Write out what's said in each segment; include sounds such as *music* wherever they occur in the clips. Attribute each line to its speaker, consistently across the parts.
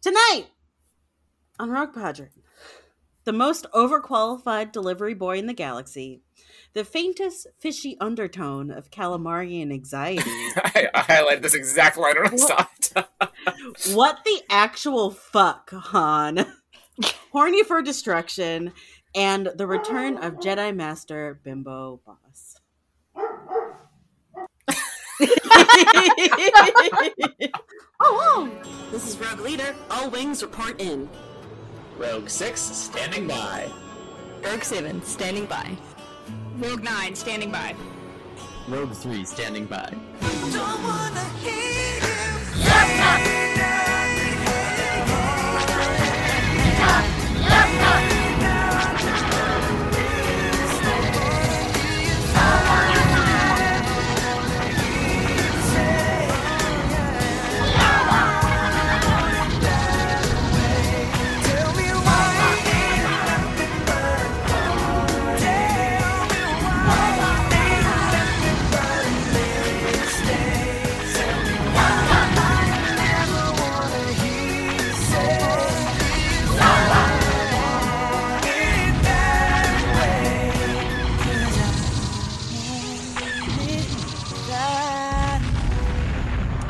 Speaker 1: Tonight on Rock Padre, the most overqualified delivery boy in the galaxy, the faintest fishy undertone of calamarian
Speaker 2: *laughs*
Speaker 1: anxiety.
Speaker 2: I, I highlighted this exact line on the side.
Speaker 1: what the actual fuck, Han? Horny for destruction and the return of Jedi Master Bimbo Boss. *laughs*
Speaker 3: Oh, oh! This is Rogue Leader. All wings report in.
Speaker 4: Rogue 6 standing by.
Speaker 5: Rogue 7 standing by. Rogue 9 standing by.
Speaker 4: Rogue 3 standing by.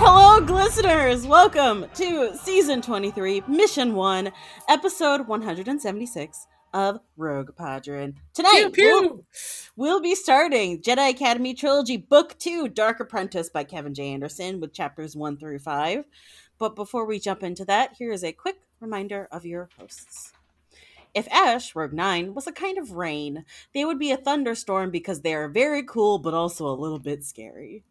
Speaker 1: Hello, glisteners! Welcome to season 23, mission 1, episode 176 of Rogue Padron. Tonight,
Speaker 2: Pew, pew.
Speaker 1: We'll, we'll be starting Jedi Academy Trilogy Book 2 Dark Apprentice by Kevin J. Anderson with chapters 1 through 5. But before we jump into that, here is a quick reminder of your hosts. If Ash, Rogue 9, was a kind of rain, they would be a thunderstorm because they are very cool but also a little bit
Speaker 2: *laughs*
Speaker 1: scary.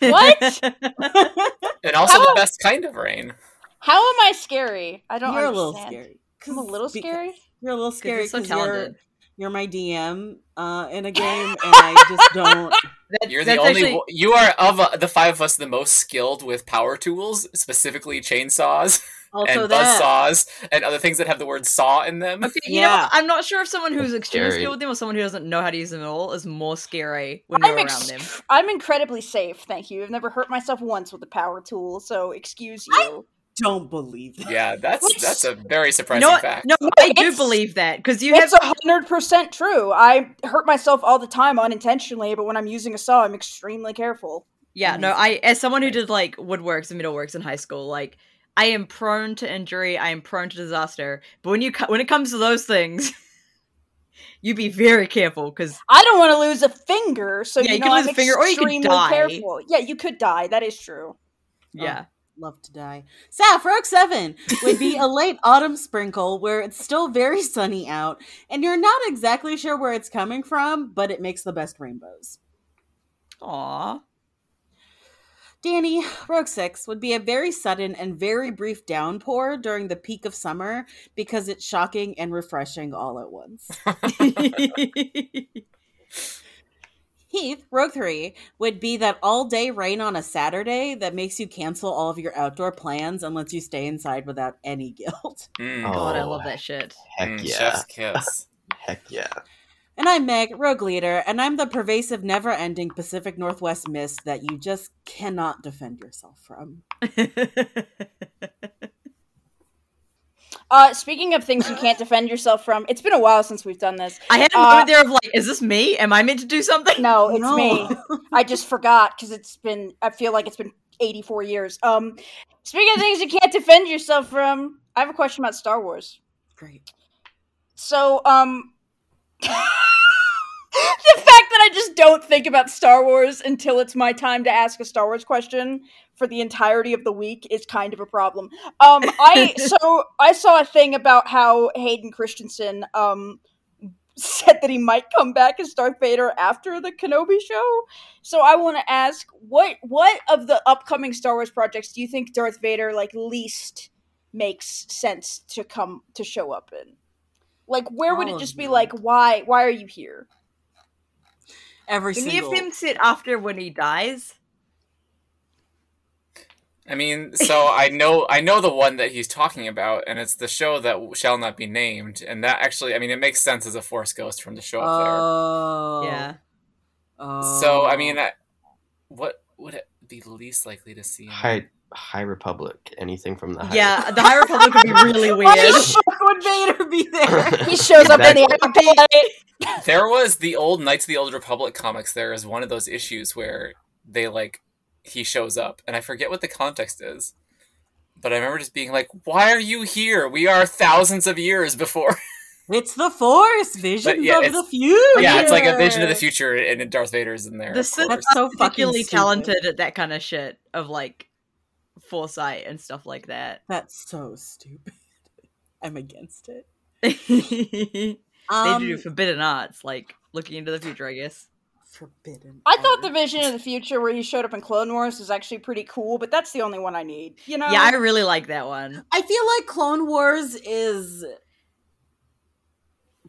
Speaker 6: What?
Speaker 2: And also
Speaker 6: How-
Speaker 5: Oh.
Speaker 2: the best kind of rain.
Speaker 6: How am I scary? I don't
Speaker 1: You're a little
Speaker 6: understand.
Speaker 1: scary.
Speaker 6: I'm a little
Speaker 1: Because-
Speaker 6: scary.
Speaker 1: You're a little scary
Speaker 5: you're so
Speaker 1: 'cause you're-
Speaker 5: talented.
Speaker 1: You're, my DM uh,
Speaker 6: *laughs*
Speaker 1: in a game, and I just don't.
Speaker 5: That's,
Speaker 2: You're the
Speaker 5: that's
Speaker 2: only.
Speaker 5: actually-
Speaker 2: wo- you are of uh, the five of us the most skilled with power tools, specifically chainsaws
Speaker 1: Also
Speaker 2: and buzz
Speaker 1: that.
Speaker 2: saws and other things that have the word saw in them.
Speaker 5: Okay, you know,
Speaker 1: Yeah.
Speaker 5: what? I'm not sure if someone who's extremely
Speaker 4: Scary.
Speaker 5: skilled with them or someone who doesn't know how to use them at all is more scary when
Speaker 6: I'm
Speaker 5: you're
Speaker 6: ex-
Speaker 5: around them.
Speaker 6: I'm incredibly safe, thank you. I've never hurt myself once with a power tool, so excuse you.
Speaker 1: Don't believe that.
Speaker 2: Yeah, that's
Speaker 6: What's-
Speaker 2: that's a very
Speaker 5: You
Speaker 2: surprising
Speaker 5: know, what?
Speaker 2: fact.
Speaker 5: no, I do
Speaker 6: it's-
Speaker 5: believe that because you have
Speaker 6: It's hundred percent true. I hurt myself all the time unintentionally, but when I'm using a saw, I'm extremely careful.
Speaker 5: Yeah, no, I as someone who did like woodworks and metalworks in high school, like I am prone to injury, I am prone to disaster. But when you co- when it comes to those things, *laughs* you be very careful because
Speaker 6: I don't want to lose a finger, so
Speaker 5: Yeah,
Speaker 6: you,
Speaker 5: you
Speaker 6: know
Speaker 5: could lose
Speaker 6: I'm
Speaker 5: a finger or you could
Speaker 6: extremely
Speaker 5: die.
Speaker 6: careful. Yeah, you could die. That is true.
Speaker 5: yeah,
Speaker 1: Love to die. Saf, Rogue 7 would
Speaker 6: *laughs*
Speaker 1: be a late autumn sprinkle where it's still very sunny out, and you're not exactly sure where it's coming from, but it makes the best rainbows.
Speaker 2: Oh.
Speaker 5: aw,
Speaker 1: Danny, Rogue 6 would be a very sudden and very brief downpour during the peak of summer because it's shocking and refreshing all at once.
Speaker 2: *laughs*
Speaker 5: *laughs*
Speaker 1: Heath, Rogue 3, would be that all day rain on a Saturday that makes you cancel all of your outdoor plans and lets you stay inside without any *laughs* guilt.
Speaker 2: Mm,
Speaker 5: God, I
Speaker 4: Oh,
Speaker 5: love that shit.
Speaker 4: Heck
Speaker 2: mm,
Speaker 4: yeah.
Speaker 2: Chef's kiss.
Speaker 4: Heck yeah.
Speaker 1: And I'm Meg, Rogue Leader, and I'm the pervasive, never ending Pacific Northwest mist that you just cannot defend yourself from.
Speaker 6: Uh, speaking of things you
Speaker 5: *sighs*
Speaker 6: can't defend yourself from, it's been a while since we've done this.
Speaker 5: I had a
Speaker 6: Uh,
Speaker 5: moment there of like, is this me? Am I meant to do something?
Speaker 6: No, it's
Speaker 1: No.
Speaker 6: me. I just forgot because it's been. I feel like it's been 84 years. Um, speaking of things you can't defend yourself from, I have a question about Star Wars.
Speaker 1: Great.
Speaker 6: So, um, *laughs* the fact that I just don't think about Star Wars until it's my time to ask a Star Wars question for the entirety of the week is kind of a problem. Um, I so I saw a thing about how Hayden Christensen um said that he might come back as Darth Vader after the Kenobi show. So I want to ask what what of the upcoming Star Wars projects do you think Darth Vader like least makes sense to come to show up in? Like where would
Speaker 1: All
Speaker 5: Oh,
Speaker 1: of
Speaker 6: it just be
Speaker 1: them.
Speaker 6: like why why are you
Speaker 5: *laughs*
Speaker 6: here?
Speaker 1: Every
Speaker 5: Didn't you
Speaker 1: single.
Speaker 5: have him sit after when he dies?
Speaker 2: I mean, so I know I know the one that he's talking about, and it's the show that shall not be named, and that actually, I mean, it makes sense as a Force ghost from the show up there.
Speaker 1: Oh.
Speaker 5: Yeah,
Speaker 1: Oh.
Speaker 2: So I mean, I, what would it be least likely to see? in-
Speaker 4: I
Speaker 7: High Republic. Anything from the High
Speaker 5: Yeah, the High Republic would
Speaker 1: *laughs*
Speaker 5: be really weird.
Speaker 1: Fuck, would Vader be there?
Speaker 2: *laughs*
Speaker 7: Republic.
Speaker 6: He shows up in the outer planet.
Speaker 2: There was the old Knights of the Old Republic comics. There is one of those issues where they like he shows up, and I forget what the context is, but I remember just being like, "Why are you here? We are thousands of years before."
Speaker 1: It's the Force, visions
Speaker 2: But yeah,
Speaker 1: of
Speaker 2: it's-
Speaker 1: the future.
Speaker 2: yeah, it's like a vision of the future, and Darth Vader's in there.
Speaker 5: The
Speaker 2: of
Speaker 5: Sith
Speaker 2: course.
Speaker 1: That's so
Speaker 5: are
Speaker 1: fucking
Speaker 5: particularly
Speaker 1: stupid.
Speaker 5: talented at that kind of shit of like foresight and stuff like that. *laughs*
Speaker 1: That's so stupid. *laughs* I'm against it.
Speaker 5: they
Speaker 1: Um,
Speaker 5: do forbidden arts, like looking into the future, I guess.
Speaker 1: forbidden.
Speaker 6: I thought the
Speaker 1: Arts.
Speaker 6: vision of the future where he showed up in Clone Wars was actually pretty cool, but that's the only one I need. You know?
Speaker 5: Yeah, I really like that one.
Speaker 1: I feel like Clone Wars is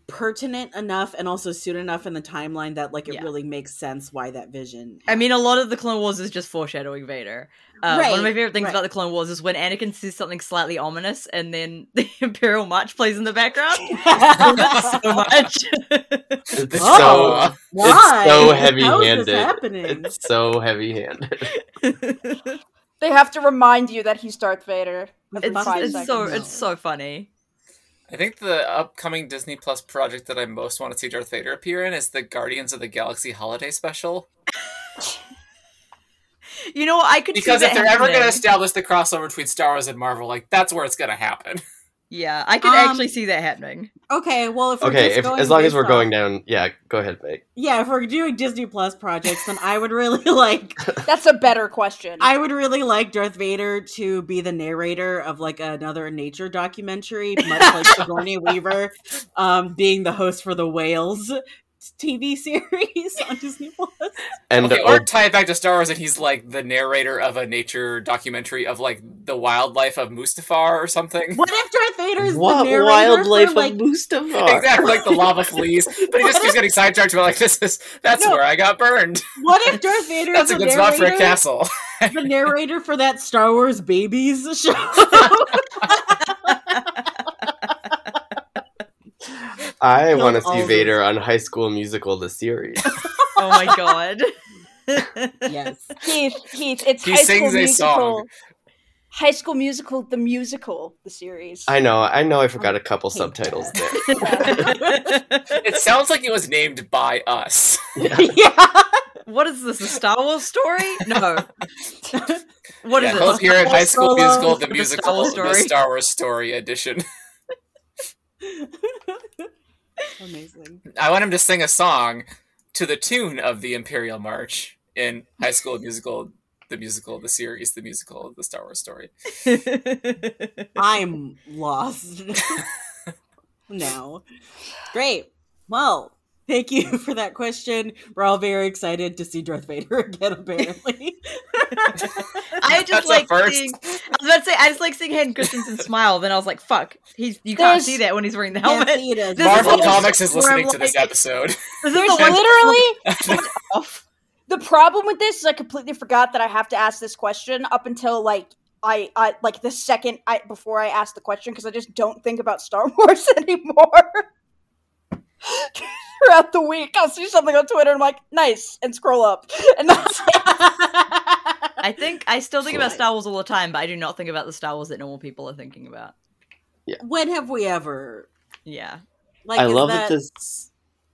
Speaker 1: pertinent enough and also soon enough in the timeline that like it
Speaker 5: Yeah.
Speaker 1: really makes sense why that vision. *laughs*
Speaker 5: I mean, a lot of the Clone Wars is just foreshadowing Vader. Uh, one of my
Speaker 1: Right,
Speaker 5: favorite things
Speaker 1: right.
Speaker 5: about the Clone Wars is when Anakin sees something slightly ominous, and then *laughs* the Imperial March plays in the
Speaker 2: *laughs*
Speaker 5: background. I love it so *laughs* much.
Speaker 7: It's
Speaker 1: Oh.
Speaker 2: *laughs*
Speaker 7: so uh,
Speaker 1: Why?
Speaker 7: so
Speaker 1: How is
Speaker 7: heavy-handed.
Speaker 1: this happening?
Speaker 7: it's so heavy-handed.
Speaker 6: they have to remind you that he's Darth Vader. every
Speaker 5: it's,
Speaker 6: five
Speaker 5: it's so
Speaker 6: seconds.
Speaker 5: it's so funny.
Speaker 2: I think the upcoming Disney Plus project that I most want to see Darth Vader appear in is the Guardians of the Galaxy holiday special.
Speaker 5: You know, what? I could see
Speaker 2: Because if
Speaker 5: that
Speaker 2: they're ever going to
Speaker 5: happening.
Speaker 2: establish the crossover between Star Wars and Marvel, like that's where it's going to happen.
Speaker 5: yeah, I could
Speaker 1: Um,
Speaker 5: actually see that happening.
Speaker 1: okay, well if we're
Speaker 7: Okay,
Speaker 1: just
Speaker 7: if,
Speaker 1: going
Speaker 7: as long as
Speaker 1: based
Speaker 7: we're
Speaker 1: off-
Speaker 7: going down, yeah, go ahead, Meg.
Speaker 1: yeah, if we're doing Disney Plus projects, then I would really *laughs* like
Speaker 6: That's a better question.
Speaker 1: I would really like Darth Vader to be the narrator of like another nature documentary, much like
Speaker 2: *laughs*
Speaker 1: Sigourney Weaver um, being the host for the Whales TV series on Disney Plus.
Speaker 7: And uh,
Speaker 2: okay,
Speaker 7: the
Speaker 2: or
Speaker 7: old,
Speaker 2: tie it back to Star Wars, and he's like the narrator of a nature documentary of like the wildlife of Mustafar or something.
Speaker 1: What if Darth Vader is the
Speaker 4: What
Speaker 1: narrator
Speaker 4: wildlife
Speaker 1: for like?
Speaker 4: of Mustafar?
Speaker 2: *laughs* Exactly, like the lava fleas. But he just keeps getting sidetracked about like *laughs* this is that's
Speaker 1: No.
Speaker 2: where I got burned.
Speaker 1: what if Darth Vader
Speaker 2: That's
Speaker 1: is
Speaker 2: a
Speaker 1: the
Speaker 2: good spot for a
Speaker 1: narrator,
Speaker 2: castle. *laughs*
Speaker 1: the narrator for that Star Wars Babies show?
Speaker 7: I
Speaker 1: Kill
Speaker 7: want to
Speaker 1: all
Speaker 7: see
Speaker 1: those-
Speaker 7: Vader on High School Musical the series.
Speaker 5: Oh my god. *laughs*
Speaker 1: yes,
Speaker 6: Keith, Keith, it's
Speaker 2: He
Speaker 6: High
Speaker 2: sings
Speaker 6: School
Speaker 2: a
Speaker 6: Musical.
Speaker 2: song.
Speaker 6: High School Musical, the musical, the series. *laughs*
Speaker 7: *laughs* I know, I know, I forgot a couple
Speaker 1: hate
Speaker 7: subtitles there.
Speaker 2: it sounds like it was named by us.
Speaker 1: *laughs* yeah.
Speaker 5: what is this? A Star Wars story?
Speaker 2: *laughs*
Speaker 5: No. What is
Speaker 2: yeah, both
Speaker 5: it?
Speaker 2: here in High School
Speaker 1: Solo
Speaker 2: Musical, the
Speaker 5: with a
Speaker 2: musical,
Speaker 5: Star Wars
Speaker 2: the
Speaker 5: story.
Speaker 2: Star Wars story edition. *laughs*
Speaker 1: Amazing.
Speaker 2: I want him to sing a song to the tune of the Imperial March in High School Musical, the musical, the series, the musical, the Star Wars story.
Speaker 5: *laughs*
Speaker 1: I'm lost *laughs* now. Great. Well, thank you *laughs* for that question. We're all very excited to see Darth Vader *laughs* again, apparently.
Speaker 5: I just
Speaker 2: That's a
Speaker 5: like
Speaker 2: first.
Speaker 5: seeing. I was about to say I just like seeing Hayden Christensen
Speaker 2: *laughs*
Speaker 5: smile. Then I was like, "Fuck, he's you can't
Speaker 6: There's-
Speaker 5: see that when he's wearing the
Speaker 1: Can't
Speaker 5: *laughs* helmet."
Speaker 1: see it as-
Speaker 5: This
Speaker 2: Marvel
Speaker 5: is-
Speaker 2: Comics is listening to this
Speaker 5: like-
Speaker 2: episode.
Speaker 5: This is
Speaker 6: There's
Speaker 5: the one
Speaker 6: literally
Speaker 5: off.
Speaker 6: the problem with this is I completely forgot that I have to ask this question up until like I, I like the second I before I ask the question because I just don't think about Star *laughs* Wars anymore. *laughs* Throughout the week, I'll see something on Twitter and I'm like, nice, and scroll up. And that's
Speaker 5: I think I still think about Star Wars all the time, but I do not think about the Star Wars that normal people are thinking about.
Speaker 1: *laughs* when have we ever?
Speaker 5: Yeah,
Speaker 1: Like,
Speaker 7: I
Speaker 1: is
Speaker 7: love
Speaker 1: that,
Speaker 7: that, this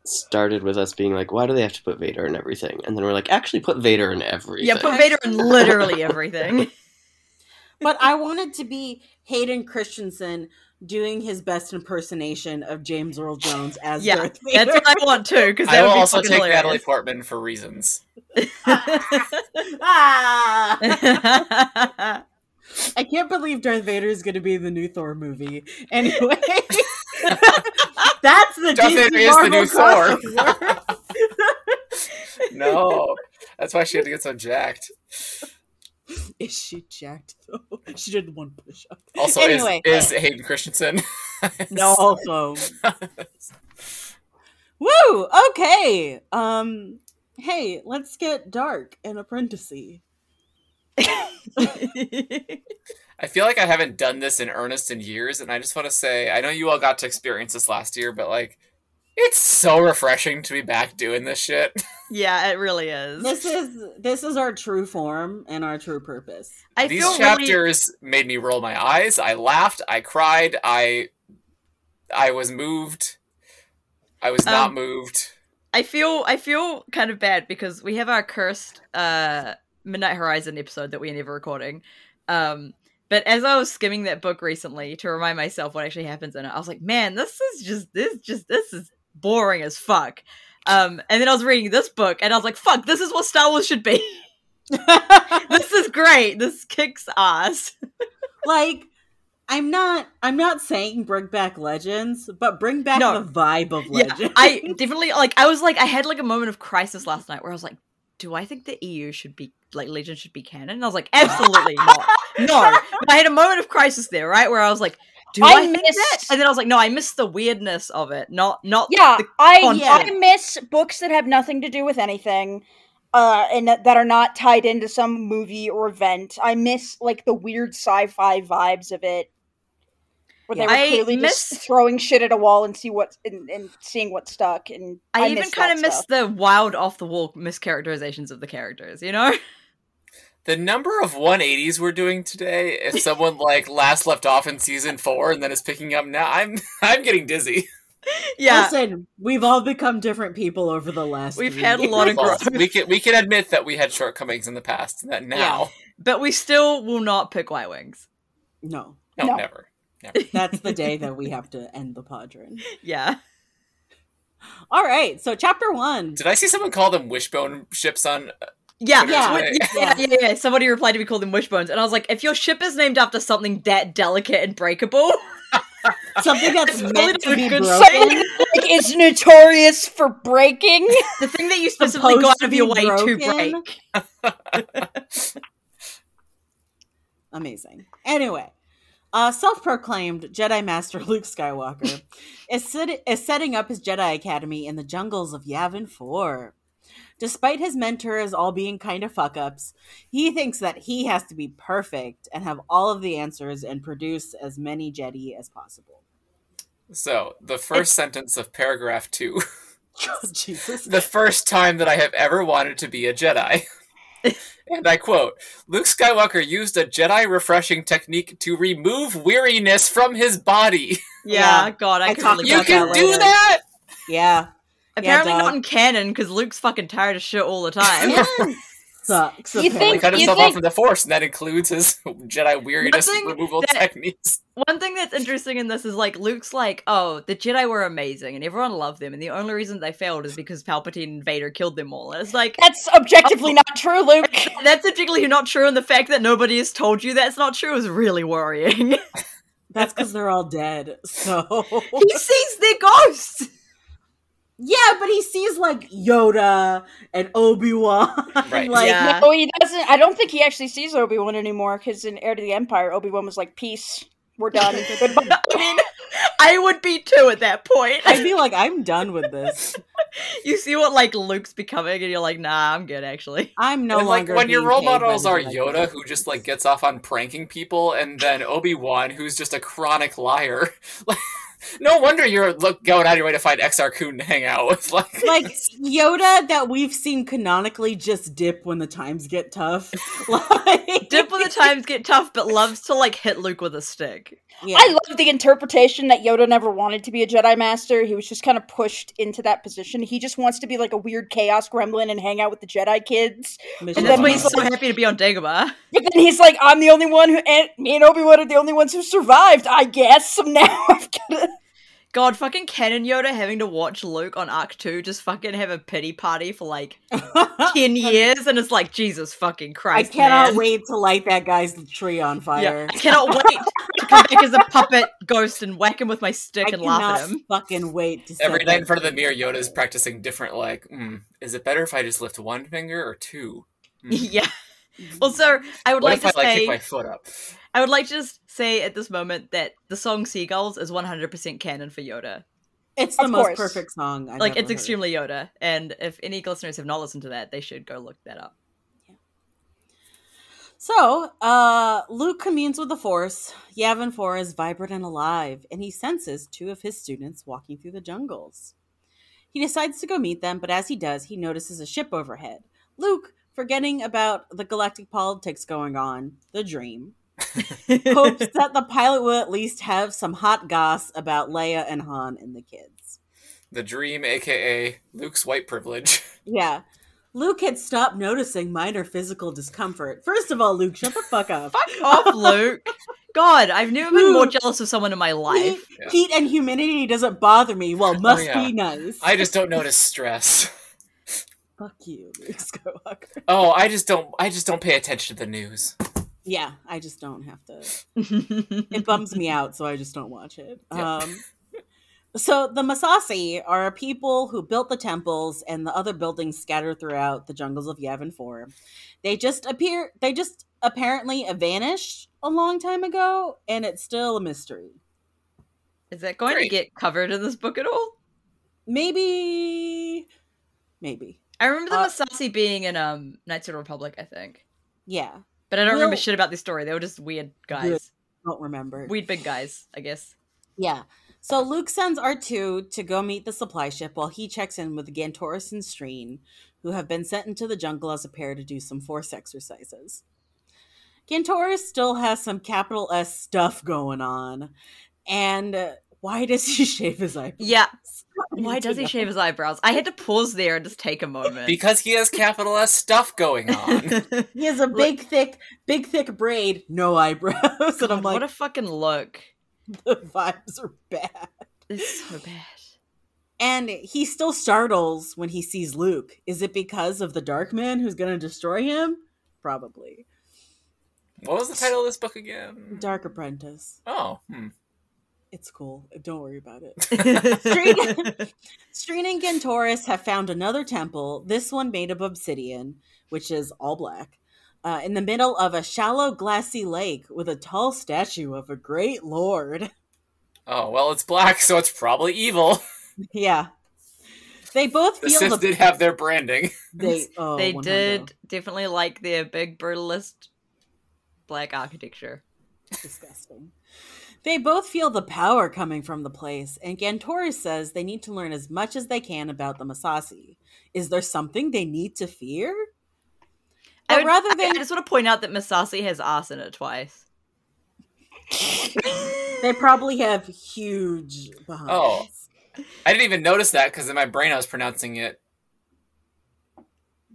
Speaker 7: started with us being like, why do they have to put Vader in everything? And then we're like, actually, put Vader in everything.
Speaker 5: yeah. Put Vader
Speaker 1: *laughs*
Speaker 5: in literally everything.
Speaker 1: But I wanted to be Hayden Christensen doing his best impersonation of James Earl Jones as
Speaker 5: Yeah,
Speaker 1: Darth
Speaker 5: That's
Speaker 1: Vader. *laughs*
Speaker 5: what I want too, because
Speaker 2: I
Speaker 5: *laughs* that
Speaker 2: will
Speaker 5: would be
Speaker 2: also
Speaker 5: fucking
Speaker 2: take Natalie Portman for
Speaker 5: *laughs*
Speaker 2: reasons.
Speaker 1: ah!
Speaker 5: hilarious.
Speaker 1: I can't believe Darth Vader is going to be in the new Thor movie.
Speaker 2: *laughs*
Speaker 1: Anyway, that's the
Speaker 2: Darth
Speaker 1: DC
Speaker 2: Vader is the
Speaker 1: Marvel
Speaker 2: new Thor. *laughs*
Speaker 1: crossover.
Speaker 2: No, that's why she had to get so jacked.
Speaker 1: *laughs* is she jacked though? *laughs* She did one push up.
Speaker 2: Also,
Speaker 1: Anyway.
Speaker 2: is, is Hayden Christensen? *laughs*
Speaker 1: Also, *laughs* woo. Okay. Um. Hey, let's get dark and apprentice.
Speaker 2: *laughs* I feel like I haven't done this in earnest in years, and I just want to say I know you all got to experience this last year, but like, it's so refreshing to be back doing this shit.
Speaker 5: *laughs* yeah, it really is.
Speaker 1: This is this is our true form and our true purpose.
Speaker 5: I
Speaker 2: These
Speaker 5: feel really,
Speaker 2: chapters made me roll my eyes. I laughed. I cried. I I was moved. I was not
Speaker 5: Um,
Speaker 2: moved.
Speaker 5: I feel I feel kind of bad because we have our cursed uh Midnight Horizon episode that we're never recording. Um but as I was skimming that book recently to remind myself what actually happens in it, I was like, man, this is just this just this is boring as fuck. Um and then I was reading this book and I was like, fuck, this is what Star Wars should be. *laughs* this is great. This kicks ass.
Speaker 1: like I'm not I'm not saying bring back legends, but bring back
Speaker 5: No.
Speaker 1: the vibe of
Speaker 5: Yeah,
Speaker 1: legends.
Speaker 5: I definitely like. I was like, I had like a moment of crisis last night where I was like, "Do I think the EU should be like Legend should be canon?" And I was like, "Absolutely not, no." But I had a moment of crisis there, right, where I was like, "Do I,
Speaker 6: I
Speaker 5: think that?"
Speaker 6: missed-
Speaker 5: And then I was like, "No, I missed the weirdness of it, not not
Speaker 6: Yeah,
Speaker 5: the
Speaker 6: I
Speaker 5: content.
Speaker 6: I miss books that have nothing to do with anything, uh, and that, that are not tied into some movie or event. I miss like the weird sci-fi vibes of it, where
Speaker 1: Yeah.
Speaker 6: they were
Speaker 5: I
Speaker 6: clearly
Speaker 5: miss-
Speaker 6: just throwing shit at a wall and see what and, and seeing what stuck. And
Speaker 5: I,
Speaker 6: I,
Speaker 5: even
Speaker 6: miss
Speaker 5: kind of
Speaker 6: that stuff.
Speaker 5: missed the wild, off the wall mischaracterizations of the characters. You know, *laughs*
Speaker 2: The number of 180s we're doing today,
Speaker 5: *laughs*
Speaker 2: if someone like last left off in season four and then is picking up now, I'm *laughs* I'm getting dizzy.
Speaker 5: yeah,
Speaker 1: *laughs* Listen, we've all become different people over the last.
Speaker 5: We've
Speaker 1: few
Speaker 5: had a lot of
Speaker 1: years.
Speaker 5: growth.
Speaker 2: we can we can admit that we had shortcomings in the past and that now.
Speaker 5: but we still will not pick White Wings.
Speaker 1: No,
Speaker 2: No,
Speaker 6: No.
Speaker 2: never.
Speaker 1: that's the day that we have to end the
Speaker 6: *laughs*
Speaker 1: podron.
Speaker 5: Yeah,
Speaker 1: All right, so chapter
Speaker 2: *laughs*
Speaker 1: one.
Speaker 2: Did I see someone call them wishbone ships on
Speaker 5: yeah,
Speaker 1: Yeah.
Speaker 5: What-
Speaker 2: Right.
Speaker 5: yeah, yeah, yeah, yeah. Somebody replied to me called them wishbones, and I was like, "If your ship is named after something that delicate and breakable."
Speaker 1: Something that's
Speaker 5: It's
Speaker 1: meant to
Speaker 5: really
Speaker 1: be
Speaker 5: good
Speaker 1: broken.
Speaker 5: *laughs*
Speaker 6: like is notorious for breaking.
Speaker 5: The thing that you specifically go
Speaker 1: supposed
Speaker 5: out
Speaker 1: to
Speaker 5: of your
Speaker 1: be
Speaker 5: way to
Speaker 1: broken.
Speaker 5: break.
Speaker 1: Amazing. Anyway, uh, self-proclaimed Jedi Master *laughs* Luke Skywalker is, sit- is setting up his Jedi Academy in the jungles of Yavin 4. Despite his mentors all being kind of fuck ups, he thinks that he has to be perfect and have all of the answers and produce as many Jedi as possible.
Speaker 2: So the first sentence of paragraph two. *laughs*
Speaker 1: Jesus.
Speaker 2: the first time that I have ever wanted to be a Jedi. and I quote Luke Skywalker used a Jedi refreshing technique to remove weariness from his body.
Speaker 5: Yeah,
Speaker 1: Yeah.
Speaker 5: God, I,
Speaker 1: I
Speaker 5: could
Speaker 1: talked
Speaker 2: *laughs*
Speaker 5: really
Speaker 1: about
Speaker 2: you
Speaker 5: get
Speaker 2: can
Speaker 1: that
Speaker 2: do
Speaker 1: later.
Speaker 2: that!
Speaker 1: Yeah.
Speaker 5: Apparently
Speaker 1: dog.
Speaker 5: not in canon because Luke's fucking tired of shit all the time.
Speaker 1: Sucks.
Speaker 6: You think-
Speaker 2: He
Speaker 1: apparently.
Speaker 2: cut
Speaker 6: You
Speaker 2: himself off
Speaker 6: think-
Speaker 2: from the Force, and that includes his *laughs* Jedi weariness
Speaker 5: Nothing
Speaker 2: removal
Speaker 5: that-
Speaker 2: techniques.
Speaker 5: *laughs* One thing that's interesting in this is like Luke's like, oh, the Jedi were amazing and everyone loved them, and the only reason they failed is because Palpatine and Vader killed them all. And
Speaker 1: *laughs*
Speaker 5: it's like
Speaker 6: That's objectively
Speaker 5: Oh.
Speaker 6: not true, Luke.
Speaker 5: *laughs*
Speaker 6: *laughs*
Speaker 5: that's particularly not true, and the fact that nobody has told you that's not true is really worrying. *laughs* he
Speaker 1: That's because they're all dead. *laughs* So.
Speaker 5: sees their ghosts.
Speaker 1: Yeah, but he sees like Yoda and Obi Wan.
Speaker 2: Right.
Speaker 1: Like,
Speaker 5: Yeah.
Speaker 6: no, he doesn't. I don't think he actually sees Obi Wan anymore because in Heir to the Empire, Obi Wan was like, "Peace,
Speaker 5: *laughs*
Speaker 6: we're done." Goodbye.
Speaker 5: *laughs* I mean, I would be too at that point.
Speaker 1: I'd be like, I'm done with
Speaker 6: *laughs*
Speaker 1: this.
Speaker 5: you see what like Luke's becoming, and you're like, nah, I'm good actually.
Speaker 1: I'm no
Speaker 2: and like
Speaker 1: longer.
Speaker 2: when your
Speaker 1: being
Speaker 2: role
Speaker 1: paid by
Speaker 2: models
Speaker 1: the
Speaker 2: are
Speaker 1: Jedi
Speaker 2: Yoda,
Speaker 1: Council.
Speaker 2: who just like gets off on pranking people, and then Obi Wan, who's just a chronic liar. *laughs* Like, no wonder you're look going out of your way to find Exar Kun to hang out with. *laughs* Like,
Speaker 1: like Yoda that we've seen canonically just dip when the times get tough. *laughs* Like, *laughs*
Speaker 5: Dip when the times get tough, but loves to like hit Luke with a stick.
Speaker 1: yeah.
Speaker 6: I love the interpretation that Yoda never wanted to be a Jedi Master. He was just kind of pushed into that position. He just wants to be like a weird chaos gremlin and hang out with the Jedi kids.
Speaker 1: Mission
Speaker 5: And that's why
Speaker 1: Impossible.
Speaker 5: he's so happy to be on Dagobah.
Speaker 6: But then he's like, "I'm the only one who, and me and Obi Wan are the only ones who survived, I guess." *laughs* So now I've got to.
Speaker 5: God, fucking canon Yoda having to watch Luke on Arc 2 just fucking have a pity party for
Speaker 1: *laughs*
Speaker 5: like 10 years, and it's like, Jesus fucking
Speaker 1: I
Speaker 5: Christ.
Speaker 1: cannot
Speaker 5: man.
Speaker 1: wait to light that guy's tree on
Speaker 5: Yeah,
Speaker 1: fire.
Speaker 5: I cannot wait to come back as a puppet ghost and whack him with my stick
Speaker 1: I
Speaker 5: and laugh
Speaker 1: cannot
Speaker 5: at him.
Speaker 1: fucking wait to set
Speaker 2: Every night in
Speaker 1: that-
Speaker 2: front of the mirror, Yoda's practicing different, like, mm, is it better if I just lift one finger or two?
Speaker 5: *laughs* yeah. Also, I would
Speaker 2: Mm. What
Speaker 5: like
Speaker 2: if
Speaker 5: to
Speaker 2: I, like,
Speaker 5: say
Speaker 2: kick my foot up?
Speaker 5: I would like to just say at this moment that the song Seagulls is 100% canon for Yoda.
Speaker 1: It's the
Speaker 6: Of
Speaker 1: most
Speaker 6: course.
Speaker 1: perfect song. I've
Speaker 5: like,
Speaker 1: ever
Speaker 5: it's
Speaker 1: heard.
Speaker 5: extremely Yoda. And if any listeners have not listened to that, they should go look that
Speaker 1: *laughs*
Speaker 5: up.
Speaker 1: So, uh, Luke communes with the Force. Yavin 4 is vibrant and alive, and he senses two of his students walking through the jungles. He decides to go meet them, but as he does, he notices a ship overhead. Luke, forgetting about the galactic politics going on, the dream, hopes that the pilot will at least have some hot goss about Leia and Han and the kids.
Speaker 2: The dream, aka Luke's white privilege. *laughs*
Speaker 1: Yeah. Luke had stopped noticing minor physical discomfort. First of all, Luke, shut the fuck up.
Speaker 5: Fuck off, Luke. God, I've never been
Speaker 1: *laughs*
Speaker 5: more
Speaker 1: Luke.
Speaker 5: jealous of someone in my
Speaker 1: Heat, *laughs*
Speaker 5: life. *laughs*
Speaker 2: Yeah.
Speaker 1: heat and humidity doesn't bother me. Well, must
Speaker 2: Oh, yeah.
Speaker 1: be nice.
Speaker 2: I just don't notice stress.
Speaker 1: Fuck you,
Speaker 2: *laughs*
Speaker 1: Luke Skywalker.
Speaker 2: Oh, I just don't. I just don't pay attention to the news.
Speaker 1: Yeah, I just don't have to. it bums me out, so I just don't watch it.
Speaker 2: Yeah.
Speaker 1: Um, so the Masasi are a people who built the temples and the other buildings scattered throughout the jungles of Yavin Four. They just appear. They just apparently vanished a long time ago, and it's still a mystery.
Speaker 5: Is that going to
Speaker 2: Great.
Speaker 5: get covered in this book at all?
Speaker 1: Maybe, maybe,
Speaker 5: I remember the
Speaker 1: Uh,
Speaker 5: Masasi being in um Knights of the Republic, I think.
Speaker 1: yeah.
Speaker 5: But I don't remember
Speaker 1: Well-
Speaker 5: shit about this story. They were just weird guys.
Speaker 1: Don't remember.
Speaker 5: Weird big guys, I guess.
Speaker 1: Yeah. So Luke sends R2 to go meet the supply ship while he checks in with Gantorus and Streen, who have been sent into the jungle as a pair to do some force exercises. Gantorus still has some capital S stuff going on. And uh, why does he *laughs* shave his eyebrows?
Speaker 5: Yeah.
Speaker 1: I
Speaker 5: Why
Speaker 1: need to
Speaker 5: does he
Speaker 1: know.
Speaker 5: shave his eyebrows? I had to pause there and just take a moment. *laughs*
Speaker 2: Because he has capital S stuff going on.
Speaker 1: *laughs* He has a big, thick, big, thick braid, no eyebrows. *laughs* and I'm like,
Speaker 5: what a fucking look.
Speaker 1: the vibes are bad.
Speaker 5: It's so bad.
Speaker 1: And he still startles when he sees Luke. Is it because of the Dark Man who's going to destroy him? Probably.
Speaker 2: What was the title of this book again?
Speaker 1: Dark Apprentice.
Speaker 2: Oh, hmm.
Speaker 1: It's cool. Don't worry about it. Streen, *laughs* Streen and Gentoris have found another temple, this one made of obsidian, which is all black, uh, in the middle of a shallow, glassy lake with a tall statue of a great lord. *laughs*
Speaker 2: Oh well, it's black, so it's probably evil.
Speaker 1: yeah. They both *laughs*
Speaker 2: The
Speaker 1: feel
Speaker 2: Sith
Speaker 1: the.
Speaker 2: did have their branding. *laughs*
Speaker 1: they oh,
Speaker 5: they
Speaker 1: 100.
Speaker 5: did definitely like their big brutalist black architecture.
Speaker 1: Disgusting. They both feel the power coming from the place, and Gantoris says they need to learn as much as they can about the Masasi. Is there something they need to fear?
Speaker 5: I
Speaker 1: But
Speaker 5: would-
Speaker 1: rather
Speaker 5: I- I
Speaker 1: than
Speaker 5: just want to point out that Masasi has arse in it twice.
Speaker 1: they probably have huge behinds.
Speaker 2: Oh. I didn't even notice that because in my brain I was pronouncing it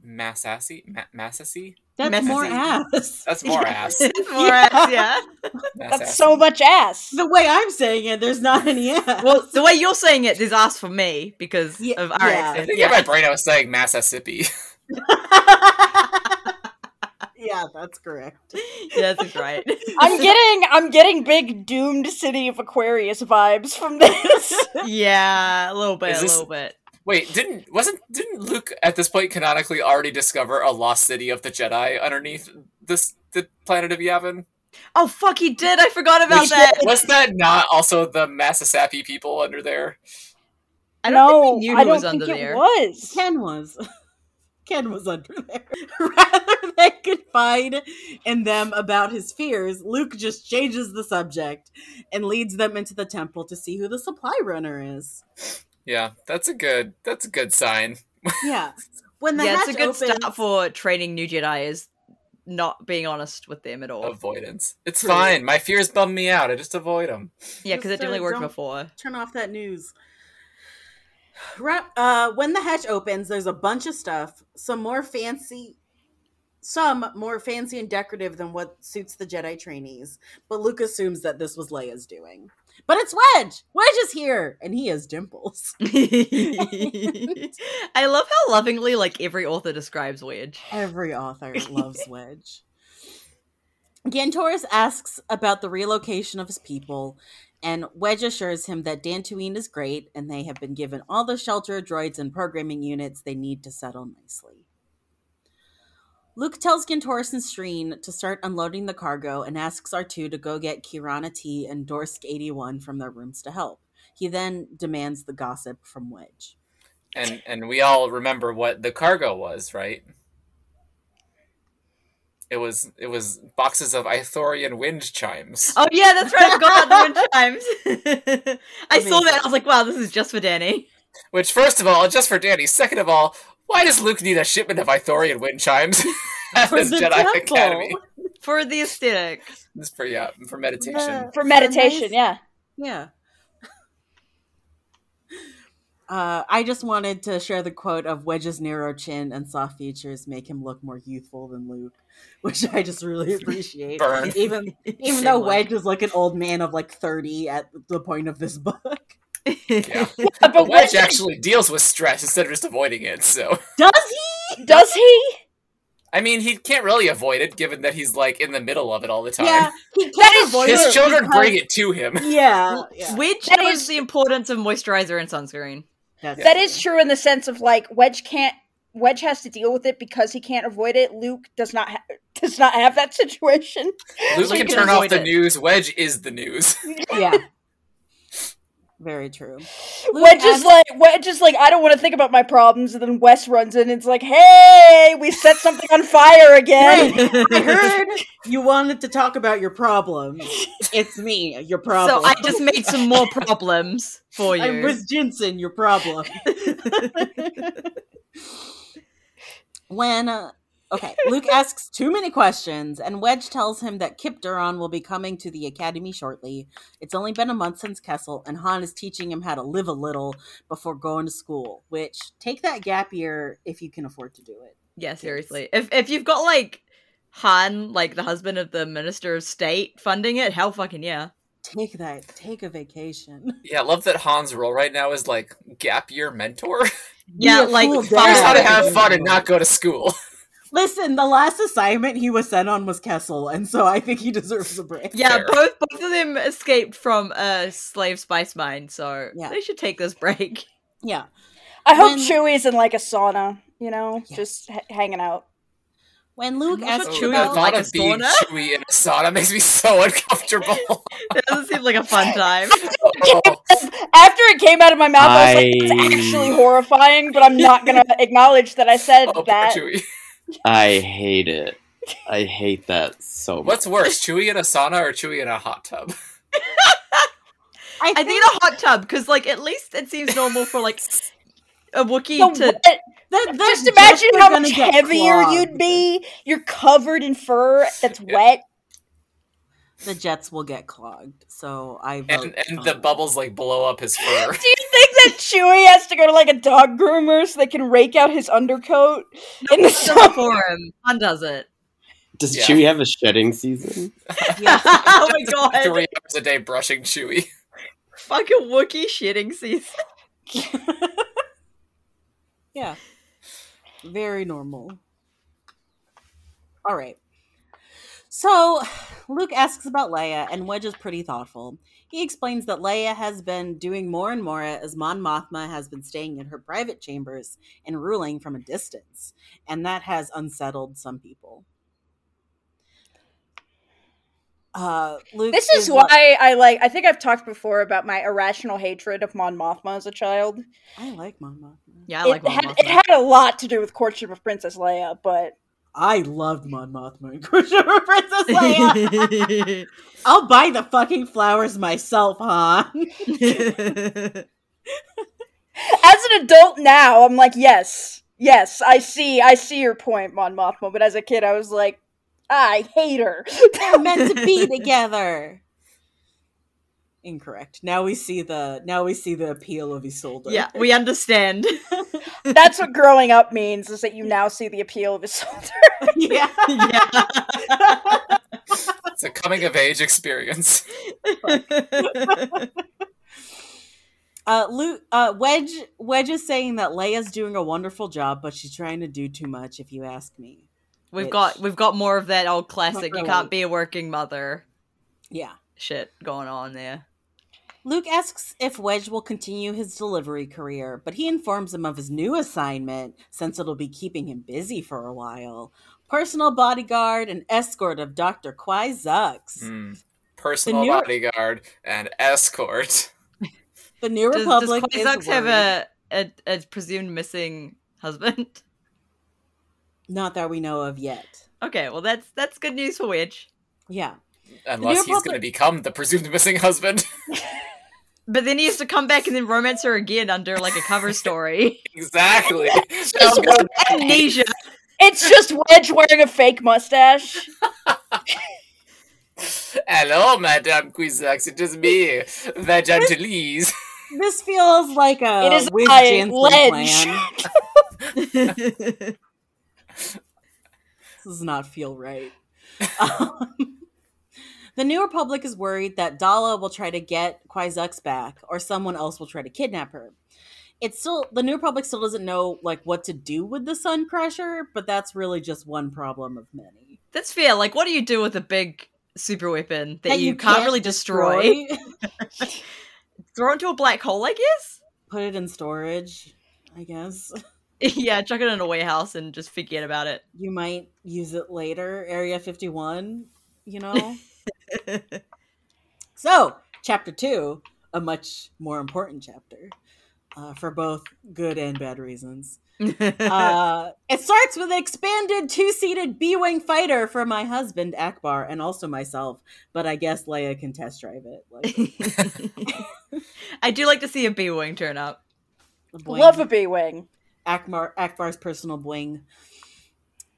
Speaker 2: Massassi. Ma- Massassi.
Speaker 1: that's
Speaker 5: Messy.
Speaker 1: more ass.
Speaker 2: That's more ass.
Speaker 5: More
Speaker 1: Yeah.
Speaker 5: ass, yeah.
Speaker 6: That's
Speaker 2: Massassi.
Speaker 6: so much ass.
Speaker 1: *laughs* The way I'm saying it, there's not any ass.
Speaker 5: Well, the way you're saying it, there's ass for me because
Speaker 1: Ye-
Speaker 5: of our
Speaker 1: yeah.
Speaker 2: I
Speaker 5: accent.
Speaker 2: think in
Speaker 5: Yeah.
Speaker 2: my brain I was saying Massissippi.
Speaker 1: yeah, that's correct.
Speaker 5: *laughs* Yeah, that's right.
Speaker 6: I'm getting I'm getting big doomed city of Aquarius vibes from this.
Speaker 5: *laughs* yeah, a little bit,
Speaker 2: Is
Speaker 5: a
Speaker 2: this-
Speaker 5: little bit.
Speaker 2: *laughs* Wait, didn't wasn't didn't Luke at this point canonically already discover a lost city of the Jedi underneath this the planet of
Speaker 1: *laughs*
Speaker 2: Yavin?
Speaker 5: Oh fuck, he did. I forgot about
Speaker 2: Which-
Speaker 5: that.
Speaker 2: Was that not also the Massasapi people under there?
Speaker 5: *laughs*
Speaker 6: *laughs*
Speaker 5: I don't
Speaker 6: no,
Speaker 5: think we knew
Speaker 6: I
Speaker 5: who
Speaker 6: don't
Speaker 5: was
Speaker 6: think
Speaker 5: under
Speaker 6: it
Speaker 5: there.
Speaker 6: was.
Speaker 1: Ken was. *laughs* Ken was under there. *laughs* Rather than confide in them about his fears, Luke just changes the subject and leads them into the temple to see who the supply runner is.
Speaker 2: Yeah, that's a good that's a good sign.
Speaker 5: *laughs*
Speaker 1: Yeah. When the
Speaker 5: Yeah,
Speaker 1: hatch
Speaker 5: it's a good
Speaker 1: opens,
Speaker 5: start for training new Jedi is not being honest with them at all.
Speaker 2: Avoidance. It's
Speaker 1: True.
Speaker 2: fine. My fears bum me out. I just avoid them.
Speaker 5: yeah, because it
Speaker 1: Just, uh,
Speaker 5: definitely worked
Speaker 1: don't-
Speaker 5: before.
Speaker 1: turn off that news. Ra- Uh, when the hatch opens, there's a bunch of stuff. Some more fancy, some more fancy and decorative than what suits the Jedi trainees. But Luke assumes that this was Leia's doing. But it's Wedge. Wedge is here, and he has dimples.
Speaker 5: *laughs* I love how lovingly like every author describes Wedge.
Speaker 1: Every author loves Wedge. Gantorus asks about the relocation of his people, and Wedge assures him that Dantooine is great and they have been given all the shelter, droids, and programming units they need to settle nicely. Luke tells Gantorus and Streen to start unloading the cargo and asks R2 to go get Kirana T and Dorsk 81 from their rooms to help. He then demands the gossip from Wedge.
Speaker 2: And and we all remember what the cargo was, right? It was it was boxes of Ithorian wind chimes.
Speaker 5: Oh yeah, that's right. *laughs* I forgot about the wind chimes. I saw that. I
Speaker 1: Amazing.
Speaker 5: was like, wow, this is just for Danny.
Speaker 2: Which, first of all, just for Danny. Second of all, why does Luke need a shipment of Ithorian wind chimes *laughs* at
Speaker 1: For
Speaker 2: his
Speaker 1: the
Speaker 2: Jedi
Speaker 1: temple.
Speaker 2: Academy?
Speaker 5: for the *laughs* aesthetic.
Speaker 2: It's for yeah, for meditation.
Speaker 1: Yeah.
Speaker 6: for meditation.
Speaker 1: nice-
Speaker 6: Yeah,
Speaker 1: Yeah. Uh, I just wanted to share the quote of Wedge's narrow chin and soft features make him look more youthful than Luke, *laughs* which I just really appreciate. *laughs*
Speaker 2: Burn.
Speaker 1: Even even
Speaker 5: Shit,
Speaker 1: though
Speaker 5: Luke.
Speaker 1: Wedge is like an old man of like thirty at the point of this book, *laughs*
Speaker 2: Yeah.
Speaker 6: but,
Speaker 2: But Wedge
Speaker 6: Wedge
Speaker 2: actually deals with stress instead of just avoiding it. So,
Speaker 1: does he?
Speaker 6: does he?
Speaker 2: I mean, he can't really avoid it given that he's like in the middle of it all the time.
Speaker 1: Yeah, he can't
Speaker 6: That is
Speaker 1: avoid
Speaker 2: His
Speaker 1: it
Speaker 2: children
Speaker 1: because-
Speaker 2: bring it to him.
Speaker 5: *laughs*
Speaker 1: Yeah, yeah.
Speaker 5: Which
Speaker 6: That
Speaker 5: knows
Speaker 6: is-
Speaker 5: the importance of moisturizer and sunscreen.
Speaker 1: That's-
Speaker 6: That is true in the sense of like Wedge can't. Wedge has to deal with it because he can't avoid it. Luke does not ha- *laughs* does not have that situation.
Speaker 2: Luke
Speaker 5: He
Speaker 2: can
Speaker 5: can
Speaker 2: turn off
Speaker 5: avoid
Speaker 2: the
Speaker 5: it.
Speaker 2: news. Wedge is the news. *laughs*
Speaker 1: yeah. Very true. Luke
Speaker 6: Wedge is
Speaker 1: asks-
Speaker 6: like Wedge is like I don't want to think about my problems, and then Wes runs in and it's like, hey, we set something on fire again.
Speaker 1: I heard *laughs* you wanted to talk about your problems. It's me, your problem.
Speaker 5: *laughs* So I just made some more problems for you.
Speaker 1: I'm with Jensen, your
Speaker 2: *laughs*
Speaker 1: problem. when, uh, okay, Luke asks too many questions, and Wedge tells him that Kip Duran will be coming to the academy shortly. It's only been a month since Kessel, and Han is teaching him how to live a little before going to school, which take that gap year if you can afford to do it.
Speaker 5: Yeah, seriously. If if you've got like Han, like the husband of the minister of state, funding it, hell fucking yeah.
Speaker 1: Take that, take a vacation. *laughs*
Speaker 2: Yeah, I love that Han's role right now is like gap year mentor. *laughs*
Speaker 5: Yeah,
Speaker 1: Be a
Speaker 5: like,
Speaker 1: cool
Speaker 5: here's
Speaker 2: Here's
Speaker 1: dad.
Speaker 2: how to have fun and not go to
Speaker 5: *laughs*
Speaker 2: school.
Speaker 1: Listen, the last assignment he was sent on was Kessel, and so I think he deserves a break.
Speaker 5: Yeah,
Speaker 2: Fair.
Speaker 5: both both of them escaped from a slave spice mine, so
Speaker 1: Yeah.
Speaker 5: they should take this break. *laughs*
Speaker 1: Yeah.
Speaker 6: I hope
Speaker 1: When-
Speaker 6: Chewie's in like a sauna, you know,
Speaker 1: Yes.
Speaker 6: just h- hanging out.
Speaker 1: When Luke
Speaker 5: I'm
Speaker 1: asks
Speaker 5: also
Speaker 2: So
Speaker 5: Chewy
Speaker 2: the
Speaker 5: Chewy
Speaker 1: about
Speaker 5: was
Speaker 2: thought
Speaker 5: like a
Speaker 2: of being
Speaker 5: sauna?
Speaker 2: Chewy in a sauna makes me
Speaker 5: *laughs*
Speaker 2: so uncomfortable. *laughs*
Speaker 5: It doesn't seem like a
Speaker 6: *laughs*
Speaker 5: fun time.
Speaker 2: Oh,
Speaker 6: After it came out of my mouth, I, was like,
Speaker 7: I-
Speaker 6: it's actually horrifying, but I'm not gonna acknowledge that I said
Speaker 2: oh, poor
Speaker 6: that.
Speaker 2: Chewy.
Speaker 7: I hate it. I hate that so much.
Speaker 2: What's worse, Chewy in a sauna or Chewy in a hot
Speaker 5: *laughs*
Speaker 2: tub?
Speaker 1: I
Speaker 5: I think in a hot tub because, like, at least it seems normal for like a Wookiee
Speaker 6: So
Speaker 5: to.
Speaker 6: what-
Speaker 1: that,
Speaker 6: just imagine how much heavier you'd be. You're covered in fur that's
Speaker 2: Yeah.
Speaker 6: wet.
Speaker 1: The jets will get clogged, so I vote. um,
Speaker 2: And and the
Speaker 5: um,
Speaker 1: no.
Speaker 2: bubbles like blow up his
Speaker 5: *laughs*
Speaker 2: fur.
Speaker 6: Do you think that Chewie has to go to like a dog groomer so they can rake out his undercoat in the
Speaker 5: It does it
Speaker 6: sun?
Speaker 5: for him. Han does it.
Speaker 7: Does
Speaker 2: Yeah.
Speaker 7: Chewie have a shedding season?
Speaker 1: Yes.
Speaker 5: oh my
Speaker 2: Just
Speaker 5: god!
Speaker 2: Three hours a day brushing Chewy.
Speaker 5: Fucking Wookiee shitting season.
Speaker 1: yeah. Very normal. All right. So Luke asks about Leia, and Wedge is pretty thoughtful. He explains that Leia has been doing more and more as Mon Mothma has been staying in her private chambers and ruling from a distance, and that has unsettled some people. Uh, Luke
Speaker 6: This is
Speaker 1: what-
Speaker 6: why I like. I think I've talked before about my irrational hatred of Mon Mothma as a child.
Speaker 1: I like Mon Mothma.
Speaker 5: Yeah, I like
Speaker 6: it,
Speaker 5: Mon
Speaker 6: had,
Speaker 5: Mothma.
Speaker 6: it had a lot to do with courtship of Princess Leia, but
Speaker 1: I loved Mon Mothma *laughs* and Kushima Princess *laughs* Leia.
Speaker 6: *laughs*
Speaker 1: I'll buy the fucking flowers myself, huh?
Speaker 6: as an adult now, I'm like, yes, yes, I see, I see your point, Mon Mothma. But as a kid, I was like, I hate her. *laughs*
Speaker 1: They're meant to *laughs* be together. Incorrect. Now we see the now we see the appeal of Isolde. *laughs*
Speaker 5: *laughs* yeah, we
Speaker 6: *laughs*
Speaker 5: understand.
Speaker 6: That's what growing up means is that you now see the appeal of Isildur.
Speaker 1: yeah.
Speaker 5: yeah. *laughs*
Speaker 2: It's a coming of age experience.
Speaker 1: Uh, Luke, uh, Wedge, Wedge is saying that Leia's doing a wonderful job, but she's trying to do too much. If you ask me,
Speaker 5: we've
Speaker 1: Which-
Speaker 5: got we've got more of that old classic. You
Speaker 1: really.
Speaker 5: can't be a working mother.
Speaker 1: yeah.
Speaker 5: Shit going on there.
Speaker 1: Luke asks if Wedge will continue his delivery career, but he informs him of his new assignment since it'll be keeping him busy for a while. Personal bodyguard and escort of Dr. Kwai Zux.
Speaker 2: Hmm. Personal
Speaker 1: The new-
Speaker 2: bodyguard and escort.
Speaker 1: The New
Speaker 5: Does, does
Speaker 1: Republic is
Speaker 5: Quasarx have
Speaker 1: worried.
Speaker 5: a, a a presumed missing husband? *laughs*
Speaker 1: not that we know of yet.
Speaker 5: Okay, well that's that's good news for Wedge.
Speaker 1: Yeah.
Speaker 2: Unless he's going to
Speaker 1: Republic-
Speaker 2: become the presumed missing husband.
Speaker 5: but then he has to come back and then romance her again under like a
Speaker 1: *laughs*
Speaker 5: cover story.
Speaker 2: *laughs* Exactly.
Speaker 6: just
Speaker 2: That was-
Speaker 5: Amnesia.
Speaker 6: It's just Wedge wearing a fake mustache.
Speaker 2: Hello, Madame Cuisax. It is me, the Gentilese.
Speaker 1: This feels like a
Speaker 6: It is
Speaker 1: Wiz
Speaker 6: my
Speaker 1: Jansen
Speaker 6: ledge.
Speaker 1: plan.
Speaker 6: *laughs*
Speaker 1: This does not feel right. Um, the New Republic is worried that Dala will try to get Quizux back, or someone else will try to kidnap her. It's still the New Republic still doesn't know like what to do with the Sun Crusher, but that's really just one problem of many.
Speaker 5: That's fair. Like, what do you do with a big super weapon that,
Speaker 1: That
Speaker 5: you,
Speaker 1: you
Speaker 5: can't,
Speaker 1: can't
Speaker 5: really destroy? Throw into a black hole, I guess?
Speaker 1: *laughs*
Speaker 5: *laughs*
Speaker 1: Put it in storage, I guess.
Speaker 5: yeah, chuck it in a warehouse and just forget about it.
Speaker 1: You might use it later, Area 51, you know? So, chapter two, a much more important chapter uh, for both good and bad reasons. Uh, it starts with an expanded two seated B Wing fighter for my husband, Akbar, and also myself, but I guess Leia can test drive it. Like,
Speaker 5: *laughs* *laughs* I do like to see a B wing turn up.
Speaker 1: the boing.
Speaker 6: Love a B wing.
Speaker 1: Akbar, Akbar's personal boing.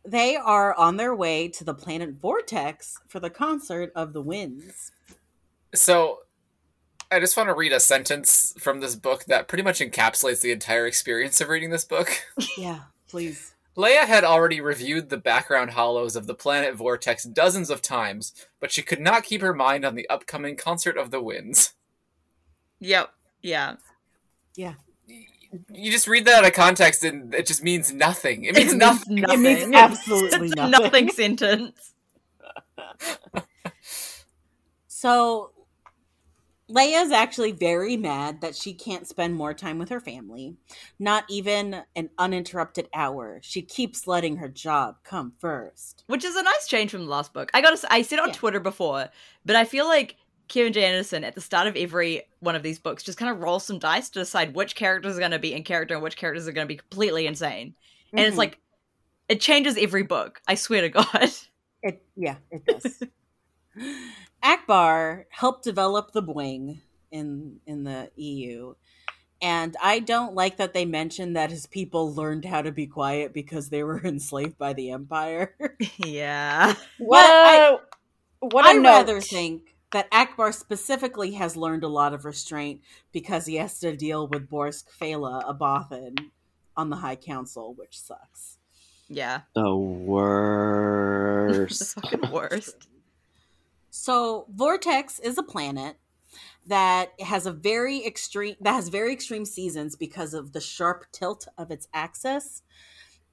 Speaker 1: They are on their way to the planet Vortex for the concert of the winds.
Speaker 2: So, I just want to read a sentence from this book that pretty much encapsulates the entire experience of reading this book.
Speaker 1: Yeah, please.
Speaker 2: Leia had already reviewed the background hollows of the planet Vortex dozens of times, but she could not keep her mind on the upcoming Concert of the Winds.
Speaker 5: Yep. Yeah.
Speaker 2: You just read that out of context and it just means nothing. It means nothing.
Speaker 1: It means
Speaker 5: *laughs* nothing.
Speaker 1: absolutely
Speaker 5: It's a
Speaker 1: nothing.
Speaker 5: nothing sentence.
Speaker 1: So Leia's actually very mad that she can't spend more time with her family, not even an uninterrupted hour. She keeps letting her job come first.
Speaker 5: Which is a nice change from the last book. I got. to I said on
Speaker 1: Yeah.
Speaker 5: Twitter before, but I feel like Kevin J. Anderson at the start of every one of these books just kind of rolls some dice to decide which characters are going to be in character and which characters are going to be completely insane. And it's
Speaker 1: Mhm.
Speaker 5: like it changes every book. I swear to God. *laughs*
Speaker 1: it yeah, it does. Akbar helped develop the Boing in in the EU. And I don't like that they mentioned that his people learned how to be quiet because they were *laughs* enslaved by the empire.
Speaker 5: yeah.
Speaker 6: What?
Speaker 1: I-
Speaker 6: a- what
Speaker 1: I
Speaker 6: a note.
Speaker 1: rather think that Akbar specifically has learned a lot of restraint because he has to deal with Borsk Fela, a Bothan, on the High Council, which sucks.
Speaker 5: Yeah.
Speaker 7: The
Speaker 5: It's *laughs*
Speaker 7: worst.
Speaker 5: the fucking
Speaker 1: *laughs*
Speaker 5: worst.
Speaker 1: So Vortex is a planet that has a very extreme that has very extreme seasons because of the sharp tilt of its axis.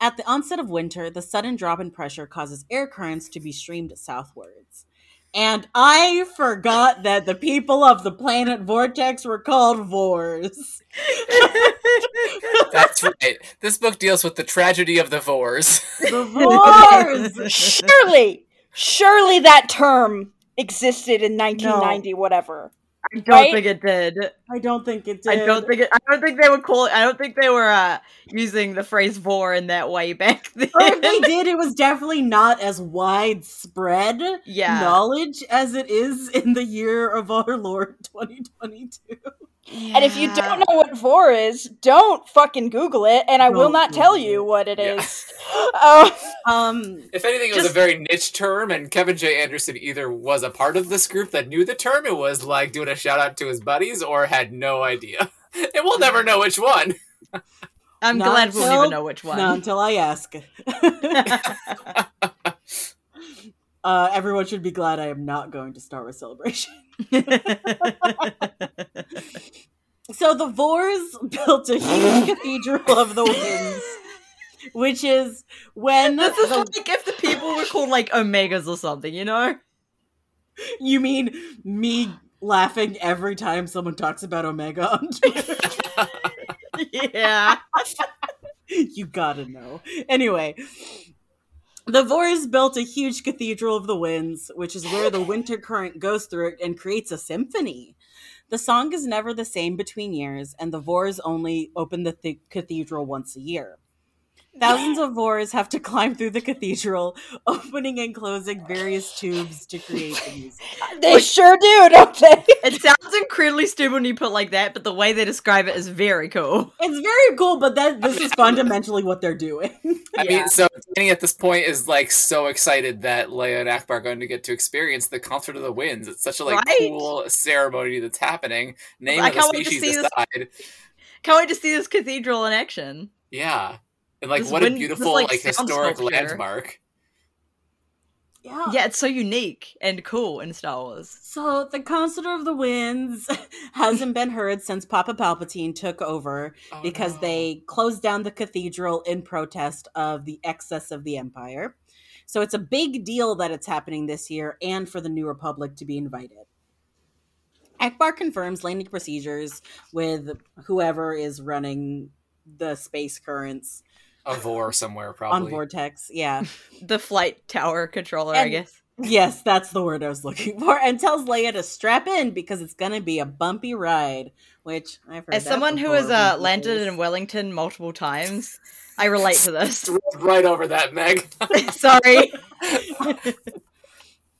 Speaker 1: At the onset of winter, the sudden drop in pressure causes air currents to be streamed southwards. And I forgot that the people of the planet Vortex were called Vors.
Speaker 2: That's right. This book deals with the tragedy of the Vors.
Speaker 5: *laughs*
Speaker 1: The Vors!
Speaker 6: Surely, surely that term existed in 1990, whatever.
Speaker 5: I don't
Speaker 6: Right?
Speaker 5: think it did.
Speaker 1: I don't think it did.
Speaker 5: I don't think it I don't think they were call I don't think they were uh using the phrase vor in that way back *laughs* then.
Speaker 1: Or if Oh, *laughs* they did, it was definitely not as widespread.
Speaker 5: yeah.
Speaker 1: knowledge as it is in the year of our Lord *laughs* 2022.
Speaker 6: And if you
Speaker 5: Yeah.
Speaker 6: don't know what vor is, don't fucking Google it, and I will
Speaker 1: Don't
Speaker 6: not tell
Speaker 1: Google
Speaker 6: you
Speaker 1: it.
Speaker 6: what it
Speaker 2: Yeah.
Speaker 6: is. Uh,
Speaker 1: Um,
Speaker 2: If anything, it was
Speaker 5: Just-
Speaker 2: a very niche term, and Kevin J. Anderson either was a part of this group that knew the term and was like doing a shout out to his buddies or had no idea. *laughs* And we'll never know which one.
Speaker 5: I'm
Speaker 1: Not
Speaker 5: glad we'll never
Speaker 1: till-
Speaker 5: know which one.
Speaker 1: not until I
Speaker 5: *laughs*
Speaker 1: ask. uh, everyone should be glad I am not going to Star Wars Celebration. So the Vors *laughs* built a huge cathedral of the winds, which is when *laughs*
Speaker 5: this is
Speaker 1: the-
Speaker 5: like if the people were called like omegas or something, you know? *laughs*
Speaker 1: you mean me laughing every time someone talks about Omega *laughs* on Twitter.
Speaker 5: Yeah.
Speaker 1: *laughs* you gotta know. Anyway, the Vors built a huge cathedral of the winds, which is where the winter current goes through it and creates a symphony. The song is never the same between years, and the Vors only open the th- cathedral once a year. Thousands of Vors have to climb through the cathedral, *laughs* opening and closing various tubes to create the music.
Speaker 6: They sure do, don't they?
Speaker 5: It sounds incredibly stupid when you put it like that, but the way they describe it is very
Speaker 1: *laughs*
Speaker 5: cool.
Speaker 1: It's very cool, but that this is fundamentally what they're doing. *laughs*
Speaker 2: I
Speaker 6: Yeah.
Speaker 2: mean, so Danny at this point is like so excited that Leia and Akbar are going to get to experience the concert of the winds. It's such a like
Speaker 5: Right?
Speaker 2: cool ceremony that's happening. Name
Speaker 5: I
Speaker 2: of the
Speaker 5: can't wait to
Speaker 2: species
Speaker 5: see this-
Speaker 2: aside,
Speaker 5: Can't wait to see this cathedral in action.
Speaker 2: yeah, and like
Speaker 5: This
Speaker 2: what a
Speaker 5: wind- this,
Speaker 2: beautiful
Speaker 5: like,
Speaker 2: like,
Speaker 5: sound
Speaker 2: historic
Speaker 5: sculpture.
Speaker 2: landmark.
Speaker 1: Yeah.
Speaker 5: Yeah, it's so unique and cool in Star Wars.
Speaker 1: So the Concert of the Winds *laughs* hasn't been heard since Papa Palpatine took over
Speaker 2: Oh,
Speaker 1: because
Speaker 2: no.
Speaker 1: they closed down the cathedral in protest of the excess of the empire. So it's a big deal that it's happening this year and for the New Republic to be invited. Akbar confirms landing procedures with whoever is running the space currents
Speaker 2: a vor somewhere probably.
Speaker 1: on Vortex. Yeah.
Speaker 5: The flight tower controller, I
Speaker 1: And-
Speaker 5: guess.
Speaker 1: Yes, that's the word I was looking for. And tells Leia to strap in because it's going to be a bumpy ride, which I've heard.
Speaker 5: As
Speaker 1: that
Speaker 5: someone who
Speaker 1: before,
Speaker 5: has uh,
Speaker 1: bumpy
Speaker 5: landed
Speaker 1: days.
Speaker 5: in Wellington
Speaker 1: *laughs*
Speaker 5: multiple times, I relate to this.
Speaker 2: right over that, Meg.
Speaker 1: *laughs*
Speaker 2: *laughs*
Speaker 5: *laughs* Sorry.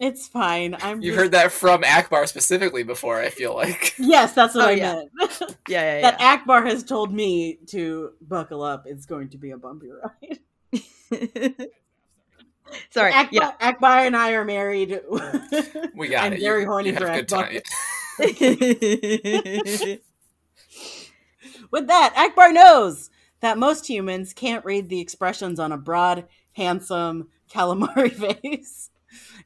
Speaker 1: It's fine. I'm.
Speaker 2: You've
Speaker 1: just-
Speaker 2: heard that from Akbar specifically before. I feel like
Speaker 1: *laughs* Yes, that's what
Speaker 5: Oh,
Speaker 1: I
Speaker 5: yeah.
Speaker 1: meant.
Speaker 5: Yeah, yeah,
Speaker 1: That
Speaker 5: yeah.
Speaker 1: Akbar has told me to buckle up. It's going to be a bumpy ride.
Speaker 5: *laughs* Sorry.
Speaker 1: Akbar,
Speaker 5: Yeah.
Speaker 1: Akbar and I are married. *laughs*
Speaker 2: we got
Speaker 1: I'm
Speaker 2: it.
Speaker 1: very
Speaker 2: you,
Speaker 1: horny
Speaker 2: you had
Speaker 1: for
Speaker 2: a good
Speaker 1: Akbar.
Speaker 2: time. Yeah.
Speaker 1: With that, Akbar knows that most humans can't read the expressions on a broad, handsome calamari *laughs* face.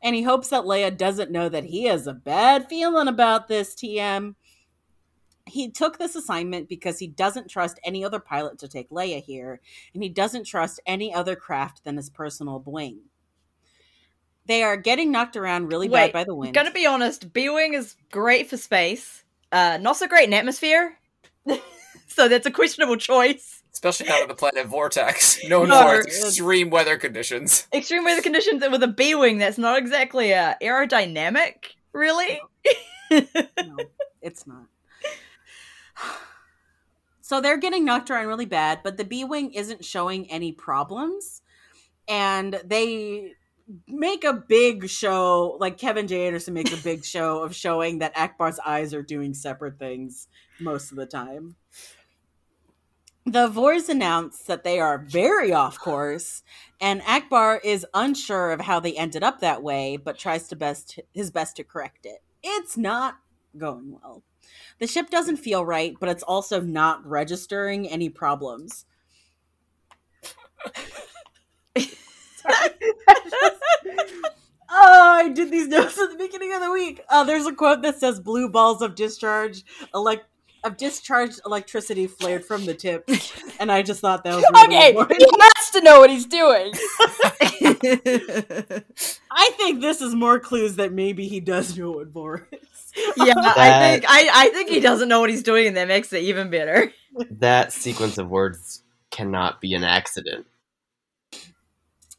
Speaker 1: And he hopes that Leia doesn't know that he has a bad feeling about this TM. He took this assignment because he doesn't trust any other pilot to take Leia here, and he doesn't trust any other craft than his personal Boeing. They are getting knocked around really bad
Speaker 5: Wait,
Speaker 1: by the wind.
Speaker 5: Gonna be honest, B Wing is great for space, uh, not so great in atmosphere. *laughs* so that's a questionable choice.
Speaker 2: Especially out of the planet Vortex,
Speaker 1: *laughs*
Speaker 2: known
Speaker 5: No,
Speaker 2: for its
Speaker 1: it's-
Speaker 2: extreme weather conditions.
Speaker 5: Extreme weather conditions and with a B Wing that's not exactly uh, aerodynamic, really. *laughs*
Speaker 1: no, it's not. So they're getting knocked around really bad, but the B Wing isn't showing any problems. And they make a big show, like Kevin J. Anderson makes a big show of showing that Akbar's eyes are doing separate things most of the time. The Vors announce that they are very off course, and Akbar is unsure of how they ended up that way, but tries to best his best to correct it. It's not going well. The ship doesn't feel right, but it's also not registering any problems. Oh, I did these notes at the beginning of the week. Uh, there's a quote that says blue balls of discharge elect of discharged electricity flared from the tip. And I just thought that was really
Speaker 6: *laughs* okay,
Speaker 1: important.
Speaker 6: he has to know what he's doing.
Speaker 1: I think this is more clues that maybe he does *laughs* know what Boris.
Speaker 5: yeah, I
Speaker 7: That-
Speaker 5: think I, I think he doesn't know what he's doing, and that makes it even better.
Speaker 7: That sequence of words cannot be an accident.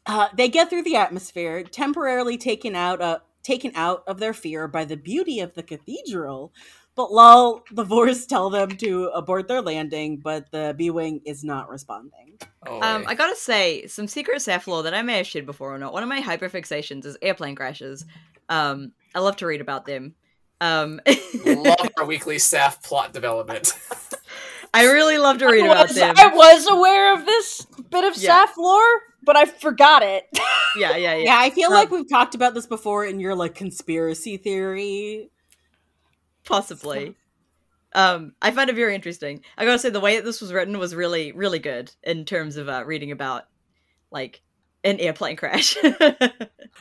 Speaker 1: Uh, they get through the atmosphere, temporarily taken out uh, taken out of their fear by the beauty of the cathedral. But lol, the Vors tell them to abort their landing, but the B Wing is not responding.
Speaker 2: Oh,
Speaker 5: Um,
Speaker 2: boy.
Speaker 5: I gotta say, some secret staff lore that I may have shared before or not. One of my hyperfixations is airplane crashes. Um, I love to read about them. Um, *laughs*
Speaker 2: love our weekly staff plot development.
Speaker 1: *laughs*
Speaker 5: I really love to
Speaker 6: *laughs* I
Speaker 5: read about
Speaker 6: was,
Speaker 5: them.
Speaker 6: I was aware of this bit of
Speaker 5: Yeah.
Speaker 6: staff lore, but I forgot it.
Speaker 5: Yeah, yeah, yeah.
Speaker 1: Yeah, I feel
Speaker 5: Um,
Speaker 1: like we've talked about this before in your like conspiracy theory.
Speaker 5: Possibly. Um, I find it very interesting. I gotta say, the way that this was written was really, really good in terms of uh, reading about like an airplane crash. *laughs*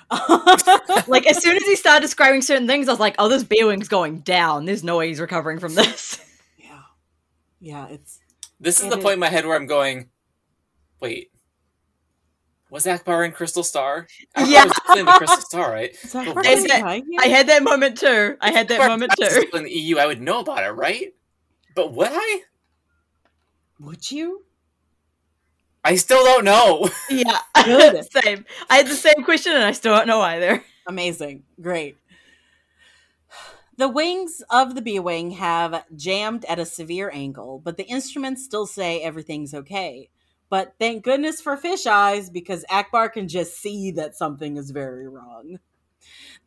Speaker 5: like as soon as he started describing certain things, I was like, "Oh, this B wing's going down. There's no way he's recovering from this."
Speaker 1: yeah, yeah, it's
Speaker 2: This is
Speaker 1: It
Speaker 2: the
Speaker 1: is.
Speaker 2: point in my head where I'm going, wait, was Akbar in Crystal Star? Akbar
Speaker 5: Yeah.
Speaker 2: was definitely in the Crystal Star, right?
Speaker 1: is that
Speaker 2: But
Speaker 1: hard
Speaker 5: why-
Speaker 1: to try here?
Speaker 5: I had that moment too. I had that
Speaker 2: Akbar
Speaker 5: moment
Speaker 2: was
Speaker 5: too.
Speaker 2: still in the EU, I would know about it, right? But would I?
Speaker 1: Would you?
Speaker 2: I still don't know. *laughs*
Speaker 5: *laughs* Yeah,
Speaker 1: Good.
Speaker 5: same. I had the same question, and I still don't know either.
Speaker 1: Amazing. Great. The wings of the B Wing have jammed at a severe angle, but the instruments still say everything's okay. But thank goodness for fish eyes because Akbar can just see that something is very wrong.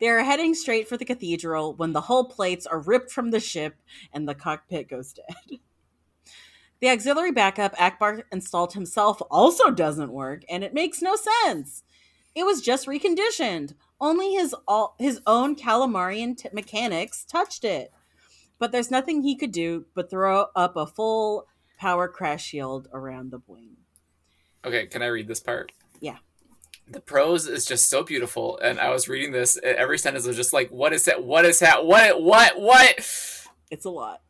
Speaker 1: They are heading straight for the cathedral when the hull plates are ripped from the ship and the cockpit goes dead. The auxiliary backup Akbar installed himself also doesn't work, and it makes no sense. It was just reconditioned. Only his all, his own calamarian t- mechanics touched it. But there's nothing he could do but throw up a full power crash shield around the wing.
Speaker 2: Okay, can I read this part?
Speaker 1: Yeah.
Speaker 2: The prose is just so beautiful, and I was reading this. And every sentence was just like, "What is that? What is that? What? What? What?"
Speaker 1: It's a lot.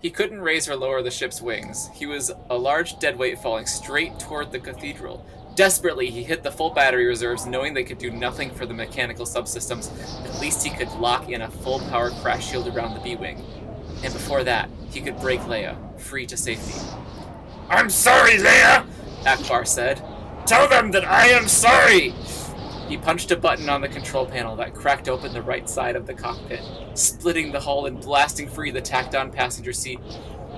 Speaker 2: He couldn't raise or lower the ship's wings. He was a large dead weight falling straight toward the cathedral. Desperately, he hit the full battery reserves, knowing they could do nothing for the mechanical subsystems. At least he could lock in a full power crash shield around the B Wing. And before that, he could break Leia, free to safety. I'm sorry, Leia! Akbar said. Tell them that I am sorry! He punched a button on the control panel that cracked open the right side of the cockpit, splitting the hull and blasting free the tacked on passenger seat.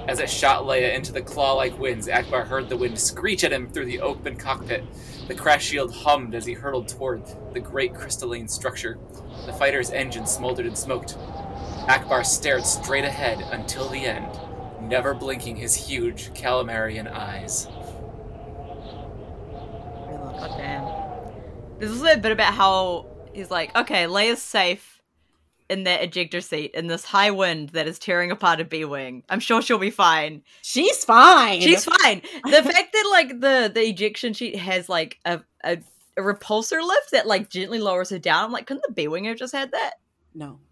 Speaker 2: As it shot Leia into the claw like winds, Akbar heard the wind screech at him through the open cockpit. The crash shield hummed as he hurtled toward the great crystalline structure. The fighter's engine smoldered and smoked. Akbar stared straight ahead until the end, never blinking his huge calamarian eyes.
Speaker 1: I love it.
Speaker 5: God damn. There's also a bit about how he's like, okay, Leia's safe in that ejector seat in this high wind that is tearing apart a B wing. I'm sure she'll be fine.
Speaker 1: She's fine.
Speaker 5: She's fine.
Speaker 6: *laughs*
Speaker 5: The fact that like the the ejection sheet has like a, a a repulsor lift that like gently lowers her down. I'm like, couldn't the B wing have just had that?
Speaker 1: No. *laughs*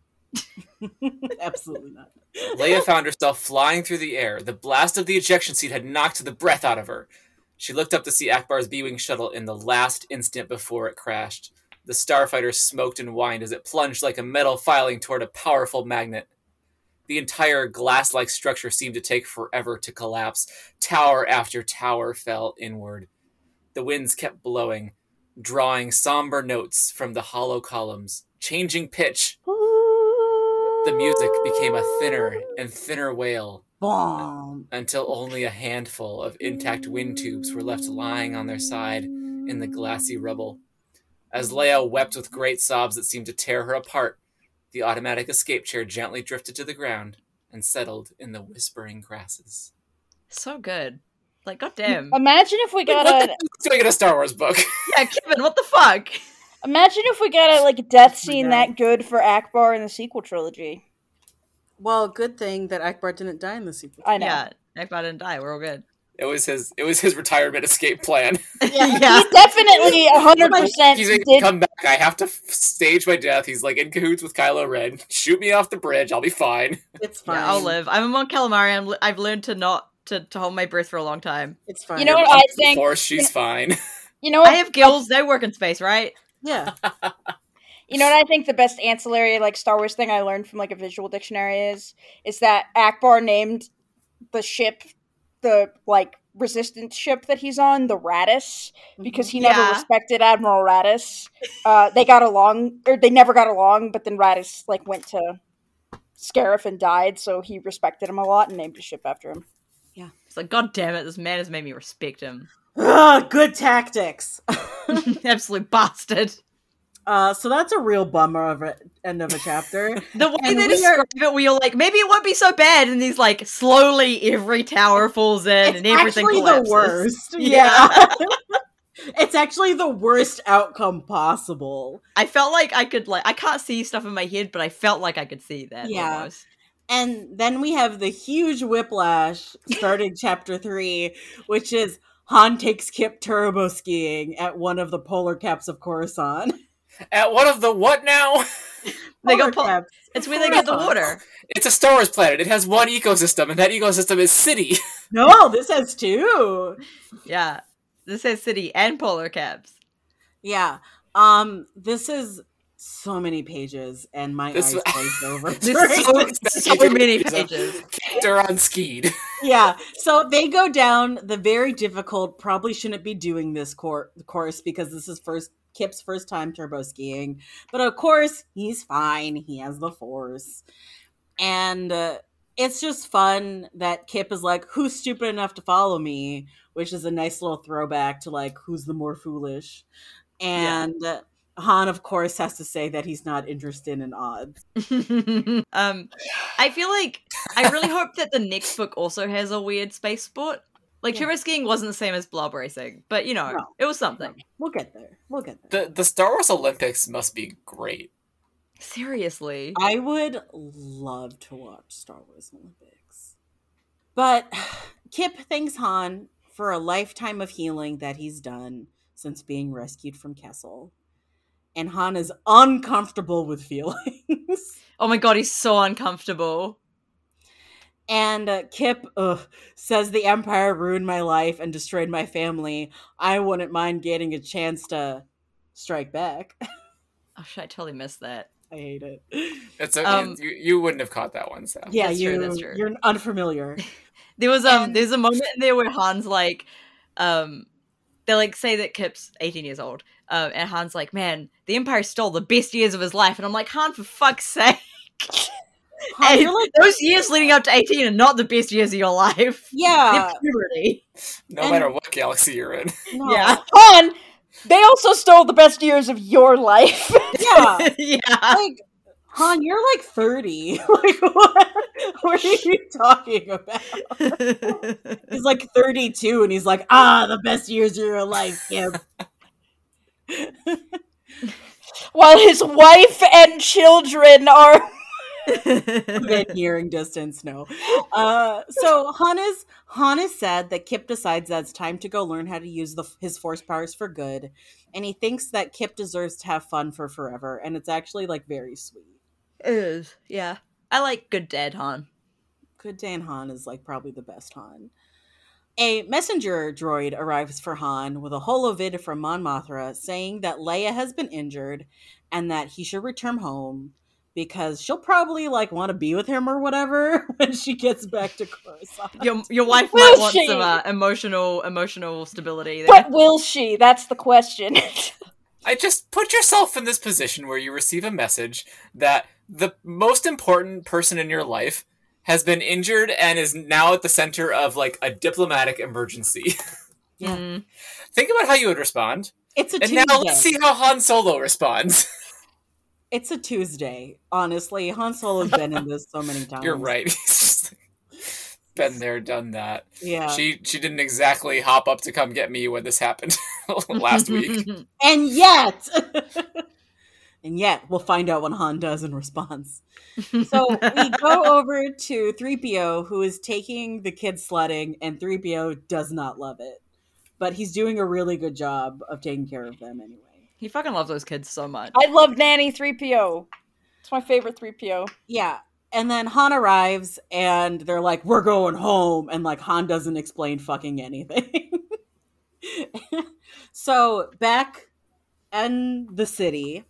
Speaker 1: Absolutely not.
Speaker 2: Leia found herself flying through the air. The blast of the ejection seat had knocked the breath out of her. She looked up to see Akbar's B Wing shuttle in the last instant before it crashed. The starfighter smoked and whined as it plunged like a metal filing toward a powerful magnet. The entire glass like structure seemed to take forever to collapse. Tower after tower fell inward. The winds kept blowing, drawing somber notes from the hollow columns, changing pitch. The music became a thinner and thinner wail
Speaker 1: Bomb.
Speaker 2: until only a handful of intact wind tubes were left lying on their side in the glassy rubble. As Leia wept with great sobs that seemed to tear her apart, the automatic escape chair gently drifted to the ground and settled in the whispering grasses.
Speaker 5: So good. Like, goddamn.
Speaker 6: Imagine if we got
Speaker 2: what the
Speaker 6: a
Speaker 2: fuck's doing in a Star Wars book? *laughs*
Speaker 5: yeah, Kevin, what the fuck?
Speaker 6: *laughs* imagine if we got a like death
Speaker 5: Oh
Speaker 6: scene
Speaker 1: God.
Speaker 6: that good for Akbar in the sequel trilogy.
Speaker 1: Well, good thing that Akbar didn't die in the sequel.
Speaker 6: I know.
Speaker 5: Yeah, Akbar didn't die. We're all
Speaker 6: *laughs*
Speaker 5: good. *laughs*
Speaker 2: It was his. It was his retirement escape plan.
Speaker 5: Yeah.
Speaker 6: He definitely hundred percent
Speaker 2: He's like,
Speaker 6: did
Speaker 2: come back. I have to f- stage my death. He's like in cahoots with Kylo Ren. Shoot me off the bridge. I'll be fine.
Speaker 1: It's fine.
Speaker 5: Yeah, I'll live. I'm a monk calamari. I'm, I've learned to not to, to hold my breath for a long time.
Speaker 1: It's fine.
Speaker 6: You know what I think-
Speaker 2: Force. She's fine. *laughs*
Speaker 1: Oh.
Speaker 6: you know
Speaker 5: I
Speaker 6: what
Speaker 5: have gills. They work in space, right?
Speaker 1: Yeah.
Speaker 6: You know what I think the best ancillary like Star Wars thing I learned from like a visual dictionary is is that Akbar named the ship the like resistance ship that he's on the Radis because he never
Speaker 5: Yeah.
Speaker 6: respected Admiral Radis. Uh, they got along or they never got along, but then Radis like went to Scarif and died, so he respected him a lot and named a ship after him.
Speaker 5: It's like, god damn it, this man has made me respect him. *laughs*
Speaker 1: Ugh, good tactics.
Speaker 5: Absolute bastard.
Speaker 1: Uh, so that's a real bummer of a end of a chapter. *laughs*
Speaker 5: The way
Speaker 1: And
Speaker 5: they
Speaker 1: we are-
Speaker 5: describe it, we are like, maybe it won't be so bad. And he's like, slowly every tower falls in and everything
Speaker 1: actually
Speaker 5: collapses.
Speaker 1: the worst. Yeah.
Speaker 5: *laughs* Yeah.
Speaker 1: it's actually the worst outcome possible.
Speaker 5: I felt like I could like I can't see stuff in my head, but I felt like I could see that.
Speaker 1: Yeah.
Speaker 5: Yeah. Almost.
Speaker 1: And then we have the huge whiplash starting chapter three, which is Han takes Kip turbo skiing at one of the polar caps of Coruscant. *laughs*
Speaker 2: At one of the what now? *laughs*
Speaker 5: They
Speaker 1: Polar
Speaker 5: got pol-
Speaker 1: caps.
Speaker 5: It's where they get the
Speaker 1: Coruscant.
Speaker 5: water.
Speaker 2: It's a Star Wars planet. It has one ecosystem, and that ecosystem is city. *laughs*
Speaker 1: No, this has two.
Speaker 5: Yeah. This has city and polar caps.
Speaker 1: Yeah. Um. This is so many pages, and my eyes
Speaker 2: This was-
Speaker 1: glazed over. *laughs*
Speaker 5: There's
Speaker 1: during
Speaker 5: so,
Speaker 1: this.
Speaker 5: so many pages.
Speaker 2: They're on skied.
Speaker 1: yeah. So they go down the very difficult. Probably shouldn't be doing this cor- course because this is first Kip's first time turbo skiing. But of course, he's fine. He has the force, and uh, it's just fun that Kip is like, "Who's stupid enough to follow me?" Which is a nice little throwback to like, "Who's the more foolish?" And uh, Han, of course, has to say that he's not interested in odds.
Speaker 5: *laughs* um, I feel like I really hope that the next book also has a weird space sport. Like
Speaker 1: Yeah.
Speaker 5: turbo skiing wasn't the same as blob racing, but you know,
Speaker 1: No.
Speaker 5: it was something.
Speaker 1: We'll get there. We'll get there.
Speaker 2: The the Star Wars Olympics must be great.
Speaker 5: Seriously,
Speaker 1: I would love to watch Star Wars Olympics, but *sighs* Kip thanks Han for a lifetime of healing that he's done since being rescued from Kessel, and Han is uncomfortable with *laughs* feelings.
Speaker 5: oh my god, he's so uncomfortable.
Speaker 1: And uh, Kip ugh, says the Empire ruined my life and destroyed my family. I wouldn't mind getting a chance to strike back. *laughs*
Speaker 5: Oh shit, I totally missed that.
Speaker 1: I hate it.
Speaker 2: It's a,
Speaker 5: Um,
Speaker 2: you, you wouldn't have caught that one, so
Speaker 1: Yeah,
Speaker 5: That's
Speaker 1: you,
Speaker 5: true, that's true.
Speaker 1: you're
Speaker 5: *laughs*
Speaker 1: unfamiliar.
Speaker 5: There was um,
Speaker 1: And-
Speaker 5: there's a moment in there where Han's like, um, they like say that Kip's 18 years old, um, and Han's like, man, the Empire stole the best years of his life, and I'm like, Han, for fuck's sake.
Speaker 1: Han,
Speaker 5: And
Speaker 1: you're like,
Speaker 5: those years leading up to 18 are not the best years of your life.
Speaker 1: yeah,
Speaker 5: *laughs* They're puberty.
Speaker 2: no
Speaker 1: And-
Speaker 2: matter what galaxy you're in.
Speaker 1: no,
Speaker 5: Yeah.
Speaker 6: Han, they also stole the best years of your life. *laughs*
Speaker 1: yeah.
Speaker 5: *laughs* yeah.
Speaker 1: Like, Han, you're like 30. *laughs* like, what, what are you talking about? He's like 32, and he's like, ah, the best years of your life, Kip.
Speaker 6: While his wife and children are
Speaker 1: within hearing distance. No. Uh, so Han is Han is sad that Kip decides that it's time to go learn how to use the, his force powers for good, and he thinks that Kip deserves to have fun for forever, and it's actually like very sweet.
Speaker 5: is. Yeah. I like good dad Han.
Speaker 1: Good Dan Han is like probably the best Han. A messenger droid arrives for Han with a holovid from Mon Mothra saying that Leia has been injured and that he should return home because she'll probably like want to be with him or whatever *laughs* when she gets back to Coruscant.
Speaker 5: Your your wife
Speaker 6: Will
Speaker 5: might want
Speaker 6: she?
Speaker 5: some uh, emotional emotional stability there.
Speaker 6: But will she? That's the question. *laughs*
Speaker 2: I just put yourself in this position where you receive a message that the most important person in your life has been injured and is now at the center of like a diplomatic emergency. *laughs*
Speaker 1: Yeah.
Speaker 5: Mm.
Speaker 2: Think about how you would respond.
Speaker 1: It's a
Speaker 2: And
Speaker 1: Tuesday.
Speaker 2: now let's see how Han Solo responds.
Speaker 1: It's a Tuesday. Honestly, Han Solo's been in this so many times.
Speaker 2: *laughs* You're right. He's just been there, done that.
Speaker 1: Yeah.
Speaker 2: She she didn't exactly hop up to come get me when this happened *laughs*
Speaker 5: *laughs*
Speaker 2: last week.
Speaker 1: and yet, *laughs* and yet, we'll find out when Han does in response. So we go over to 3PO, who is taking the kids sledding, and 3PO does not love it. But he's doing a really good job of taking care of them anyway.
Speaker 5: he fucking loves those kids so much.
Speaker 6: I love Nanny 3PO. It's my favorite 3PO.
Speaker 1: Yeah. And then Han arrives, and they're like, we're going home. And like, Han doesn't explain fucking anything. *laughs* so back in the city,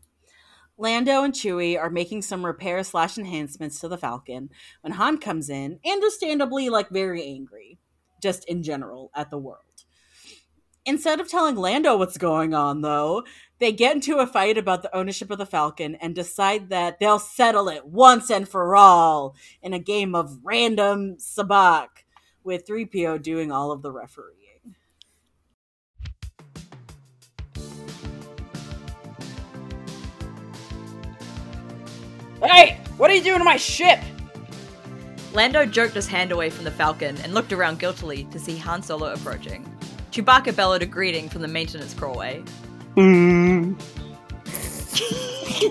Speaker 1: Lando and Chewie are making some repair slash enhancements to the Falcon when Han comes in, understandably, like, very angry, just in general, at the world. Instead of telling Lando what's going on, though, they get into a fight about the ownership of the Falcon and decide that they'll settle it once and for all in a game of random sabacc, with 3PO doing all of the refereeing.
Speaker 6: Hey, what are you doing to my ship?
Speaker 5: Lando jerked his hand away from the Falcon and looked around guiltily to see Han Solo approaching. Chewbacca bellowed a greeting from the maintenance crawlway.
Speaker 2: Mm.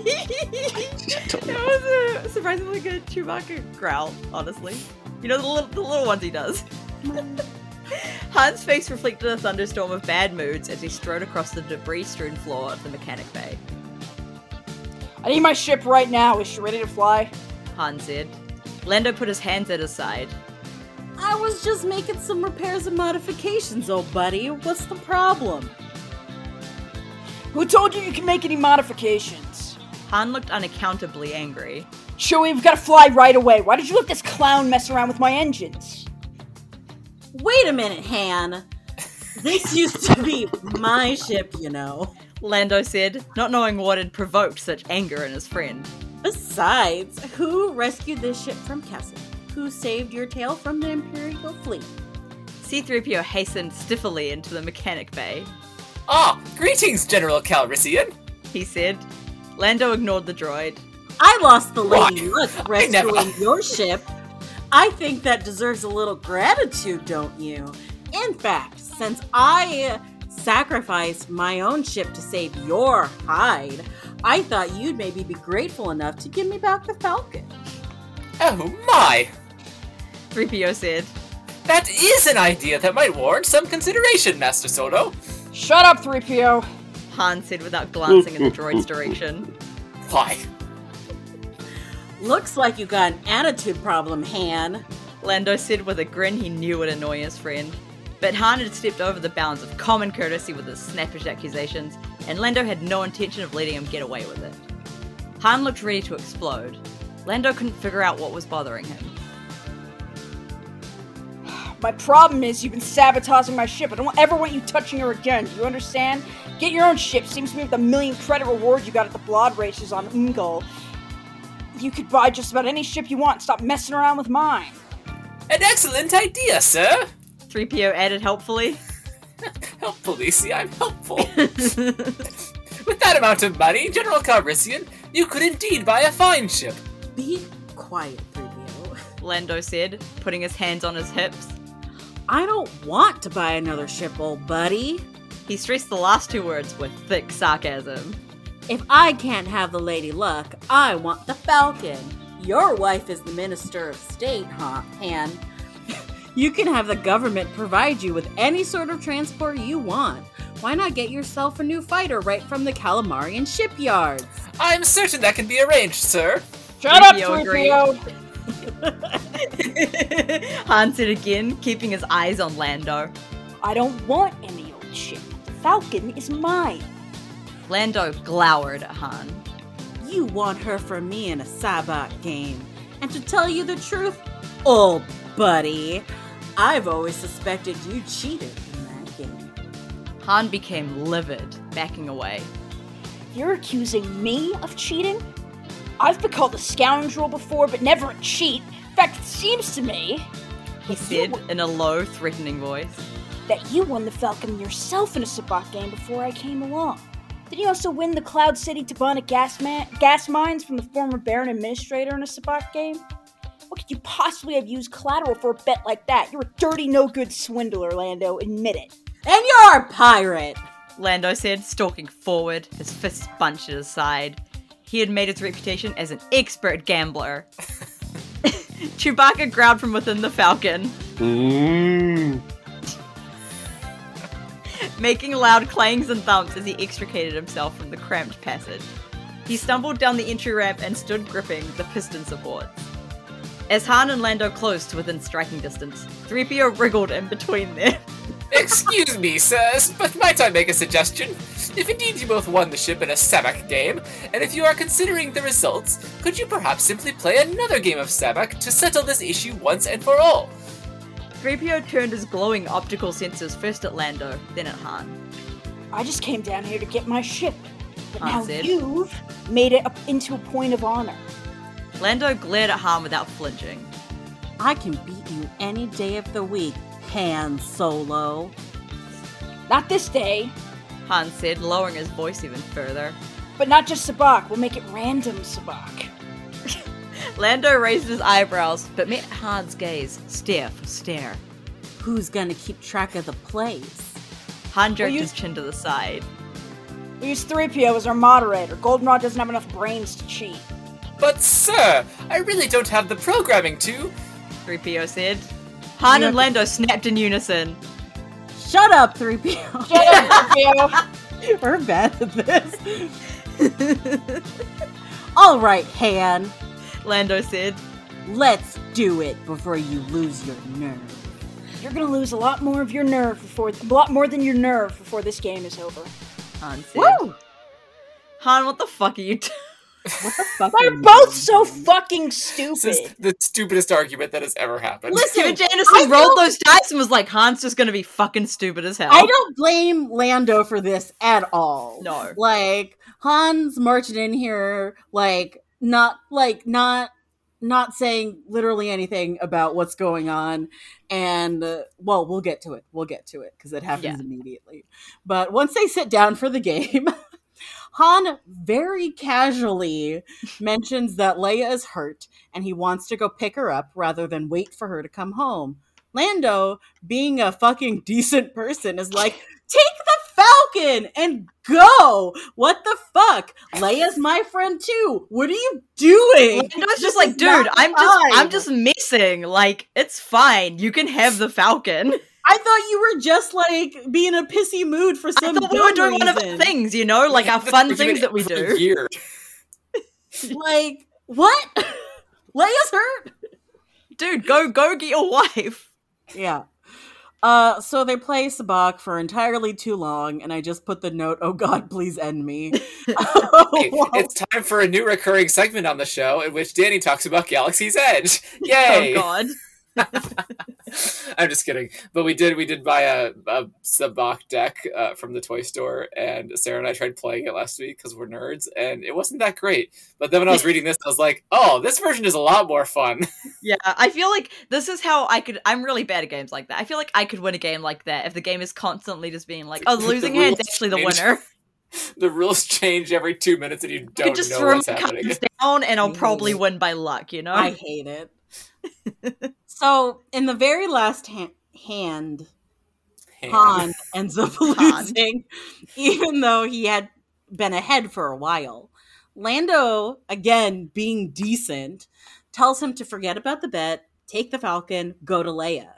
Speaker 5: *laughs* that was a surprisingly good Chewbacca growl, honestly. You know, the little, the little ones he does. *laughs* Han's face reflected a thunderstorm of bad moods as he strode across the debris strewn floor of the mechanic bay.
Speaker 6: I need my ship right now. Is she ready to fly?
Speaker 5: Han said. Lando put his hands at his side.
Speaker 1: I was just making some repairs and modifications, old buddy. What's the problem?
Speaker 6: Who told you you can make any modifications?
Speaker 5: Han looked unaccountably angry.
Speaker 6: Chewie, we've got to fly right away. Why did you let this clown mess around with my engines?
Speaker 1: Wait a minute, Han. This *laughs* used to be my ship, you know.
Speaker 5: Lando said, not knowing what had provoked such anger in his friend.
Speaker 1: Besides, who rescued this ship from Kessel? who saved your tail from the Imperial fleet.
Speaker 5: C3PO hastened stiffly into the mechanic bay.
Speaker 2: Ah, greetings, General Calrissian.
Speaker 5: He said. Lando ignored the droid.
Speaker 1: I lost the lady
Speaker 2: Why?
Speaker 1: luck
Speaker 2: *laughs* I never-
Speaker 1: rescuing your ship. I think that deserves a little gratitude, don't you? In fact, since I sacrificed my own ship to save your hide, I thought you'd maybe be grateful enough to give me back the Falcon.
Speaker 2: Oh my,
Speaker 5: 3PO said.
Speaker 2: that is an idea that might warrant some consideration, Master Soto.
Speaker 6: Shut up, 3PO.
Speaker 5: Han said without glancing in the droid's direction.
Speaker 2: Why?
Speaker 1: Looks like you got an attitude problem, Han.
Speaker 5: Lando said with a grin he knew would annoy his friend. But Han had stepped over the bounds of common courtesy with his snappish accusations, and Lando had no intention of letting him get away with it. Han looked ready to explode. Lando couldn't figure out what was bothering him.
Speaker 6: My problem is you've been sabotaging my ship. I don't ever want you touching her again. Do you understand? Get your own ship. Seems to me with the million credit reward you got at the blood races on Ungle, you could buy just about any ship you want. Stop messing around with mine.
Speaker 2: An excellent idea, sir.
Speaker 5: 3PO added helpfully.
Speaker 2: Helpful, Lisi, I'm helpful. With that amount of money, General Calrissian, you could indeed buy a fine ship.
Speaker 1: Be quiet, 3PO.
Speaker 5: Lando said, putting his hands on his hips.
Speaker 1: I don't want to buy another ship, old buddy.
Speaker 5: He stressed the last two words with thick sarcasm. *laughs*
Speaker 1: If I can't have the Lady Luck, I want the Falcon. Your wife is the Minister of State, huh, Han? *laughs* you can have the government provide you with any sort of transport you want. Why not get yourself a new fighter right from the Calamarian shipyards?
Speaker 2: I'm certain that can be arranged, sir.
Speaker 6: Shut up,
Speaker 5: 3PO
Speaker 6: 3PO.
Speaker 5: agreed. Han said again, keeping his eyes on Lando.
Speaker 6: I don't want any old ship. The Falcon is mine.
Speaker 5: Lando glowered at Han.
Speaker 1: You want her from me in a Sabak game. And to tell you the truth, old buddy, I've always suspected you cheated in that game.
Speaker 5: Han became livid, backing away.
Speaker 6: You're accusing me of cheating? I've been called a scoundrel before, but never a cheat. In fact, it seems to me
Speaker 5: He said in a low, threatening voice.
Speaker 6: that you won the Falcon yourself in a Sabak game before I came along. Did you also win the Cloud City Tabana gas, ma- gas mines from the former Baron administrator in a Sabak game? What could you possibly have used collateral for a bet like that? You're a dirty, no good swindler, Lando. Admit it.
Speaker 1: And you're a pirate!
Speaker 5: Lando said, stalking forward, his fists bunched at his side. He had made his reputation as an expert gambler. *laughs* Chewbacca growled from within the Falcon,
Speaker 7: Mm.
Speaker 5: making loud clangs and thumps as he extricated himself from the cramped passage. He stumbled down the entry ramp and stood gripping the piston support. As Han and Lando closed to within striking distance, 3PO wriggled in between them.
Speaker 2: Excuse me, sirs, but might I make a suggestion? If indeed you both won the ship in a Sabak game, and if you are considering the results, could you perhaps simply play another game of Sabak to settle this issue once and for all?
Speaker 5: 3PO turned his glowing optical sensors first at Lando, then at Han.
Speaker 6: I just came down here to get my ship. But
Speaker 5: That's
Speaker 6: now
Speaker 5: it.
Speaker 6: you've made it up into a point of honor.
Speaker 5: Lando glared at Han without flinching.
Speaker 1: I can beat you any day of the week, Han Solo.
Speaker 6: Not this day,
Speaker 5: Han said, lowering his voice even further.
Speaker 6: but not just Sabak. We'll make it random Sabak.
Speaker 5: Lando raised his eyebrows, but met Han's gaze, stare for stare.
Speaker 1: Who's gonna keep track of the plays?
Speaker 5: Han jerked
Speaker 6: you-
Speaker 5: his chin to the side.
Speaker 6: We use 3PO as our moderator. Goldenrod doesn't have enough brains to cheat.
Speaker 2: But, sir, I really don't have the programming to.
Speaker 5: 3PO said. Han and Lando snapped in unison.
Speaker 1: Shut up, 3PO.
Speaker 6: Shut *laughs* up,
Speaker 1: *laughs*
Speaker 6: 3PO.
Speaker 1: We're bad at this. *laughs* All right, Han,
Speaker 5: Lando said.
Speaker 1: let's do it before you lose your nerve.
Speaker 6: You're gonna lose a lot more of your nerve before, a lot more than your nerve before this game is over.
Speaker 5: Han said. Han, what the fuck are you doing?
Speaker 1: What the fuck? are
Speaker 6: They're
Speaker 1: you
Speaker 6: both so fucking
Speaker 2: This is
Speaker 6: stupid.
Speaker 2: the stupidest argument that has ever happened.
Speaker 5: Kevin
Speaker 1: Listen, I
Speaker 5: Janison rolled
Speaker 1: don't-
Speaker 5: those dice and was like, Han's just gonna be fucking stupid as hell.
Speaker 1: I don't blame Lando for this at all.
Speaker 5: No.
Speaker 1: Like Han's marching in here like not like not not saying literally anything about what's going on. And uh, well, we'll get to it. We'll get to it because it happens immediately. But once they sit down for the game, *laughs* Han very casually mentions that Leia is hurt and he wants to go pick her up rather than wait for her to come home. Lando, being a fucking *laughs* decent person, is like, take the Falcon and go. What the fuck? Leia's my friend too. What are you doing?
Speaker 5: And I was
Speaker 1: This
Speaker 5: just like,
Speaker 1: is
Speaker 5: dude,
Speaker 1: not
Speaker 5: I'm just
Speaker 1: fine."
Speaker 5: I'm just missing. Like, it's fine. You can have the Falcon. *laughs*
Speaker 1: I thought you were just like being a pissy mood for
Speaker 5: I
Speaker 1: some.
Speaker 5: thought we were
Speaker 1: dumb
Speaker 5: doing one of our
Speaker 1: reason.
Speaker 5: things, you know, like our
Speaker 2: *laughs*
Speaker 5: fun
Speaker 2: You've been
Speaker 5: things that we
Speaker 2: for a
Speaker 5: do. *laughs*
Speaker 2: year.
Speaker 1: Like what? *laughs* Leia's hurt.
Speaker 5: Dude, go go get
Speaker 2: *laughs*
Speaker 5: your wife.
Speaker 1: Yeah. Uh, so they play Sabak for entirely too long, and I just put the note, "Oh God, please end
Speaker 5: *laughs*
Speaker 1: me." Oh,
Speaker 2: Hey, it's time for a new recurring segment on the show in which Danny talks about Galaxy's Edge. Yay!
Speaker 5: *laughs* Oh god.
Speaker 2: *laughs* I'm just kidding. But we did we did buy a, a Sabak deck uh, from the toy store, and Sarah and I tried playing it last week because we're nerds, and it wasn't that great. But then when I was reading this, I was like, oh, this version is a lot more fun. *laughs*
Speaker 5: Yeah, I feel like this is how I could. I'm really bad at games like that. I feel like I could win a game like that if the game is constantly just
Speaker 2: *laughs*
Speaker 5: being like, "Oh, the
Speaker 2: The
Speaker 5: losing hand's
Speaker 2: rules
Speaker 5: actually the
Speaker 2: change.
Speaker 5: winner."
Speaker 2: the rules change every two minutes, and you
Speaker 5: I could
Speaker 2: don't
Speaker 5: just
Speaker 2: know
Speaker 5: throw my
Speaker 2: what's happening.
Speaker 5: cards
Speaker 2: *laughs*
Speaker 5: down, and I'll
Speaker 1: Mm.
Speaker 5: probably win by luck. You know?
Speaker 1: I hate it. so in the very last ha- hand,
Speaker 5: *laughs*
Speaker 1: Han ends up
Speaker 5: Han.
Speaker 1: losing, even though he had been ahead for a while. Lando, again being decent, tells him to forget about the bet, take the Falcon, go to Leia,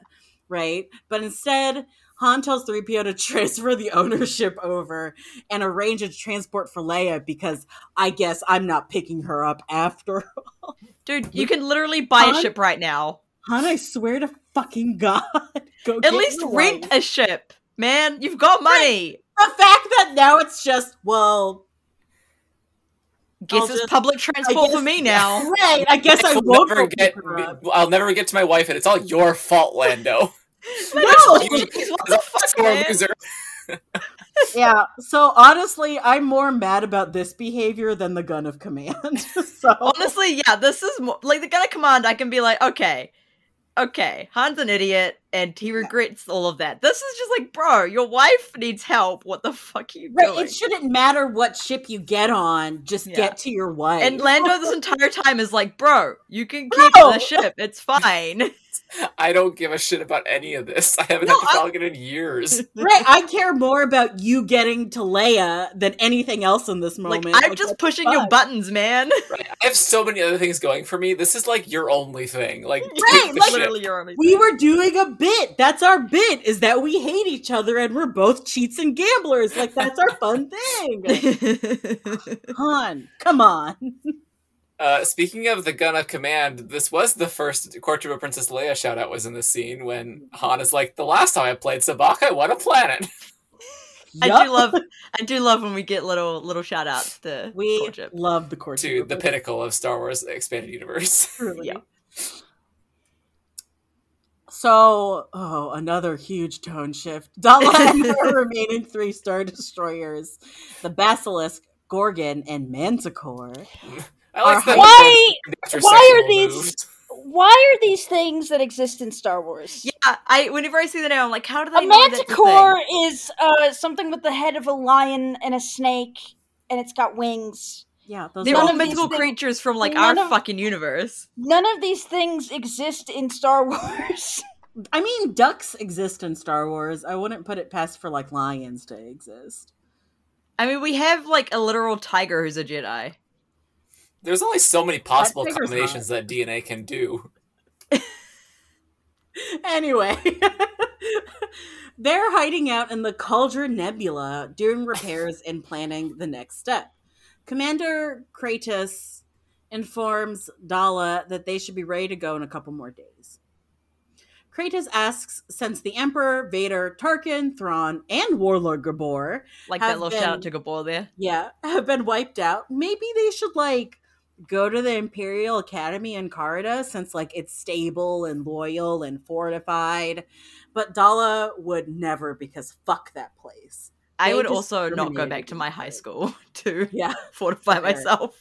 Speaker 1: right? But instead, Han tells 3PO to *laughs* transfer the ownership over and arrange a transport for Leia because I guess I'm not picking her up after. *laughs*
Speaker 5: Dude, you can literally buy a
Speaker 1: Han?
Speaker 5: ship right now.
Speaker 1: Han, I swear to fucking *laughs* God. Go
Speaker 5: At
Speaker 1: get
Speaker 5: least
Speaker 1: your
Speaker 5: rent
Speaker 1: wife.
Speaker 5: a ship, man. You've got money.
Speaker 1: The fact that now it's just, well,
Speaker 5: Guess
Speaker 1: I'll
Speaker 5: it's
Speaker 1: just- I
Speaker 5: public transport for *laughs*
Speaker 1: guess-
Speaker 5: me now.
Speaker 1: Right. I guess I
Speaker 2: I'll
Speaker 1: won't
Speaker 2: never
Speaker 1: go
Speaker 2: get.
Speaker 1: pick her up.
Speaker 2: I'll never get to my wife, and it's all your fault, Lando. *laughs*
Speaker 1: No.
Speaker 5: Jeez, what the fuck,
Speaker 2: You're a
Speaker 5: man?
Speaker 2: loser.
Speaker 1: yeah. So honestly, I'm more mad about this behavior than the gun of command. *laughs* so
Speaker 5: Honestly, yeah, this is more, like the gun of command. I can be like, okay, okay, Han's an idiot, and he regrets all of that. This is just like, bro, your wife needs help. What the fuck are you
Speaker 1: right,
Speaker 5: doing?
Speaker 1: it shouldn't matter what ship you get on. Just
Speaker 5: Yeah.
Speaker 1: get to your wife. *laughs*
Speaker 5: and Lando this entire time is like, bro, you can keep
Speaker 1: No.
Speaker 5: the ship.
Speaker 1: *laughs*
Speaker 5: It's fine. *laughs*
Speaker 2: I don't give a shit about any of this. I haven't
Speaker 1: No,
Speaker 2: had the Falcon in years.
Speaker 1: right, I care more about you getting to Leia than anything else in this
Speaker 5: like
Speaker 1: moment.
Speaker 5: I'm just pushing your
Speaker 1: fuck? *laughs*
Speaker 5: buttons, man. *laughs*
Speaker 2: I have so many other things going for me. This is like your only thing. Like,
Speaker 1: Right,
Speaker 2: *laughs* take the
Speaker 1: like-
Speaker 2: ship.
Speaker 5: Literally, you're only.
Speaker 1: we were doing a bit. That's our bit. Is that we hate each other and we're both cheats and gamblers. Like that's *laughs* our fun thing. Han, come on.
Speaker 2: Uh, speaking of the gun of command, this was the first Courtship of Princess Leia shout out was in this scene when Han is like, the last time I played Sabak, I won a planet.
Speaker 5: *laughs*
Speaker 2: *laughs*
Speaker 5: I
Speaker 1: Yup.
Speaker 5: do love, I do love when we get little little shout outs to
Speaker 1: We
Speaker 5: courtship.
Speaker 1: love the courtship.
Speaker 2: to
Speaker 1: of
Speaker 2: the
Speaker 1: Princess
Speaker 2: pinnacle of Star Wars Expanded Universe. *laughs*
Speaker 1: Truly.
Speaker 5: *laughs* Yeah.
Speaker 1: So, oh, another huge tone shift. Dala *laughs* and her remaining three Star *laughs* Destroyers, the Basilisk, Gorgon, and Manticore.
Speaker 2: I like
Speaker 1: Our-
Speaker 2: that
Speaker 6: Why?
Speaker 2: the
Speaker 6: why are
Speaker 2: intersectional
Speaker 6: these-
Speaker 2: moves.
Speaker 6: Why are these things that exist in Star
Speaker 5: *laughs*
Speaker 6: Wars?
Speaker 5: Yeah, I whenever I see the name, I'm like, how do they?
Speaker 6: a
Speaker 5: know that's a
Speaker 6: manticore
Speaker 5: thing?
Speaker 6: is uh, something with the head of a lion and a snake, and it's got wings.
Speaker 1: Yeah, those
Speaker 5: They're
Speaker 1: are
Speaker 6: None
Speaker 5: all
Speaker 6: of these
Speaker 5: mythical
Speaker 6: things-
Speaker 5: creatures from like our
Speaker 6: none of-
Speaker 5: fucking universe.
Speaker 6: None of these things exist in Star *laughs* Wars.
Speaker 1: I mean, ducks exist in Star Wars. I wouldn't put it past for like lions to exist.
Speaker 5: I mean, we have like a literal tiger who's a Jedi.
Speaker 2: There's only so many possible
Speaker 1: figures
Speaker 2: combinations that DNA can do.
Speaker 1: Anyway, they're hiding out in the Cauldron Nebula doing repairs and planning the next step. Commander Kratos informs Dala that they should be ready to go in a couple more days. Kratos asks since the Emperor, Vader, Tarkin, Thrawn, and Warlord Gabor
Speaker 5: Like
Speaker 1: Have
Speaker 5: that little shout out to
Speaker 1: been-
Speaker 5: Gabor there.
Speaker 1: yeah, *laughs* have been wiped out. Maybe they should like go to the Imperial Academy in Carta since like it's stable and loyal and fortified. But Dala would never because fuck that place.
Speaker 5: I
Speaker 1: They
Speaker 5: would
Speaker 1: just
Speaker 5: also not go back
Speaker 1: discriminated
Speaker 5: *laughs* to my
Speaker 1: against
Speaker 5: high
Speaker 1: it.
Speaker 5: school to
Speaker 1: Yeah.
Speaker 5: fortify
Speaker 1: Fair.
Speaker 5: myself.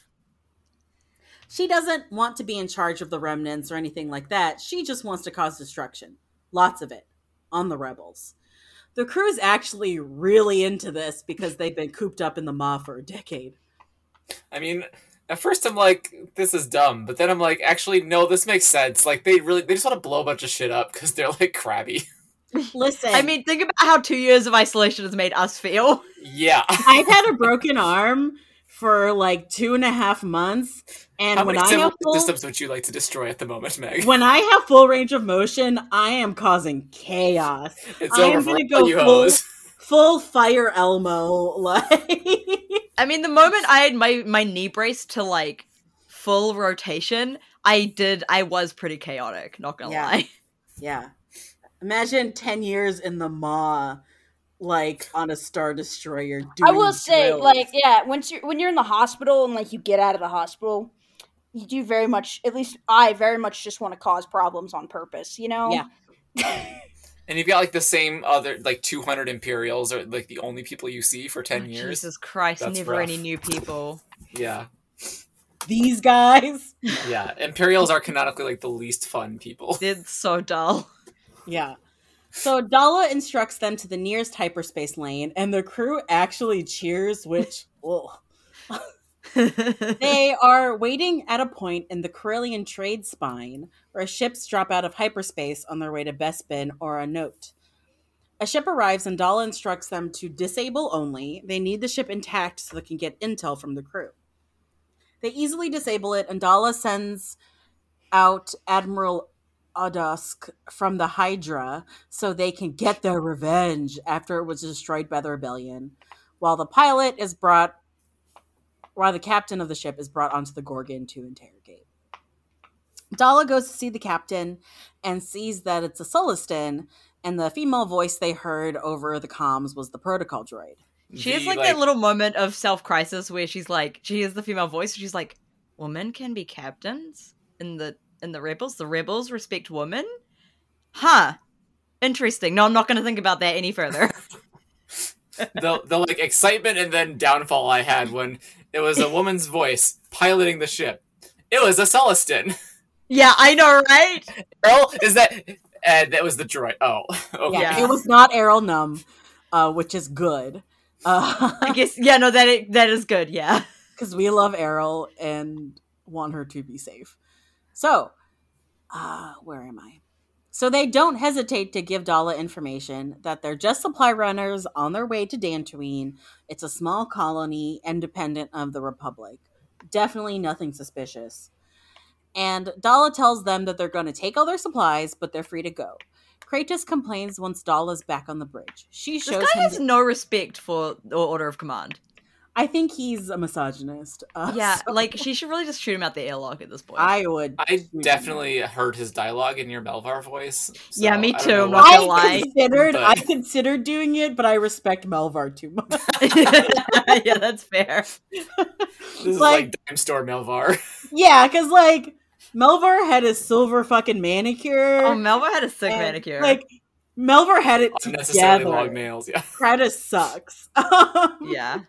Speaker 1: She doesn't want to be in charge of the remnants or anything like that. She just wants to cause destruction. Lots of it on the rebels. The crew's actually really into this because they've been cooped up in the maw for a decade.
Speaker 2: I mean, at first I'm like, this is dumb, but then I'm like, actually, no, this makes sense. Like they really, they just want to blow a bunch of shit up because they're like crabby. *laughs*
Speaker 1: Listen,
Speaker 5: I mean, think about how two years of isolation has made us feel. *laughs*
Speaker 2: yeah.
Speaker 1: *laughs* I've had a broken arm for like two and a half months, and
Speaker 2: How
Speaker 1: when
Speaker 2: many
Speaker 1: I
Speaker 2: civil
Speaker 1: have full,
Speaker 2: systems would you like to destroy at the moment, Meg?
Speaker 1: when I have full range of motion, I am causing chaos.
Speaker 2: It's
Speaker 1: I am
Speaker 2: over for
Speaker 1: gonna
Speaker 2: all
Speaker 1: go
Speaker 2: you
Speaker 1: full-
Speaker 2: hoes.
Speaker 1: Full fire Elmo, *laughs* like
Speaker 5: I mean, the moment I had my my knee brace to like full rotation, I did. I was pretty chaotic. Not gonna
Speaker 1: Yeah.
Speaker 5: lie.
Speaker 1: yeah. Imagine ten years in the maw, like on a star destroyer. Doing
Speaker 6: I will say,
Speaker 1: drills.
Speaker 6: like, yeah, once you're when you're in the hospital and like you get out of the hospital, you do very much. At least I very much just want to cause problems on purpose. You know?
Speaker 1: Yeah.
Speaker 2: *laughs* And you've got like the same other like 200 Imperials are like the only people you see for
Speaker 1: Oh,
Speaker 5: *laughs*
Speaker 2: 10 years.
Speaker 5: Jesus Christ!
Speaker 2: That's
Speaker 5: never
Speaker 2: rough.
Speaker 5: any new people.
Speaker 2: Yeah.
Speaker 1: these guys.
Speaker 2: Yeah. Imperials are canonically like the least
Speaker 1: *laughs*
Speaker 2: fun people.
Speaker 5: It's so *laughs* dull.
Speaker 1: Yeah. So Dala instructs them to the nearest hyperspace lane, and the crew actually cheers, *laughs* which, ugh. they are waiting at a point in the Carillion trade spine where ships drop out of hyperspace on their way to Bespin or a note. A ship arrives and Dala instructs them to disable only. They need the ship intact so they can get intel from the crew. They easily disable it, and Dala sends out Admiral Odusk from the Hydra so they can get their revenge after it was destroyed by the rebellion. While the pilot is brought while the captain of the ship is brought onto the Gorgon to interrogate. Dala goes to see the captain and sees that it's a Sulistan, and the female voice they heard over the comms was the protocol droid.
Speaker 5: She has
Speaker 2: The,
Speaker 5: like, that little moment of self crisis where she's like, she is the female voice. She's like, women can be captains in the in the rebels. The rebels respect women, huh? Interesting. No, I'm not going to think about that
Speaker 1: *laughs*
Speaker 5: any further.
Speaker 2: the, the like excitement and then downfall I had when it was
Speaker 1: *laughs*
Speaker 2: a woman's voice piloting the ship. It was a Celestin.
Speaker 5: yeah, I know, right?
Speaker 2: Earl, *laughs* is that and that was the droid. Oh, *laughs* okay.
Speaker 1: Yeah,
Speaker 5: Yeah.
Speaker 1: it was not Errol Num, uh, which is good
Speaker 5: I
Speaker 1: *laughs* because
Speaker 5: guess. Yeah, no, that i- that is good. Yeah.
Speaker 1: we love Errol and want her to be safe. So, uh, where am I? So they don't hesitate to give Dala information that they're just supply runners on their way to Dantooine. It's a small colony independent of the Republic. Definitely nothing suspicious. And Dala tells them that they're going to take all their supplies, but they're free to go. Kratos complains once Dala's back on the bridge. She
Speaker 5: This
Speaker 1: shows
Speaker 5: guy
Speaker 1: him.
Speaker 5: has no respect for the order of command.
Speaker 1: I think he's a misogynist. Uh,
Speaker 5: Yeah,
Speaker 1: so
Speaker 5: like she should really just shoot him out the airlock at this point.
Speaker 1: I *laughs* would.
Speaker 2: I definitely heard his dialogue in your Melvar voice. so
Speaker 5: Yeah, me
Speaker 2: I don't
Speaker 5: too,
Speaker 2: know
Speaker 5: I'm
Speaker 2: what-
Speaker 5: not gonna
Speaker 1: I
Speaker 5: lie,
Speaker 1: considered. I
Speaker 2: but-
Speaker 1: considered doing it, but I respect Melvar too much.
Speaker 5: *laughs*
Speaker 1: *laughs*
Speaker 5: yeah, that's fair.
Speaker 2: This is
Speaker 1: like-
Speaker 2: like, dime store Melvar. *laughs*
Speaker 1: Yeah, because like Melvar had his silver fucking manicure.
Speaker 5: Oh, Melba had a sick
Speaker 1: and,
Speaker 5: manicure.
Speaker 1: Like Melvar had it
Speaker 2: Unnecessarily
Speaker 1: together.
Speaker 2: long nails. Yeah.
Speaker 1: Kratos sucks. *laughs* Um,
Speaker 5: yeah.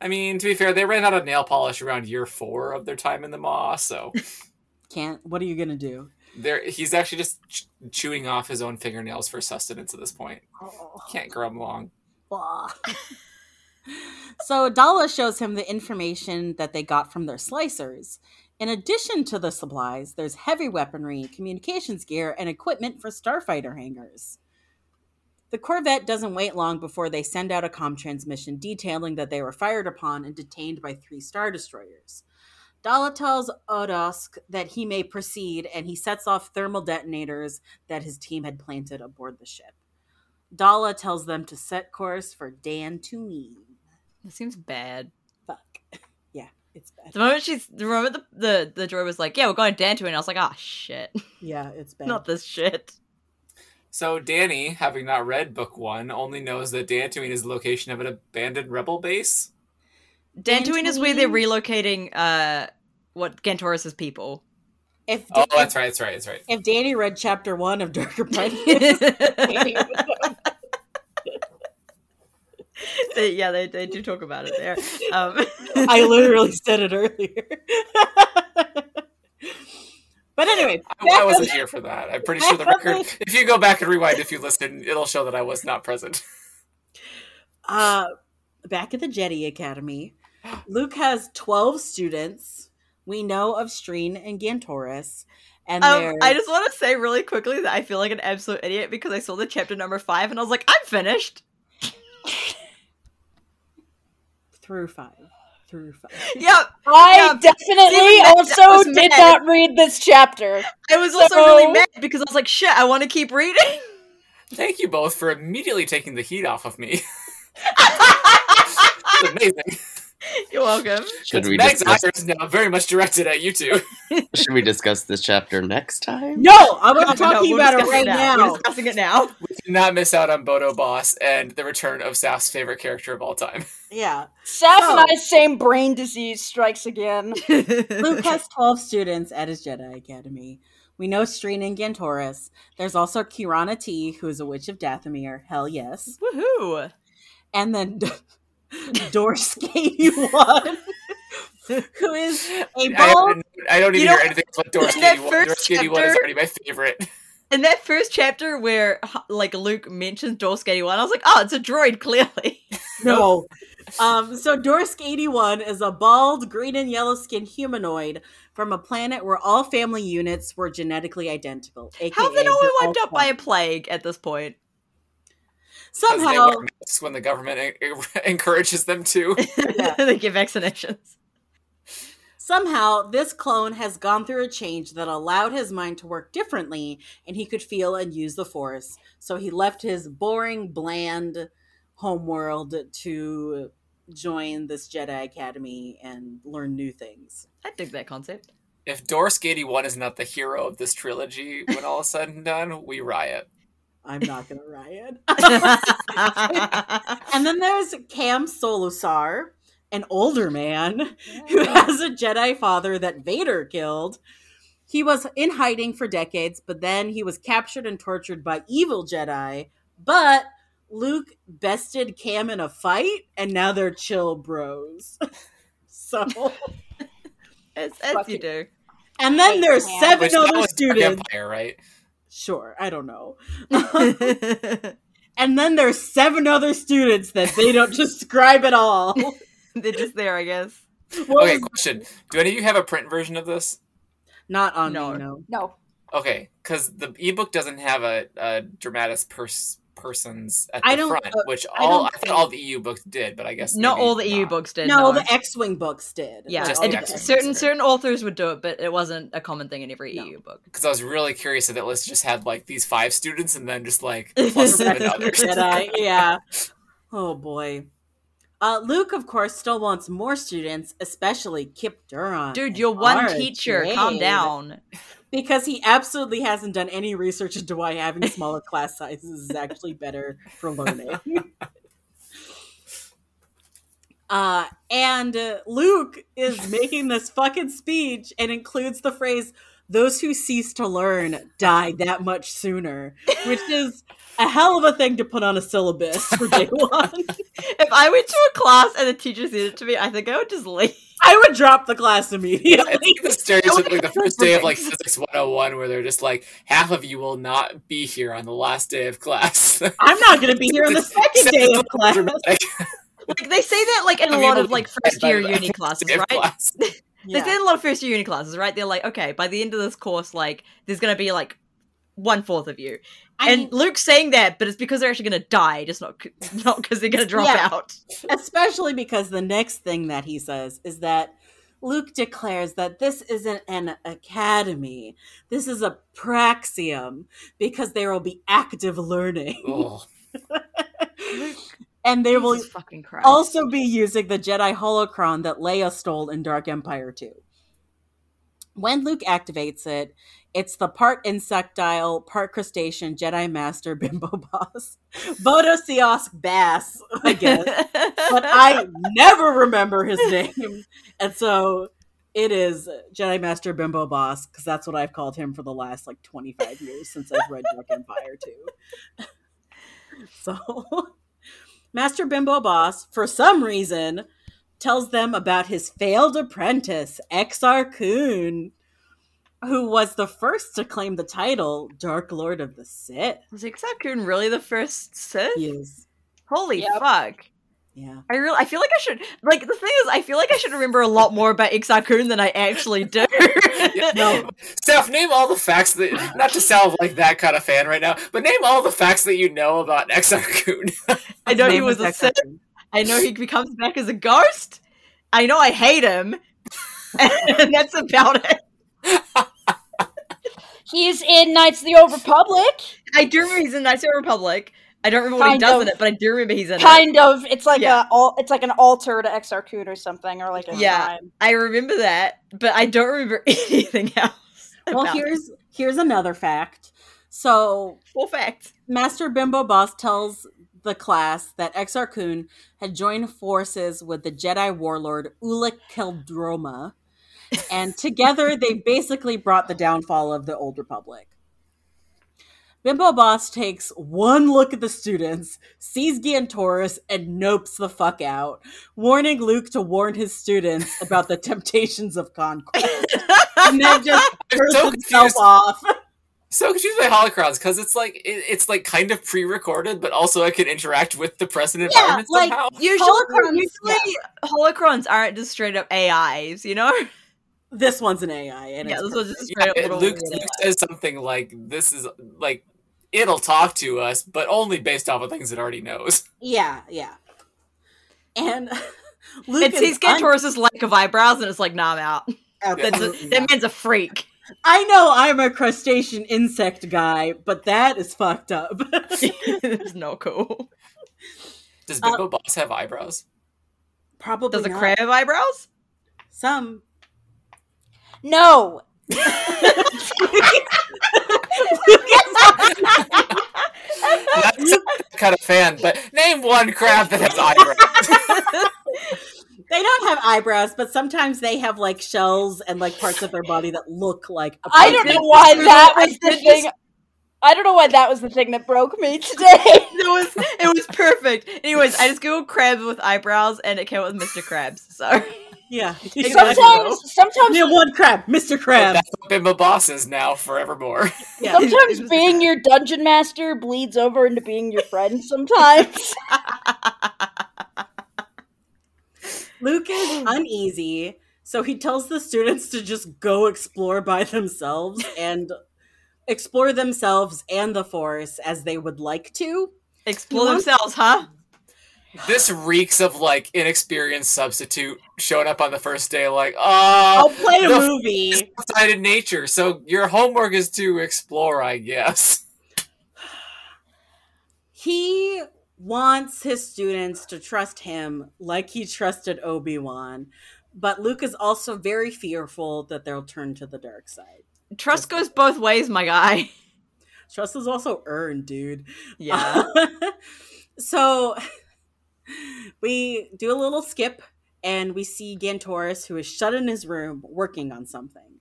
Speaker 2: I mean, to be fair, they ran out of nail polish around year four of their time in the Maw, so
Speaker 1: Can't. What are you gonna do?
Speaker 2: there he's actually just ch- chewing off his own fingernails for sustenance at this point.
Speaker 1: Oh,
Speaker 2: Can't grow them long.
Speaker 1: blah. so Dala shows him the information that they got from their slicers. In addition to the supplies, there's heavy weaponry, communications gear, and equipment for starfighter hangars. The Corvette doesn't wait long before they send out a comm transmission detailing that they were fired upon and detained by three Star Destroyers. Dala tells Odosk that he may proceed, and he sets off thermal detonators that his team had planted aboard the ship. Dala tells them to set course for Dan to me.
Speaker 5: That seems bad.
Speaker 1: Fuck. *laughs* Yeah, it's bad.
Speaker 5: The moment she's the moment the the, the droid was like, "Yeah, we're going to Dantooine," I was like, "Ah, shit, *laughs*
Speaker 1: Yeah, it's bad.
Speaker 5: not this shit."
Speaker 2: So Danny, having not read book one, only knows that Dantooine is the location of an abandoned rebel base.
Speaker 5: Dantooine is where they're
Speaker 1: Dantooine?
Speaker 5: relocating. Uh, what Gantorus's people?
Speaker 1: if Dan-
Speaker 2: Oh, that's right, that's right, that's right.
Speaker 1: if Danny read chapter *laughs* one of Dark Apprentice,
Speaker 5: Danny *laughs*
Speaker 1: *laughs*
Speaker 5: They- yeah, they, they do talk about it there. Um,
Speaker 1: I literally said it earlier. *laughs* but anyway,
Speaker 2: I,
Speaker 1: back
Speaker 2: I wasn't
Speaker 1: up-
Speaker 2: here for that. I'm pretty sure the
Speaker 1: Back up
Speaker 2: record. If you go back and rewind, if you listen, it'll show that I was not present.
Speaker 1: uh, back at the Jedi Academy, Luke has 12 students. We know of Streen and Gantoris. And
Speaker 5: *laughs* um,
Speaker 1: they're,
Speaker 5: I just want to say really quickly that I feel like an absolute idiot because I saw the chapter number five and I was like,
Speaker 1: *laughs*
Speaker 5: I'm finished.
Speaker 1: through five. Through five.
Speaker 5: Yep.
Speaker 6: I
Speaker 5: Yeah,
Speaker 6: definitely
Speaker 5: Steven, that- that
Speaker 6: also
Speaker 5: was
Speaker 6: did
Speaker 5: mad.
Speaker 6: not read this chapter.
Speaker 5: I was also really
Speaker 6: So-
Speaker 5: mad because I was like, shit, I want to keep reading. *laughs*
Speaker 2: Thank you both for immediately taking the heat off of me. *laughs* It's amazing.
Speaker 5: You're welcome.
Speaker 7: Should we
Speaker 2: Meg's
Speaker 7: discuss?
Speaker 2: ire is now very much directed at you two. *laughs*
Speaker 7: Should we discuss this chapter next time?
Speaker 1: No, I'm
Speaker 5: No,
Speaker 1: not
Speaker 5: no,
Speaker 1: talking
Speaker 5: we're
Speaker 1: about it
Speaker 5: discussing
Speaker 1: right
Speaker 5: We're
Speaker 1: now.
Speaker 5: discussing it now.
Speaker 2: We did not miss out on Bodo Boss and the return of Saf's favorite character of all time.
Speaker 1: Yeah.
Speaker 6: Saf
Speaker 1: Oh.
Speaker 6: and I's same brain disease strikes again.
Speaker 1: *laughs*
Speaker 5: *laughs*
Speaker 1: Luke has 12 students at his Jedi Academy. We know Streen and Gantoris. There's also Kirana T, who is a witch of Dathomir. Hell yes.
Speaker 5: Woohoo!
Speaker 1: And then *laughs* Dorskady one, who is a
Speaker 2: *laughs* I,
Speaker 1: bald
Speaker 2: haven't- I don't even
Speaker 5: You know-
Speaker 2: hear anything about Doris
Speaker 5: in that
Speaker 2: Kitty One.
Speaker 5: first
Speaker 2: Doris Kitty One is
Speaker 5: chapter-
Speaker 2: already my favorite.
Speaker 5: In that first chapter where h- like Luke mentions Dorsk eighty one, I was like, oh, it's a droid, *laughs* clearly.
Speaker 1: *laughs* No. um, so Dorsk 81 is a bald, green and yellow skinned humanoid from a planet where all family units were genetically identical.
Speaker 5: How have they
Speaker 1: aka
Speaker 5: not
Speaker 1: they're
Speaker 5: all
Speaker 1: all
Speaker 5: wiped out by a
Speaker 1: clones.
Speaker 5: plague at this point? *laughs*
Speaker 2: Because they
Speaker 1: Somehow,
Speaker 2: wear masks when the government en- *laughs* encourages them
Speaker 5: *laughs*
Speaker 2: to.
Speaker 1: Yeah.
Speaker 5: they get vaccinations.
Speaker 1: somehow, this clone has gone through a change that allowed his mind to work differently and he could feel and use the force. So he left his boring, bland homeworld to join this Jedi Academy and learn new things.
Speaker 5: I dig that concept. *laughs*
Speaker 2: If Doris Gady One is not the hero of this trilogy, when all is said and done, we riot.
Speaker 1: I'm not going to riot.
Speaker 5: Who
Speaker 1: And then there's Cam Solusar, an older man who *laughs* has a Jedi father that Vader killed. He was in hiding for decades, but then he was captured and tortured by evil Jedi. But Luke bested Cam in a fight, and now they're chill bros. *laughs* so,
Speaker 5: as, as you do. *laughs*
Speaker 1: and then there's
Speaker 6: Cam.
Speaker 1: seven
Speaker 2: Which that
Speaker 1: other
Speaker 2: was Dark
Speaker 1: students.
Speaker 2: Empire, right?
Speaker 1: Sure, I don't know. and then there's seven other students that they don't describe at all.
Speaker 5: They're just there, I guess.
Speaker 1: What
Speaker 2: okay,
Speaker 1: was-
Speaker 2: question. Do any of you have a print version of this?
Speaker 1: not on
Speaker 5: No.
Speaker 1: me, no.
Speaker 6: No.
Speaker 2: Okay, because the ebook doesn't have a, a dramatis pers- persons at the
Speaker 1: I don't-
Speaker 2: front,
Speaker 1: uh,
Speaker 2: which
Speaker 1: I
Speaker 2: all I,
Speaker 1: don't
Speaker 2: thought all the EU books did, but I guess
Speaker 5: Not
Speaker 2: maybe
Speaker 5: all the EU
Speaker 2: not.
Speaker 5: books did.
Speaker 1: No,
Speaker 5: No,
Speaker 1: the X-wing books did.
Speaker 5: yeah,
Speaker 2: Just
Speaker 1: all
Speaker 5: it-
Speaker 2: the
Speaker 1: of
Speaker 2: X-Wing.
Speaker 1: them.
Speaker 2: sorry.
Speaker 5: certain certain authors would do it, but it wasn't a common thing in every
Speaker 1: No.
Speaker 5: EU book.
Speaker 2: Because I was really curious if that list just had like these five students and then just
Speaker 5: *laughs*
Speaker 2: like plus seven others.
Speaker 1: *laughs* Jedi, yeah. Oh boy. Uh, Luke, of course, still wants more students, especially Kip Duran.
Speaker 5: Dude,
Speaker 1: and
Speaker 5: you're one
Speaker 1: Ara
Speaker 5: teacher.
Speaker 1: Jade,
Speaker 5: Calm down.
Speaker 1: Because he absolutely hasn't done any research into why having smaller class sizes is actually better for learning. *laughs* Uh, and uh, Luke is making this fucking speech and includes the phrase, those who cease to learn die that much sooner, which is a hell of a thing to put on a syllabus for
Speaker 5: *laughs*
Speaker 1: day one.
Speaker 5: If I went to a class and the teacher said it to me, I think I would just leave. *laughs*
Speaker 1: I would drop the class immediately.
Speaker 2: It's like the stereotypically the first day of like physics 101 where they're just like half of you will not be here on the last day of class. *laughs*
Speaker 1: I'm not going to be *laughs* here on the second day of class.
Speaker 2: Dramatic.
Speaker 5: Like they say that like in a
Speaker 2: Some
Speaker 5: lot
Speaker 2: people
Speaker 5: of like
Speaker 2: get
Speaker 5: first
Speaker 2: by
Speaker 5: year
Speaker 2: the
Speaker 5: uni
Speaker 2: first
Speaker 5: classes,
Speaker 2: day of
Speaker 5: right?
Speaker 2: class.
Speaker 5: They say in a lot of first year uni classes, right? They're like, okay, by the end of this course, like there's gonna be like one fourth of you,
Speaker 1: I
Speaker 5: and
Speaker 1: mean,
Speaker 5: Luke's saying that, but it's because they're actually gonna die, just not c- *laughs* not because they're gonna drop
Speaker 1: Yeah.
Speaker 5: out.
Speaker 1: especially because the next thing that he says is that Luke declares that this isn't an academy. This is a praxium because there will be active learning.
Speaker 2: Ugh.
Speaker 1: *laughs* and they will
Speaker 5: Jesus fucking Christ.
Speaker 1: also be using the Jedi holocron that Leia stole in Dark Empire 2. When Luke activates it, it's the part insectile, part crustacean Jedi Master *laughs* Bimbo Boss. Bodo Siosk Bass, I guess. but
Speaker 5: *laughs*
Speaker 1: I never remember his name. And so it is Jedi Master Bimbo Boss, because that's what I've called him for the last like 25 years since I've read Dark Empire 2. *laughs* so Master Bimbo Boss, for some reason, tells them about his failed apprentice, Exar Kun, who was the first to claim the title Dark Lord of the Sith.
Speaker 5: Was Exakun really the first Sith?
Speaker 1: He is.
Speaker 5: Holy
Speaker 6: Yep.
Speaker 5: fuck.
Speaker 1: Yeah.
Speaker 5: I really, I feel like I should like the thing is I feel like I should remember a lot more about Ixakun than I actually *laughs* do. *laughs*
Speaker 2: No, Steph, name all the facts that not to sound like that kind of fan right now, but name all the facts that you know about Exarchun.
Speaker 5: I know he was a Sith. I know he becomes back as a ghost. I know I hate him, *laughs* and that's about it.
Speaker 6: He's in Knights of the Old Republic.
Speaker 5: I do remember he's in Knights of the Republic. I don't remember what
Speaker 6: Kind
Speaker 5: he does
Speaker 6: of.
Speaker 5: in it, but I do remember he's in it.
Speaker 6: Kind of. It's like
Speaker 5: Yeah.
Speaker 6: a all. It's like an altar to XR Coon or something, or like a
Speaker 5: Yeah.
Speaker 6: shrine.
Speaker 5: I remember that, but I don't remember *laughs* anything else.
Speaker 1: Well,
Speaker 5: about it.
Speaker 1: here's here's another fact. So
Speaker 5: full fact.
Speaker 1: Master Bimbo Boss tells the class that Exar Kun had joined forces with the Jedi warlord Ula Keldroma,
Speaker 5: *laughs*
Speaker 1: and together they basically brought the downfall of the Old Republic. Bimbo Boss takes one look at the students, sees Gantoris, and nopes the fuck out, warning Luke to warn his students about the temptations of conquest. and then
Speaker 2: *laughs*
Speaker 1: just
Speaker 2: I'm
Speaker 1: turns
Speaker 2: *laughs* so
Speaker 1: himself
Speaker 2: confused.
Speaker 1: off.
Speaker 2: So confused by holocrons because it's like it, it's like kind of pre-recorded, but also I can interact with the present environment
Speaker 1: like,
Speaker 2: somehow.
Speaker 5: Usually,
Speaker 1: Holocrons,
Speaker 5: usually holocrons aren't just straight up AIs, you know?
Speaker 1: This one's an AI. And
Speaker 5: yeah,
Speaker 1: it's
Speaker 5: this was just straight
Speaker 2: Yeah,
Speaker 5: up
Speaker 2: it-
Speaker 5: little
Speaker 2: Luke,
Speaker 5: weird
Speaker 2: Luke says something like, "This is like it'll talk to us, but only based off of things it already knows."
Speaker 1: Yeah, yeah. And *laughs* Luke
Speaker 5: It sees
Speaker 1: is un-
Speaker 5: Gantorus's lack of eyebrows, and it's like, nah, I'm out. That's a,
Speaker 1: Absolutely
Speaker 5: that
Speaker 1: not.
Speaker 5: man's a *laughs* freak.
Speaker 1: I know I'm a crustacean insect guy, but that is fucked up. *laughs*
Speaker 5: it's not cool.
Speaker 2: Does
Speaker 1: Uh,
Speaker 2: Bimbo Boss have eyebrows? *laughs*
Speaker 1: Probably
Speaker 5: Does a
Speaker 1: not.
Speaker 5: crab have eyebrows? *laughs*
Speaker 1: Some. *laughs*
Speaker 6: No,
Speaker 2: Not that kind of fan, but name one crab that has eyebrows.
Speaker 1: They don't have eyebrows, but sometimes they have like shells and like parts of their body that look like. a
Speaker 6: I
Speaker 1: person.
Speaker 6: don't
Speaker 5: did-
Speaker 6: know why
Speaker 5: I
Speaker 6: that was
Speaker 5: did
Speaker 6: the
Speaker 5: just-
Speaker 6: thing. I don't know why that was the thing that broke me *laughs* today.
Speaker 5: It was it was perfect. Anyways, I just *laughs* googled crabs with eyebrows, and it came up with Mr. Krabs. So *laughs*
Speaker 1: Yeah.
Speaker 5: Exactly.
Speaker 6: Sometimes, sometimes,
Speaker 1: Yeah, one crab, Mr. *laughs* Crab.
Speaker 2: That's what Bimbo Boss is now forevermore.
Speaker 1: Yeah.
Speaker 6: sometimes *laughs* being your dungeon master bleeds over into being your *laughs* friend. Sometimes.
Speaker 1: *gasps* Luke is *gasps* uneasy, so he tells the students to just go explore by themselves and explore themselves and the force as they would like to.
Speaker 5: explore
Speaker 1: You want-
Speaker 5: themselves, huh?
Speaker 2: This reeks of like inexperienced substitute showing up on the first day, like, oh,
Speaker 1: I'll play a
Speaker 2: the-
Speaker 1: movie.
Speaker 2: outside in nature. So your homework is to explore, I guess.
Speaker 1: he wants his students to trust him like he trusted Obi-Wan, but Luke is also very fearful that they'll turn to the dark side.
Speaker 5: Trust goes both ways, my guy.
Speaker 1: Trust is also earned, dude.
Speaker 5: *laughs* Yeah.
Speaker 1: *laughs* so *laughs* we do a little skip and we see Gantoris, who is shut in his room working on something.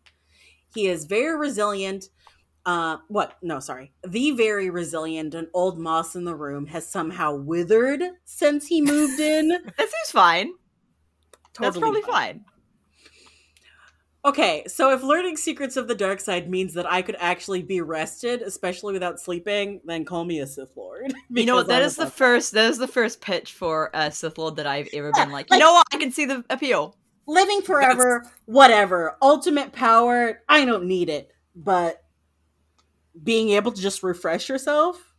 Speaker 1: He is very resilient. Uh, what? No, sorry. The very resilient and old moss in the room has somehow withered since he moved in. *laughs* totally
Speaker 5: *laughs* That seems fine. That's probably fine.
Speaker 1: Okay, so if learning secrets of the dark side means that I could actually be rested, especially without sleeping, then call me a Sith Lord. *laughs*
Speaker 5: You know what?
Speaker 1: because
Speaker 5: That
Speaker 1: I'm
Speaker 5: is
Speaker 1: a
Speaker 5: the
Speaker 1: Sith.
Speaker 5: first. That is the first pitch for a Sith Lord that I've ever *laughs* been like. You
Speaker 1: like-
Speaker 5: know what? I can see the appeal.
Speaker 1: living forever, whatever, ultimate power, I don't need it, but being able to just refresh yourself,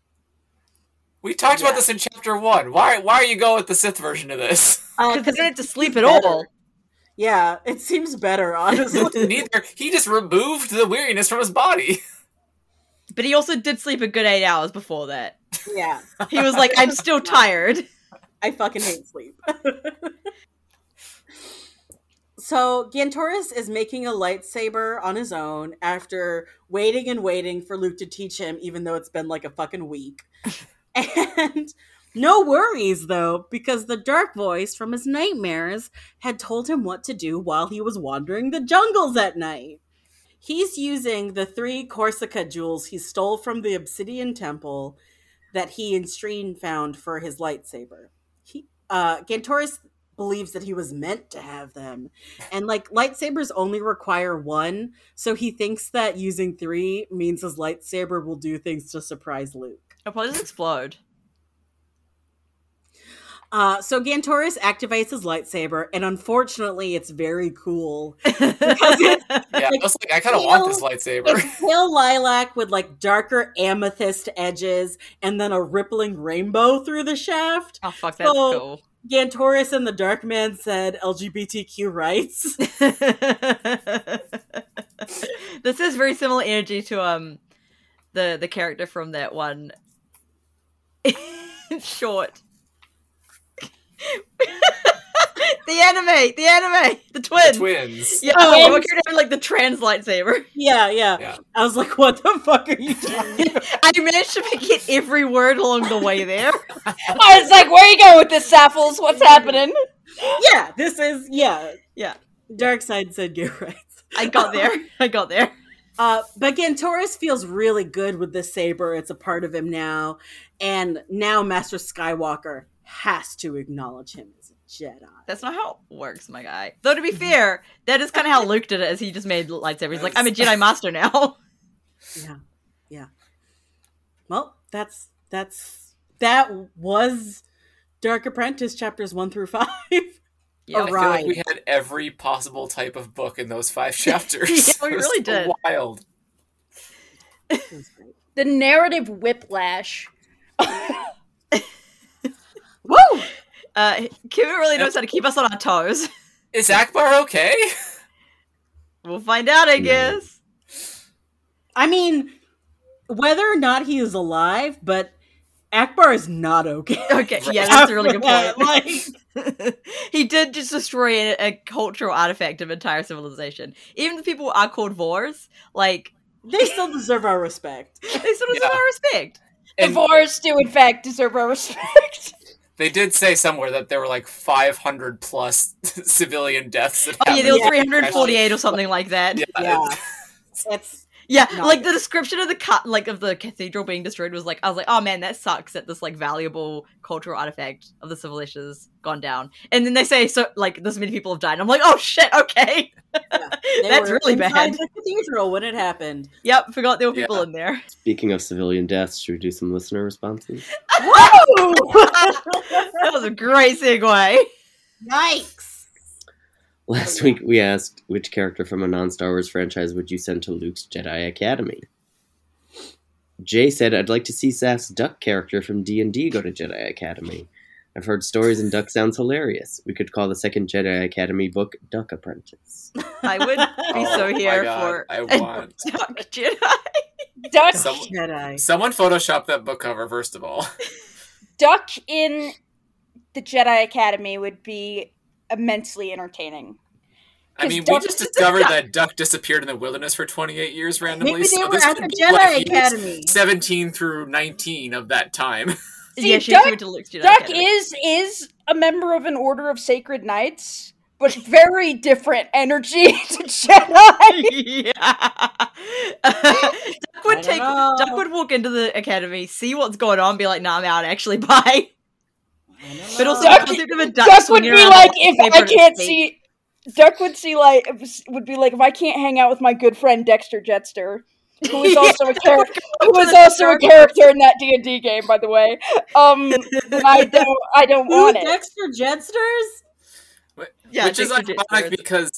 Speaker 2: We talked
Speaker 1: Yeah.
Speaker 2: about this in chapter one. Why why are you going with the Sith version of
Speaker 5: *laughs*
Speaker 2: this? *laughs*
Speaker 1: uh,
Speaker 5: Because they don't have to sleep at
Speaker 1: better.
Speaker 5: all.
Speaker 1: *laughs* yeah, it seems better, honestly.
Speaker 2: Neither he just removed the weariness from his body. *laughs*
Speaker 5: But he also did sleep a good eight hours before that.
Speaker 1: *laughs* yeah,
Speaker 5: He was like, I'm *laughs* still tired.
Speaker 1: I fucking hate sleep. *laughs* so Gantoris is making a lightsaber on his own after waiting and waiting for Luke to teach him, even though it's been like a fucking week. and no worries though, because the dark voice from his nightmares had told him what to do while he was wandering the jungles at night. He's using the three Corsica jewels he stole from the Obsidian Temple that he and Streen found for his lightsaber. he uh Gantoris believes that he was meant to have them. And like lightsabers only require one, so he thinks that using three means his lightsaber will do things to surprise Luke.
Speaker 5: It'll *laughs* probably just explode.
Speaker 1: Uh, so Gantoris activates his lightsaber, and unfortunately, it's very cool.
Speaker 2: Yeah, I was like, I kind of want this *laughs* lightsaber.
Speaker 1: It's pale lilac with like darker amethyst edges, and then a rippling rainbow through the
Speaker 5: *laughs*
Speaker 1: shaft.
Speaker 5: Oh fuck, that's
Speaker 1: So-
Speaker 5: cool.
Speaker 1: Gantoris and the Dark Man said LGBTQ rights. *laughs*
Speaker 5: this is very similar energy to um the the character from that one *laughs* short. *laughs* the anime, the anime, the twin.
Speaker 2: The
Speaker 5: *laughs*
Speaker 2: twins.
Speaker 5: Yeah,
Speaker 1: Oh.
Speaker 5: oh, we're gonna have like the trans lightsaber.
Speaker 1: yeah, yeah,
Speaker 2: Yeah.
Speaker 1: I was like, what the fuck are you talking about?
Speaker 5: *laughs* I managed to forget every word along the way there.
Speaker 6: I was like, where you going with this, Saffles? What's happening?
Speaker 1: yeah, this is, yeah.
Speaker 5: Yeah.
Speaker 1: Dark Side said gay rights.
Speaker 5: I got *laughs* there. I got there.
Speaker 1: Uh, but Gantoris feels really good with the saber. It's a part of him now. And now Master Skywalker has to acknowledge him as a Jedi.
Speaker 5: That's not how it works, my guy. Though to be fair, that is kind of how Luke did it. As he just made lightsabers. He's like, I'm a Jedi master now.
Speaker 1: *laughs*
Speaker 5: *laughs*
Speaker 1: Well, that's, that's, that was Dark Apprentice chapters one through five. *laughs*
Speaker 5: Yeah,
Speaker 2: I feel like
Speaker 1: Right.
Speaker 2: we had every possible type of book in those
Speaker 5: *laughs*
Speaker 2: five chapters.
Speaker 5: Yeah, we
Speaker 2: *laughs* It was
Speaker 5: really did.
Speaker 2: Wild.
Speaker 1: It was great.
Speaker 6: The narrative whiplash.
Speaker 1: Woo!
Speaker 5: Uh, Kevin really knows how to keep us on our toes. *laughs*
Speaker 2: Is Akbar okay? *laughs*
Speaker 5: We'll find out, I
Speaker 7: Hmm.
Speaker 5: guess.
Speaker 1: I mean, whether or not he is alive, but Akbar is not okay.
Speaker 5: Okay, yeah, that's a really good
Speaker 1: After
Speaker 5: point.
Speaker 1: that, like,
Speaker 5: *laughs* he did just destroy a, a cultural artifact of entire civilization. Even the people who are called Vors, like *laughs*
Speaker 1: they still deserve our respect.
Speaker 5: they sort of
Speaker 2: Yeah.
Speaker 5: deserve our respect. Oh,
Speaker 6: The
Speaker 2: And
Speaker 6: Vors do, in fact, deserve our respect. *laughs*
Speaker 2: they did say somewhere that there were like 500 plus *laughs* civilian deaths. That
Speaker 5: Oh yeah, there
Speaker 2: happened.
Speaker 5: were 348 or something like that. Yeah,
Speaker 1: Yeah, that's No.
Speaker 5: like the description of the cut, like of the cathedral being destroyed, was like I was like, oh man, that sucks that this like valuable cultural artifact of the civilization has gone down. And then they say so like this many people have died. And I'm like, oh shit, okay, *laughs*
Speaker 1: they
Speaker 5: that's
Speaker 1: were
Speaker 5: really
Speaker 1: inside
Speaker 5: bad.
Speaker 1: The cathedral when it happened.
Speaker 5: Yep, forgot there were
Speaker 2: Yeah.
Speaker 5: people in there. *laughs*
Speaker 7: Speaking of civilian deaths, should we do some listener responses?
Speaker 1: Whoa!
Speaker 5: that was a great segue.
Speaker 1: Yikes!
Speaker 7: Last week we asked which character from a non Star Wars franchise would you send to Luke's Jedi Academy. Jay said, "I'd like to see Sass Duck character from D and D go to Jedi Academy. I've heard stories, and Duck sounds hilarious. We could call the second Jedi Academy book Duck Apprentice."
Speaker 5: I would be
Speaker 2: Oh
Speaker 5: so
Speaker 2: my
Speaker 5: here
Speaker 2: God,
Speaker 5: for *laughs*
Speaker 2: I
Speaker 5: a
Speaker 2: want.
Speaker 5: Dark Jedi.
Speaker 6: Duck,
Speaker 2: Some-
Speaker 1: Jedi.
Speaker 2: Someone photoshopped that book cover, first of all.
Speaker 6: Duck in the Jedi Academy would be immensely entertaining.
Speaker 2: I
Speaker 6: 'Cause
Speaker 2: mean, we
Speaker 6: Duck-
Speaker 2: just discovered that Duck disappeared in the wilderness for 28 years randomly.
Speaker 1: Maybe they
Speaker 2: so
Speaker 1: were
Speaker 2: this
Speaker 1: at
Speaker 2: would
Speaker 1: the
Speaker 2: be, like,
Speaker 1: Jedi
Speaker 2: years
Speaker 1: Academy.
Speaker 2: 17 through 19 of that time.
Speaker 6: See,
Speaker 5: yeah, she
Speaker 6: Duck-
Speaker 5: went to Luke's Jedi.
Speaker 6: Duck
Speaker 5: Academy.
Speaker 6: is is a member of an order of sacred knights, but very different energy *laughs* to Jedi.
Speaker 5: yeah. *laughs* Duck would
Speaker 1: I don't
Speaker 5: take.
Speaker 1: know.
Speaker 5: Duck would walk into the academy, see what's going on, be like, "Nah, I'm out." Actually, *laughs* bye.
Speaker 1: I don't
Speaker 5: But also,
Speaker 1: know.
Speaker 5: the
Speaker 6: Duck-
Speaker 5: concept of a duck,
Speaker 6: Duck, would be
Speaker 5: swinging around
Speaker 6: like,
Speaker 5: with a
Speaker 6: if
Speaker 5: saber
Speaker 6: I
Speaker 5: in its
Speaker 6: can't
Speaker 5: beak.
Speaker 6: see. Duck would see like would be like if I can't hang out with my good friend Dexter Jetster, who is
Speaker 5: *laughs* Yeah,
Speaker 6: also a character.
Speaker 5: Duck
Speaker 6: who
Speaker 5: would
Speaker 6: was
Speaker 5: go
Speaker 6: also a
Speaker 5: to
Speaker 6: character in that D and D game, by the way.
Speaker 5: *laughs*
Speaker 6: Um,
Speaker 5: the
Speaker 6: I
Speaker 5: dark-
Speaker 6: don't, I don't
Speaker 1: Who,
Speaker 6: want it.
Speaker 1: Dexter Jedsters?
Speaker 5: Yeah,
Speaker 2: which is
Speaker 5: Duck would
Speaker 2: ironic
Speaker 5: do-
Speaker 2: because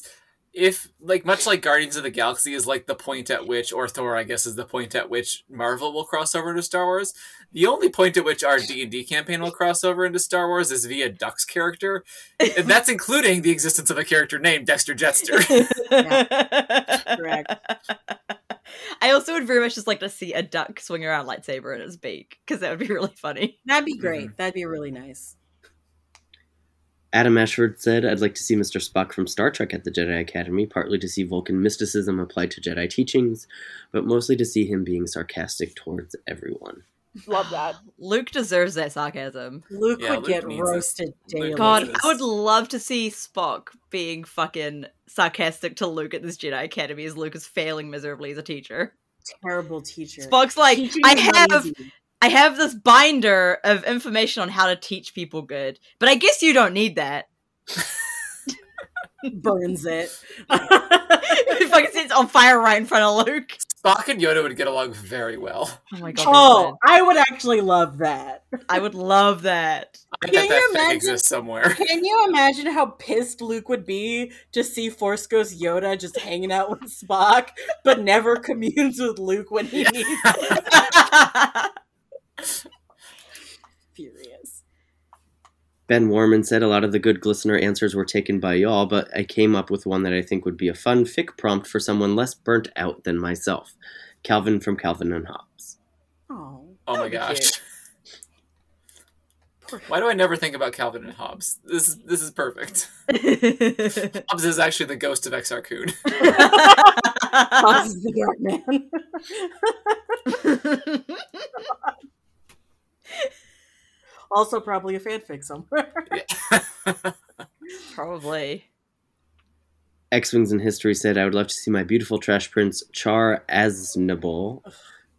Speaker 2: if like much like Guardians of the Galaxy is like the point at which or Thor I guess is the point at which Marvel will cross over into Star Wars, the only point at which our D&D campaign will cross over into Star Wars is via Duck's character. And that's including the existence of a character named Dexter Jetster.
Speaker 1: *laughs*
Speaker 5: *laughs*
Speaker 1: correct.
Speaker 5: I also would very much just like to see a duck swing around lightsaber in its beak because that would be really funny.
Speaker 1: That'd be great. That'd be really nice.
Speaker 7: Adam Ashford said, I'd like to see Mr. Spock from Star Trek at the Jedi Academy, partly to see Vulcan mysticism applied to Jedi teachings, but mostly to see him being sarcastic towards everyone.
Speaker 6: Love that.
Speaker 5: Luke deserves that sarcasm.
Speaker 1: Luke
Speaker 2: Yeah,
Speaker 1: would
Speaker 2: Luke
Speaker 1: get
Speaker 2: needs it.
Speaker 1: roasted
Speaker 2: Luke
Speaker 1: daily.
Speaker 5: God,
Speaker 2: Delicious.
Speaker 5: I would love to see Spock being fucking sarcastic to Luke at this Jedi Academy as Luke is failing miserably as a teacher.
Speaker 1: terrible teacher.
Speaker 5: Spock's like,
Speaker 1: Teaching
Speaker 5: I
Speaker 1: is not
Speaker 5: have
Speaker 1: easy.
Speaker 5: I have this binder of information on how to teach people good, but I guess you don't need that. *laughs*
Speaker 1: burns *laughs* it. Oh,
Speaker 5: it fucking sits on fire right in front of Luke.
Speaker 2: Spock and Yoda would get along very well.
Speaker 5: Oh my god.
Speaker 1: oh, I would actually love that.
Speaker 5: I would love *laughs* that.
Speaker 2: I
Speaker 1: Can
Speaker 2: bet that
Speaker 1: you
Speaker 2: thing
Speaker 1: imagine-
Speaker 2: exists somewhere. *laughs*
Speaker 1: Can you imagine how pissed Luke would be to see Force Ghost Yoda just hanging out with Spock, but *laughs* never communes with Luke when
Speaker 2: *laughs*
Speaker 1: he needs furious.
Speaker 7: Ben Warman said a lot of the good glistener answers were taken by y'all, but I came up with one that I think would be a fun fic prompt for someone less burnt out than myself. Calvin from Calvin and Hobbes.
Speaker 1: *laughs* *laughs* Oh,
Speaker 2: Oh my
Speaker 5: would be
Speaker 2: gosh.
Speaker 5: cute.
Speaker 2: Why do I never think about Calvin and Hobbes? This is this is perfect. *laughs* Hobbes is actually the ghost of XR Coon.
Speaker 1: Fox is the dark man. also, probably a fanfic somewhere. *laughs*
Speaker 5: *laughs* Probably.
Speaker 7: X Wings in History said, I would love to see my beautiful trash prince, Char Aznable,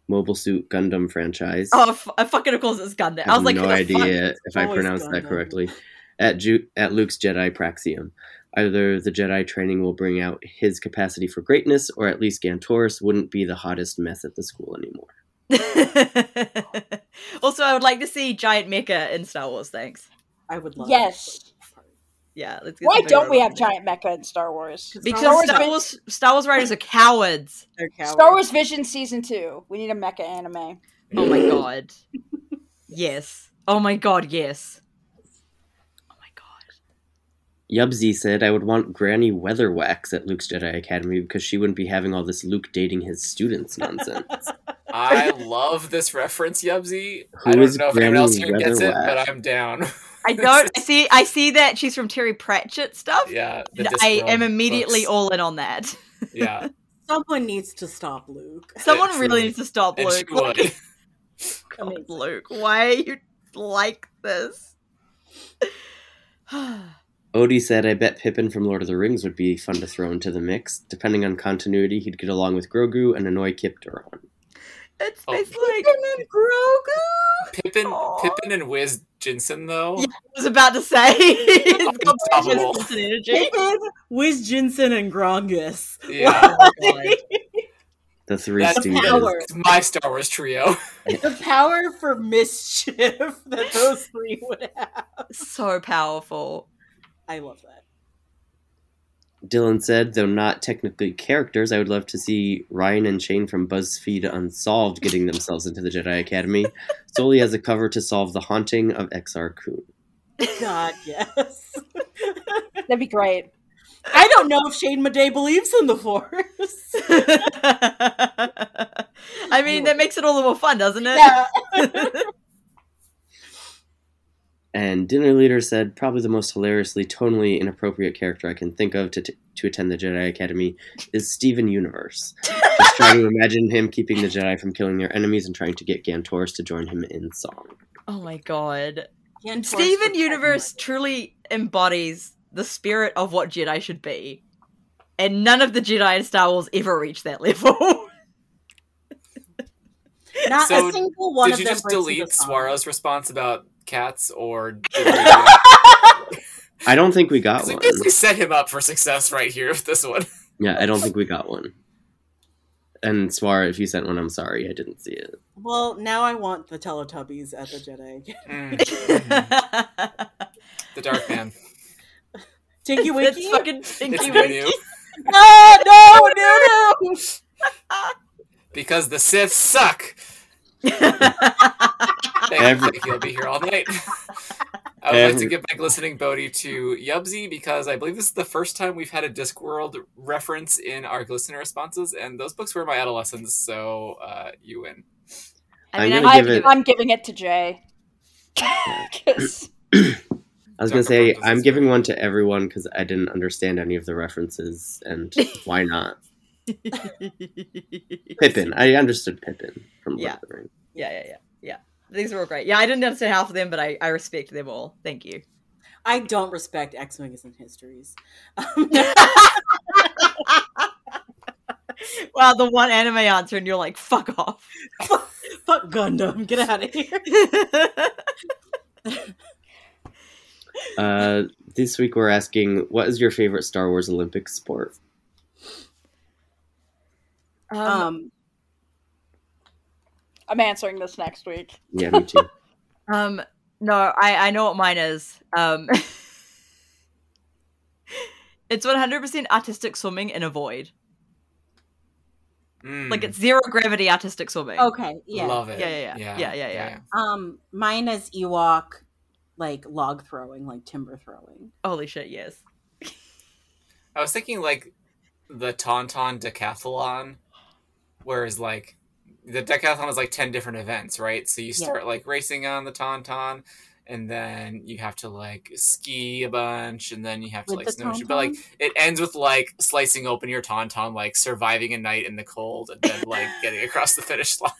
Speaker 7: mobile suit Gundam franchise.
Speaker 5: Oh, f- I fucking of course it's Gundam.
Speaker 7: I
Speaker 5: I
Speaker 7: have
Speaker 5: was like,
Speaker 7: no
Speaker 5: who the
Speaker 7: idea
Speaker 5: fuck-
Speaker 7: if I
Speaker 1: always
Speaker 7: pronounced that
Speaker 1: Gundam.
Speaker 7: correctly. At, Ju- at Luke's Jedi Praxium. Either the Jedi training will bring out his capacity for greatness, or at least Gantorus wouldn't be the hottest mess at the school anymore.
Speaker 5: *laughs* also, I would like to see giant mecha in Star Wars. Thanks.
Speaker 1: I would love.
Speaker 6: Yes.
Speaker 5: Yeah, let's get
Speaker 6: Why
Speaker 5: some bigger
Speaker 6: don't we have
Speaker 5: ones.
Speaker 6: giant mecha in Star Wars?
Speaker 5: Because
Speaker 6: Star Wars
Speaker 5: Star
Speaker 6: been-
Speaker 5: Wars, Star Wars writers are cowards.
Speaker 1: They're cowards.
Speaker 6: Star Wars Vision Season 2. We need a mecha anime.
Speaker 5: Oh my god. Yes. Oh my god. Yes. Oh my god.
Speaker 7: Yubzy said, I would want Granny Weatherwax at Luke's Jedi Academy because she wouldn't be having all this Luke dating his students nonsense.
Speaker 2: *laughs* I love this reference, Yubzy.
Speaker 7: Who
Speaker 2: I don't
Speaker 7: is
Speaker 2: know if anyone else
Speaker 7: Granny
Speaker 2: here gets it,
Speaker 7: Weatherwax?
Speaker 2: but I'm down. *laughs*
Speaker 5: I don't I see. I see that she's from Terry Pratchett stuff.
Speaker 2: yeah. the
Speaker 5: and I
Speaker 2: Discworld
Speaker 5: am immediately
Speaker 2: books.
Speaker 5: all in
Speaker 2: *laughs*
Speaker 5: on that.
Speaker 2: Yeah.
Speaker 1: Someone needs to stop Luke.
Speaker 5: Someone really
Speaker 2: truly.
Speaker 5: needs to stop
Speaker 2: And she
Speaker 5: Luke. Like, *laughs*
Speaker 1: *laughs*
Speaker 2: would.
Speaker 5: God, Luke, why are you like this? *sighs*
Speaker 2: Oh.
Speaker 7: Odie said, I bet Pippin from Lord of the Rings would be fun to throw into the mix. Depending on continuity, he'd get along with Grogu and annoy Kip Duron.
Speaker 5: It's,
Speaker 2: Oh.
Speaker 6: *laughs*
Speaker 5: it's like
Speaker 2: Pippin
Speaker 5: Aw.
Speaker 2: Pippin and Wiz Jensen though.
Speaker 5: Yeah. I was about to say. *laughs* it's got
Speaker 2: Unstoppable.
Speaker 5: precious energy.
Speaker 1: David, *laughs* Wiz Jensen, and Grongus.
Speaker 2: Yeah.
Speaker 5: Oh my God.
Speaker 7: The three
Speaker 2: That's
Speaker 7: Stooges.
Speaker 1: power.
Speaker 2: it's my Star Wars trio.
Speaker 1: *laughs* The power for mischief *laughs* that those three would have.
Speaker 5: so powerful.
Speaker 1: I love that.
Speaker 7: Dylan said, though not technically characters, I would love to see Ryan and Shane from BuzzFeed Unsolved getting themselves into the Jedi Academy solely as a cover to solve the haunting of XR Kun.
Speaker 1: *laughs* God, yes.
Speaker 6: That'd be great.
Speaker 1: I don't know if Shane Madej believes in the Force. *laughs*
Speaker 5: *laughs* I mean, that makes it all the more fun, doesn't it?
Speaker 1: Yeah.
Speaker 7: And dinner leader said, probably the most hilariously tonally inappropriate character I can think of to, to attend the Jedi Academy is Steven Universe. Just trying to imagine him keeping the Jedi from killing their enemies and trying to get Gantorus to join him in song.
Speaker 5: Oh my god.
Speaker 1: Gantor's
Speaker 5: Steven
Speaker 1: the
Speaker 5: Universe truly embodies the spirit of what Jedi should be. And none of the Jedi in Star Wars ever reach that level.
Speaker 1: Not
Speaker 2: So,
Speaker 1: a single one
Speaker 2: Did
Speaker 1: of
Speaker 2: you
Speaker 1: them
Speaker 2: just
Speaker 1: breaks into
Speaker 2: delete
Speaker 1: song.
Speaker 2: Suaro's response about
Speaker 1: *laughs*
Speaker 2: cats or
Speaker 7: I don't think we got
Speaker 2: Because we
Speaker 7: one.
Speaker 2: basically set him up for success right here with this one.
Speaker 7: Yeah, I don't think we got one. And Swara, if you sent one, I'm sorry, I didn't see it.
Speaker 1: Well, now I want the Teletubbies at the Jedi. *laughs*
Speaker 5: Mm.
Speaker 2: the Dark Man.
Speaker 1: Tinky
Speaker 5: *laughs* It's
Speaker 1: Winky?
Speaker 5: fucking
Speaker 2: It's
Speaker 5: Tinky
Speaker 2: new,
Speaker 5: Winky.
Speaker 2: new.
Speaker 1: No,
Speaker 5: Ah,
Speaker 1: no, no, no!
Speaker 2: Because the Sith suck.
Speaker 5: *laughs*
Speaker 2: Thank you,
Speaker 7: Every-
Speaker 2: thank you. I'll be here all night. *laughs* I would like to
Speaker 7: Every-
Speaker 2: give my glistening Bodhi to Yubzy because I believe this is the first time we've had a Discworld reference in our glistening responses, and those books were my adolescence, so uh, you win.
Speaker 5: I
Speaker 7: I'm
Speaker 5: mean,
Speaker 7: gonna
Speaker 5: I
Speaker 6: I'm,
Speaker 7: give it-
Speaker 6: I'm giving it to Jay. *laughs* 'Cause-
Speaker 7: I was going to
Speaker 2: Dr.
Speaker 7: say,
Speaker 2: Purpose
Speaker 7: I'm
Speaker 2: is
Speaker 7: giving
Speaker 2: great.
Speaker 7: one to everyone because I didn't understand any of the references, and why not? Pippin. I understood Pippin from
Speaker 5: Yeah.
Speaker 7: Lord of the Rings.
Speaker 5: *laughs* yeah, yeah, yeah. Yeah. These are all great. Yeah, I didn't understand half of them, but I, I respect them all. Thank you.
Speaker 1: I don't respect X Wings and Histories. Um,
Speaker 5: Wow, the one anime answer, and you're like, fuck off.
Speaker 1: fuck Gundam. Get out of here.
Speaker 7: Uh, this week we're asking, what is your favorite Star Wars Olympic sport?
Speaker 5: *laughs* Um,
Speaker 1: Um,
Speaker 6: I'm answering this next week.
Speaker 7: Yeah,
Speaker 5: *laughs*
Speaker 7: me too.
Speaker 5: um, no, I I know what mine is. Um, *laughs* it's one hundred percent artistic swimming in a void. Like
Speaker 2: Hmm.
Speaker 5: it's zero gravity artistic swimming.
Speaker 1: okay, yeah.
Speaker 2: Mm. love it.
Speaker 5: Yeah, yeah, yeah. Yeah, yeah, yeah.
Speaker 1: Um, mine is Ewok, like log throwing, like timber throwing.
Speaker 5: holy shit! Yes.
Speaker 2: I was thinking like the Tauntaun decathlon, whereas like the decathlon is like ten different events, right? So you
Speaker 1: Yeah.
Speaker 2: start like racing on the Tauntaun, and then you have to like ski a bunch, and then you have to
Speaker 1: With
Speaker 2: like
Speaker 1: the
Speaker 2: snowshoe. But like it ends with like slicing open your Tauntaun, like surviving a night in the cold, and then
Speaker 1: *laughs*
Speaker 2: like getting across the finish line.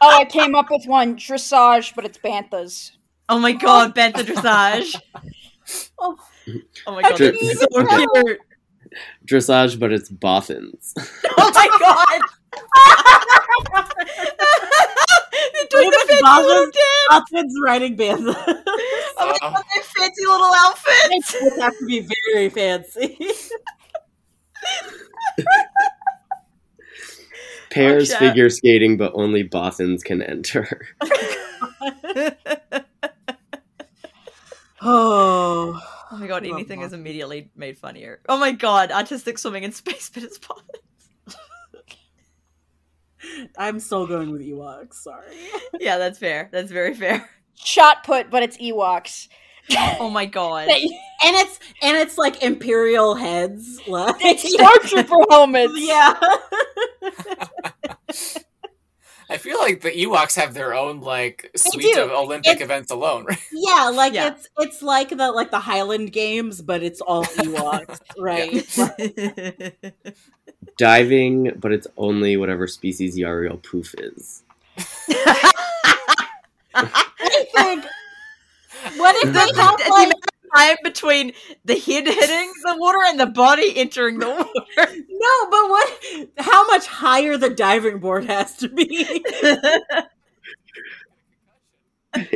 Speaker 6: Oh, I came up with one dressage, but it's banthas.
Speaker 5: Oh my god, Bantha dressage.
Speaker 1: Oh.
Speaker 5: *laughs* Oh my
Speaker 7: I
Speaker 5: god,
Speaker 7: didn't
Speaker 5: that's so
Speaker 7: *laughs* even
Speaker 5: *laughs*
Speaker 7: know.
Speaker 5: cute.
Speaker 7: Dressage, but it's boffins.
Speaker 5: Oh my god. They're doing
Speaker 1: What
Speaker 5: the
Speaker 1: if
Speaker 5: fancy
Speaker 1: Baba-
Speaker 5: little dance.
Speaker 1: Options riding bands. *laughs*
Speaker 5: Oh my
Speaker 2: Uh,
Speaker 5: god, their fancy little outfits.
Speaker 1: would have to be very fancy.
Speaker 7: Pairs
Speaker 5: shit.
Speaker 7: figure skating, but only boffins can enter.
Speaker 1: *sighs*
Speaker 7: *laughs*
Speaker 1: oh.
Speaker 5: *laughs* Oh my god,
Speaker 1: Love
Speaker 5: anything is
Speaker 1: Baba.
Speaker 5: immediately made funnier. Oh my god, artistic swimming in space, *laughs* but it's pop.
Speaker 1: I'm still going with Ewoks, sorry.
Speaker 5: Yeah, that's fair. That's very fair. *laughs*
Speaker 6: Shot put, but it's Ewoks.
Speaker 5: Oh my god.
Speaker 1: and it's and it's like Imperial heads. Like
Speaker 6: Stormtrooper helmets.
Speaker 1: *laughs* Yeah.
Speaker 2: I feel like the Ewoks have their own like suite
Speaker 1: do.
Speaker 2: of Olympic
Speaker 1: It's-
Speaker 2: events alone, *laughs* right?
Speaker 1: Yeah, like
Speaker 5: Yeah.
Speaker 1: it's it's like the like the Highland games, but it's all *laughs* Ewoks, right?
Speaker 7: Diving, but it's only whatever species Yariel Poof is. *laughs*
Speaker 1: I think what if they have
Speaker 5: the
Speaker 1: like
Speaker 5: amount of time between the head hitting the water and the body entering the water.
Speaker 1: no, Oh, but what how much higher the diving board has to be? *laughs*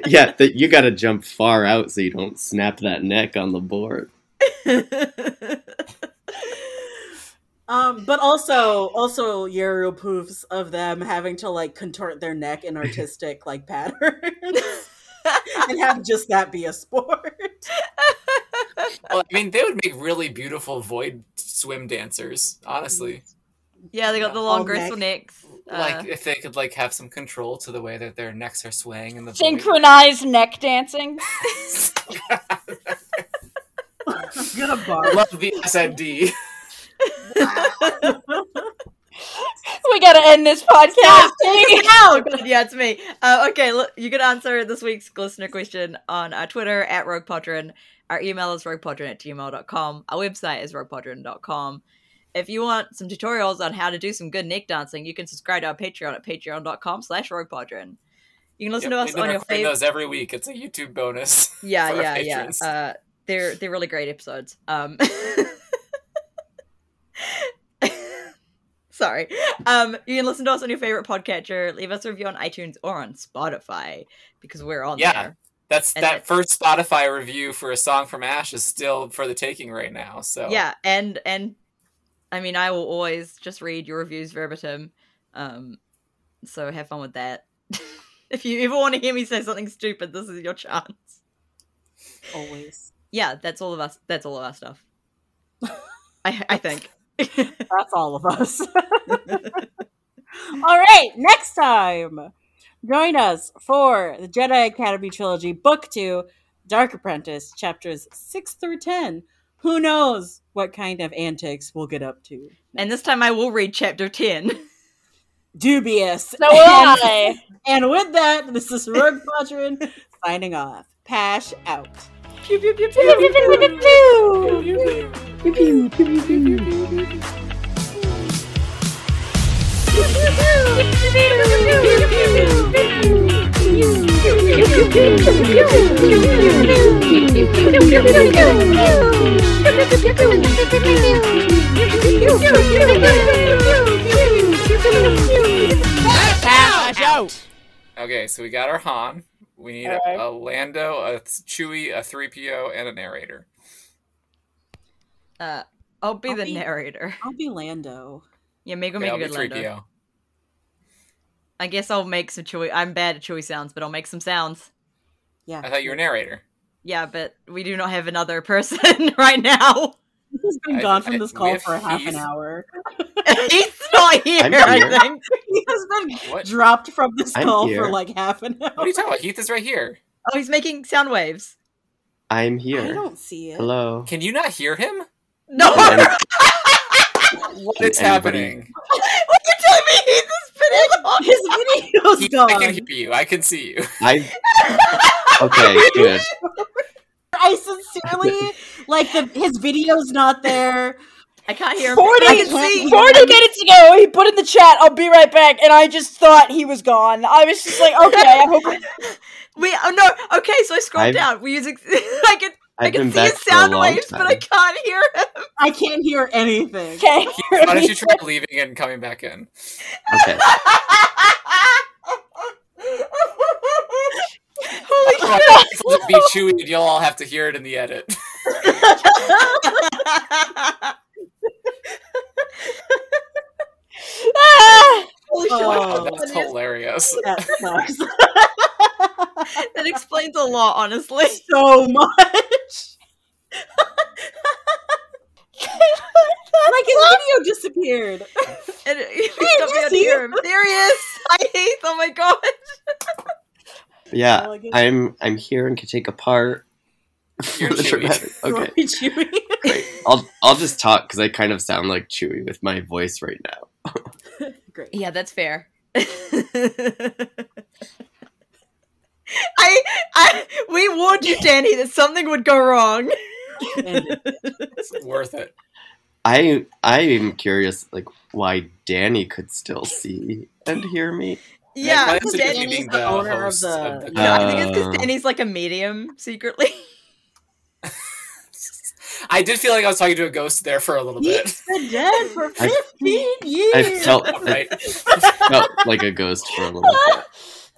Speaker 7: yeah, that you gotta jump far out so you don't snap that neck on the board.
Speaker 1: Um, but also also Yariel poofs of them having to like contort their neck
Speaker 2: *laughs*
Speaker 1: in artistic like patterns *laughs* and have just that be a sport.
Speaker 2: Well, I mean, they would make really beautiful void swim dancers, honestly.
Speaker 5: yeah, they got the
Speaker 1: All
Speaker 5: long graceful necks.
Speaker 2: like
Speaker 5: Uh,
Speaker 2: if they could like have some control to the way that their necks are swaying in the void.
Speaker 6: Synchronized neck dancing.
Speaker 1: Gonna
Speaker 2: I
Speaker 1: bar.
Speaker 2: love the SND.
Speaker 6: We gotta end this podcast.
Speaker 5: *laughs*
Speaker 6: *laughs*
Speaker 5: oh god, yeah, it's me. Uh, okay, look, you can answer this week's listener question on our Twitter at RoguePodron. Our email is roguepodron at gmail.com. Our website is roguepodron.com. If you want some tutorials on how to do some good neck dancing, you can subscribe to our Patreon at patreon.com slash roguepodron. You can listen
Speaker 2: Yep,
Speaker 5: to us
Speaker 2: we've been
Speaker 5: on your
Speaker 2: recording
Speaker 5: favorite...
Speaker 2: those every week. It's a YouTube bonus. *laughs*
Speaker 5: yeah
Speaker 2: for our
Speaker 5: yeah
Speaker 2: patrons.
Speaker 5: yeah uh they're they're really great episodes um *laughs* sorry um you can listen to us on your favorite podcatcher leave us a review on itunes or on spotify because we're on
Speaker 2: Yeah.
Speaker 5: there
Speaker 2: That's
Speaker 5: And
Speaker 2: that
Speaker 5: it-
Speaker 2: first Spotify review for a song from Ash is still for the taking right now. So
Speaker 5: yeah and and i mean i will always just read your reviews verbatim um so have fun with that *laughs* if you ever want to hear me say something stupid this is your chance
Speaker 1: Always.
Speaker 5: yeah that's all of us that's all of
Speaker 2: *laughs*
Speaker 5: our stuff i i think *laughs*
Speaker 1: That's all of us. *laughs* all right, next time, join us for the Jedi Academy Trilogy, Book Two, Dark Apprentice, chapters six through ten. Who knows what kind of antics we'll get up to?
Speaker 5: And this time I will read chapter 10.
Speaker 1: Dubious.
Speaker 6: So will I.
Speaker 1: And with that, this *laughs* is Rogue Quadrant signing off. Pash out.
Speaker 8: Pass out.
Speaker 2: Okay, so we got our Han. We need a-
Speaker 6: Alright.
Speaker 2: a, Lando, a Chewie, a three PO, and a narrator.
Speaker 5: *laughs* Uh, I'll be
Speaker 1: I'll
Speaker 5: the
Speaker 1: be-
Speaker 5: narrator.
Speaker 1: I'll be Lando.
Speaker 5: Yeah, make him
Speaker 2: Okay,
Speaker 5: make
Speaker 2: I'll
Speaker 5: a
Speaker 2: be
Speaker 5: good
Speaker 2: three
Speaker 5: Lando.
Speaker 2: PO.
Speaker 5: I guess I'll make some chewy. I'm bad at chewy sounds, but I'll make some sounds.
Speaker 1: Yeah.
Speaker 2: I thought you were narrator.
Speaker 5: Yeah, but we do not have another *laughs* person right now. *laughs*
Speaker 1: This has been
Speaker 2: I-
Speaker 1: gone from
Speaker 2: I-
Speaker 1: this
Speaker 2: we
Speaker 1: call
Speaker 2: have
Speaker 1: for a half an
Speaker 2: Heath.
Speaker 1: hour.
Speaker 5: He's not here,
Speaker 7: I'm here.
Speaker 5: I think.
Speaker 1: He has been
Speaker 2: What?
Speaker 1: dropped from this
Speaker 7: I'm
Speaker 1: call for
Speaker 7: here.
Speaker 1: like half an *laughs*
Speaker 2: What
Speaker 1: hour.
Speaker 2: are you talking about? Heath is right here.
Speaker 5: Oh, he's making sound waves.
Speaker 7: I'm
Speaker 1: I
Speaker 7: here.
Speaker 1: don't see it.
Speaker 7: Hello.
Speaker 2: Can you not hear him?
Speaker 5: No,
Speaker 7: And-
Speaker 2: What
Speaker 7: Can
Speaker 2: is
Speaker 7: anybody-
Speaker 2: happening?
Speaker 5: what you telling me? He's spinning on
Speaker 1: His video's
Speaker 2: Heath,
Speaker 1: gone.
Speaker 2: I can hear you. I can see
Speaker 1: *laughs*
Speaker 2: you.
Speaker 7: I.
Speaker 5: *laughs*
Speaker 7: Okay, good.
Speaker 1: I
Speaker 7: *laughs*
Speaker 1: sincerely like the his video's not there.
Speaker 5: I can't hear him.
Speaker 6: 40,
Speaker 5: I can see.
Speaker 6: 40 minutes ago, he put in the chat, I'll be right back, and I just thought he was gone. I was just like, okay, I hope.
Speaker 5: We oh no. Okay, so I scrolled
Speaker 7: I've-
Speaker 5: down. We using *laughs* I can I
Speaker 7: I've been
Speaker 5: can see
Speaker 7: back
Speaker 5: his
Speaker 7: for a
Speaker 5: sound
Speaker 7: long
Speaker 5: waves,
Speaker 7: time.
Speaker 5: but I can't hear him. *laughs*
Speaker 1: I can't hear anything.
Speaker 6: Okay.
Speaker 2: *laughs* Why don't you
Speaker 6: *laughs*
Speaker 2: try leaving and coming
Speaker 1: *laughs*
Speaker 2: back in?
Speaker 7: Okay.
Speaker 2: Otherwise, Heath will just be Chewie, and you'll all have to hear it in the edit. *laughs*
Speaker 6: Ah!
Speaker 5: Holy shit.
Speaker 1: Oh.
Speaker 2: That's hilarious.
Speaker 1: That sucks
Speaker 5: That explains a lot, *laughs* honestly.
Speaker 1: so much. like his video disappeared.
Speaker 5: *laughs* And we don't be able to hear him. There he *laughs* is. I hate. Oh my god.
Speaker 7: Yeah, I'm. I'm here and can take apart.
Speaker 2: *laughs* You're
Speaker 7: *laughs*
Speaker 2: Chewie.
Speaker 7: okay.
Speaker 1: Chewy.
Speaker 7: I'll. I'll just talk because I kind of sound like Chewy with my voice right now.
Speaker 1: Great.
Speaker 5: Yeah, that's fair. I, I, we warned you, Danny, that something would go wrong.
Speaker 1: And
Speaker 2: It's worth it.
Speaker 1: *laughs*
Speaker 7: I. I am curious, like why Danny could still see and hear me.
Speaker 2: Why
Speaker 5: Yeah,
Speaker 2: is it
Speaker 5: Danny.
Speaker 2: you being
Speaker 1: Danny's the owner of
Speaker 2: host
Speaker 1: the-
Speaker 2: the
Speaker 5: Yeah, I think it's because
Speaker 7: Uh.
Speaker 5: Danny's like a medium secretly. *laughs*
Speaker 2: I did feel like I was talking to a ghost there for a little bit. *laughs*
Speaker 1: he's been dead for
Speaker 7: I-
Speaker 1: fifteen years.
Speaker 7: I felt. I
Speaker 1: *laughs*
Speaker 2: right?
Speaker 7: felt like a ghost for a little bit.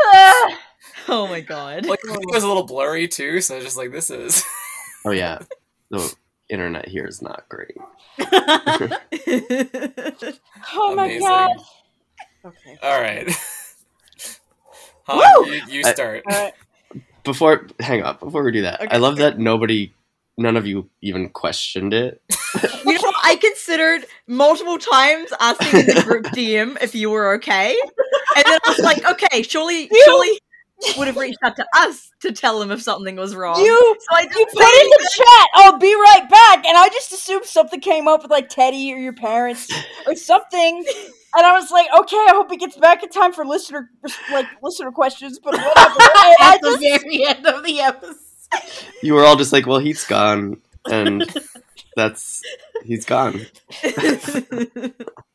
Speaker 6: Ah!
Speaker 5: oh my god.
Speaker 2: Like, it was a little blurry too, so I was just like, this is. *laughs*
Speaker 7: Oh yeah, the internet here is not great.
Speaker 5: *laughs*
Speaker 6: Oh my
Speaker 2: Amazing.
Speaker 6: god.
Speaker 1: okay.
Speaker 2: All right. *laughs* Han,
Speaker 6: Woo!
Speaker 2: you, you
Speaker 7: I-
Speaker 2: start.
Speaker 6: Alright.
Speaker 7: Before, hang on. Before we do that,
Speaker 5: Okay.
Speaker 7: I love that nobody, none of you even questioned it.
Speaker 5: *laughs* you know, I considered multiple times asking in the group
Speaker 6: *laughs*
Speaker 5: DM if you were okay, and then I was like, okay, surely,
Speaker 6: *laughs* You-
Speaker 5: surely would have reached out to us to tell him if something was wrong.
Speaker 6: You
Speaker 5: so I
Speaker 6: you
Speaker 5: didn't
Speaker 6: put in the chat, I'll be right back, and I just assumed something came up with like Teddy or your parents or something. And I was like, okay, I hope he gets back in time for listener like listener questions, but whatever. And I
Speaker 1: At the very end of the episode.
Speaker 7: You were all just like, "Well,
Speaker 2: *laughs*
Speaker 7: he's gone," and that's he's gone.
Speaker 5: *laughs* say anything.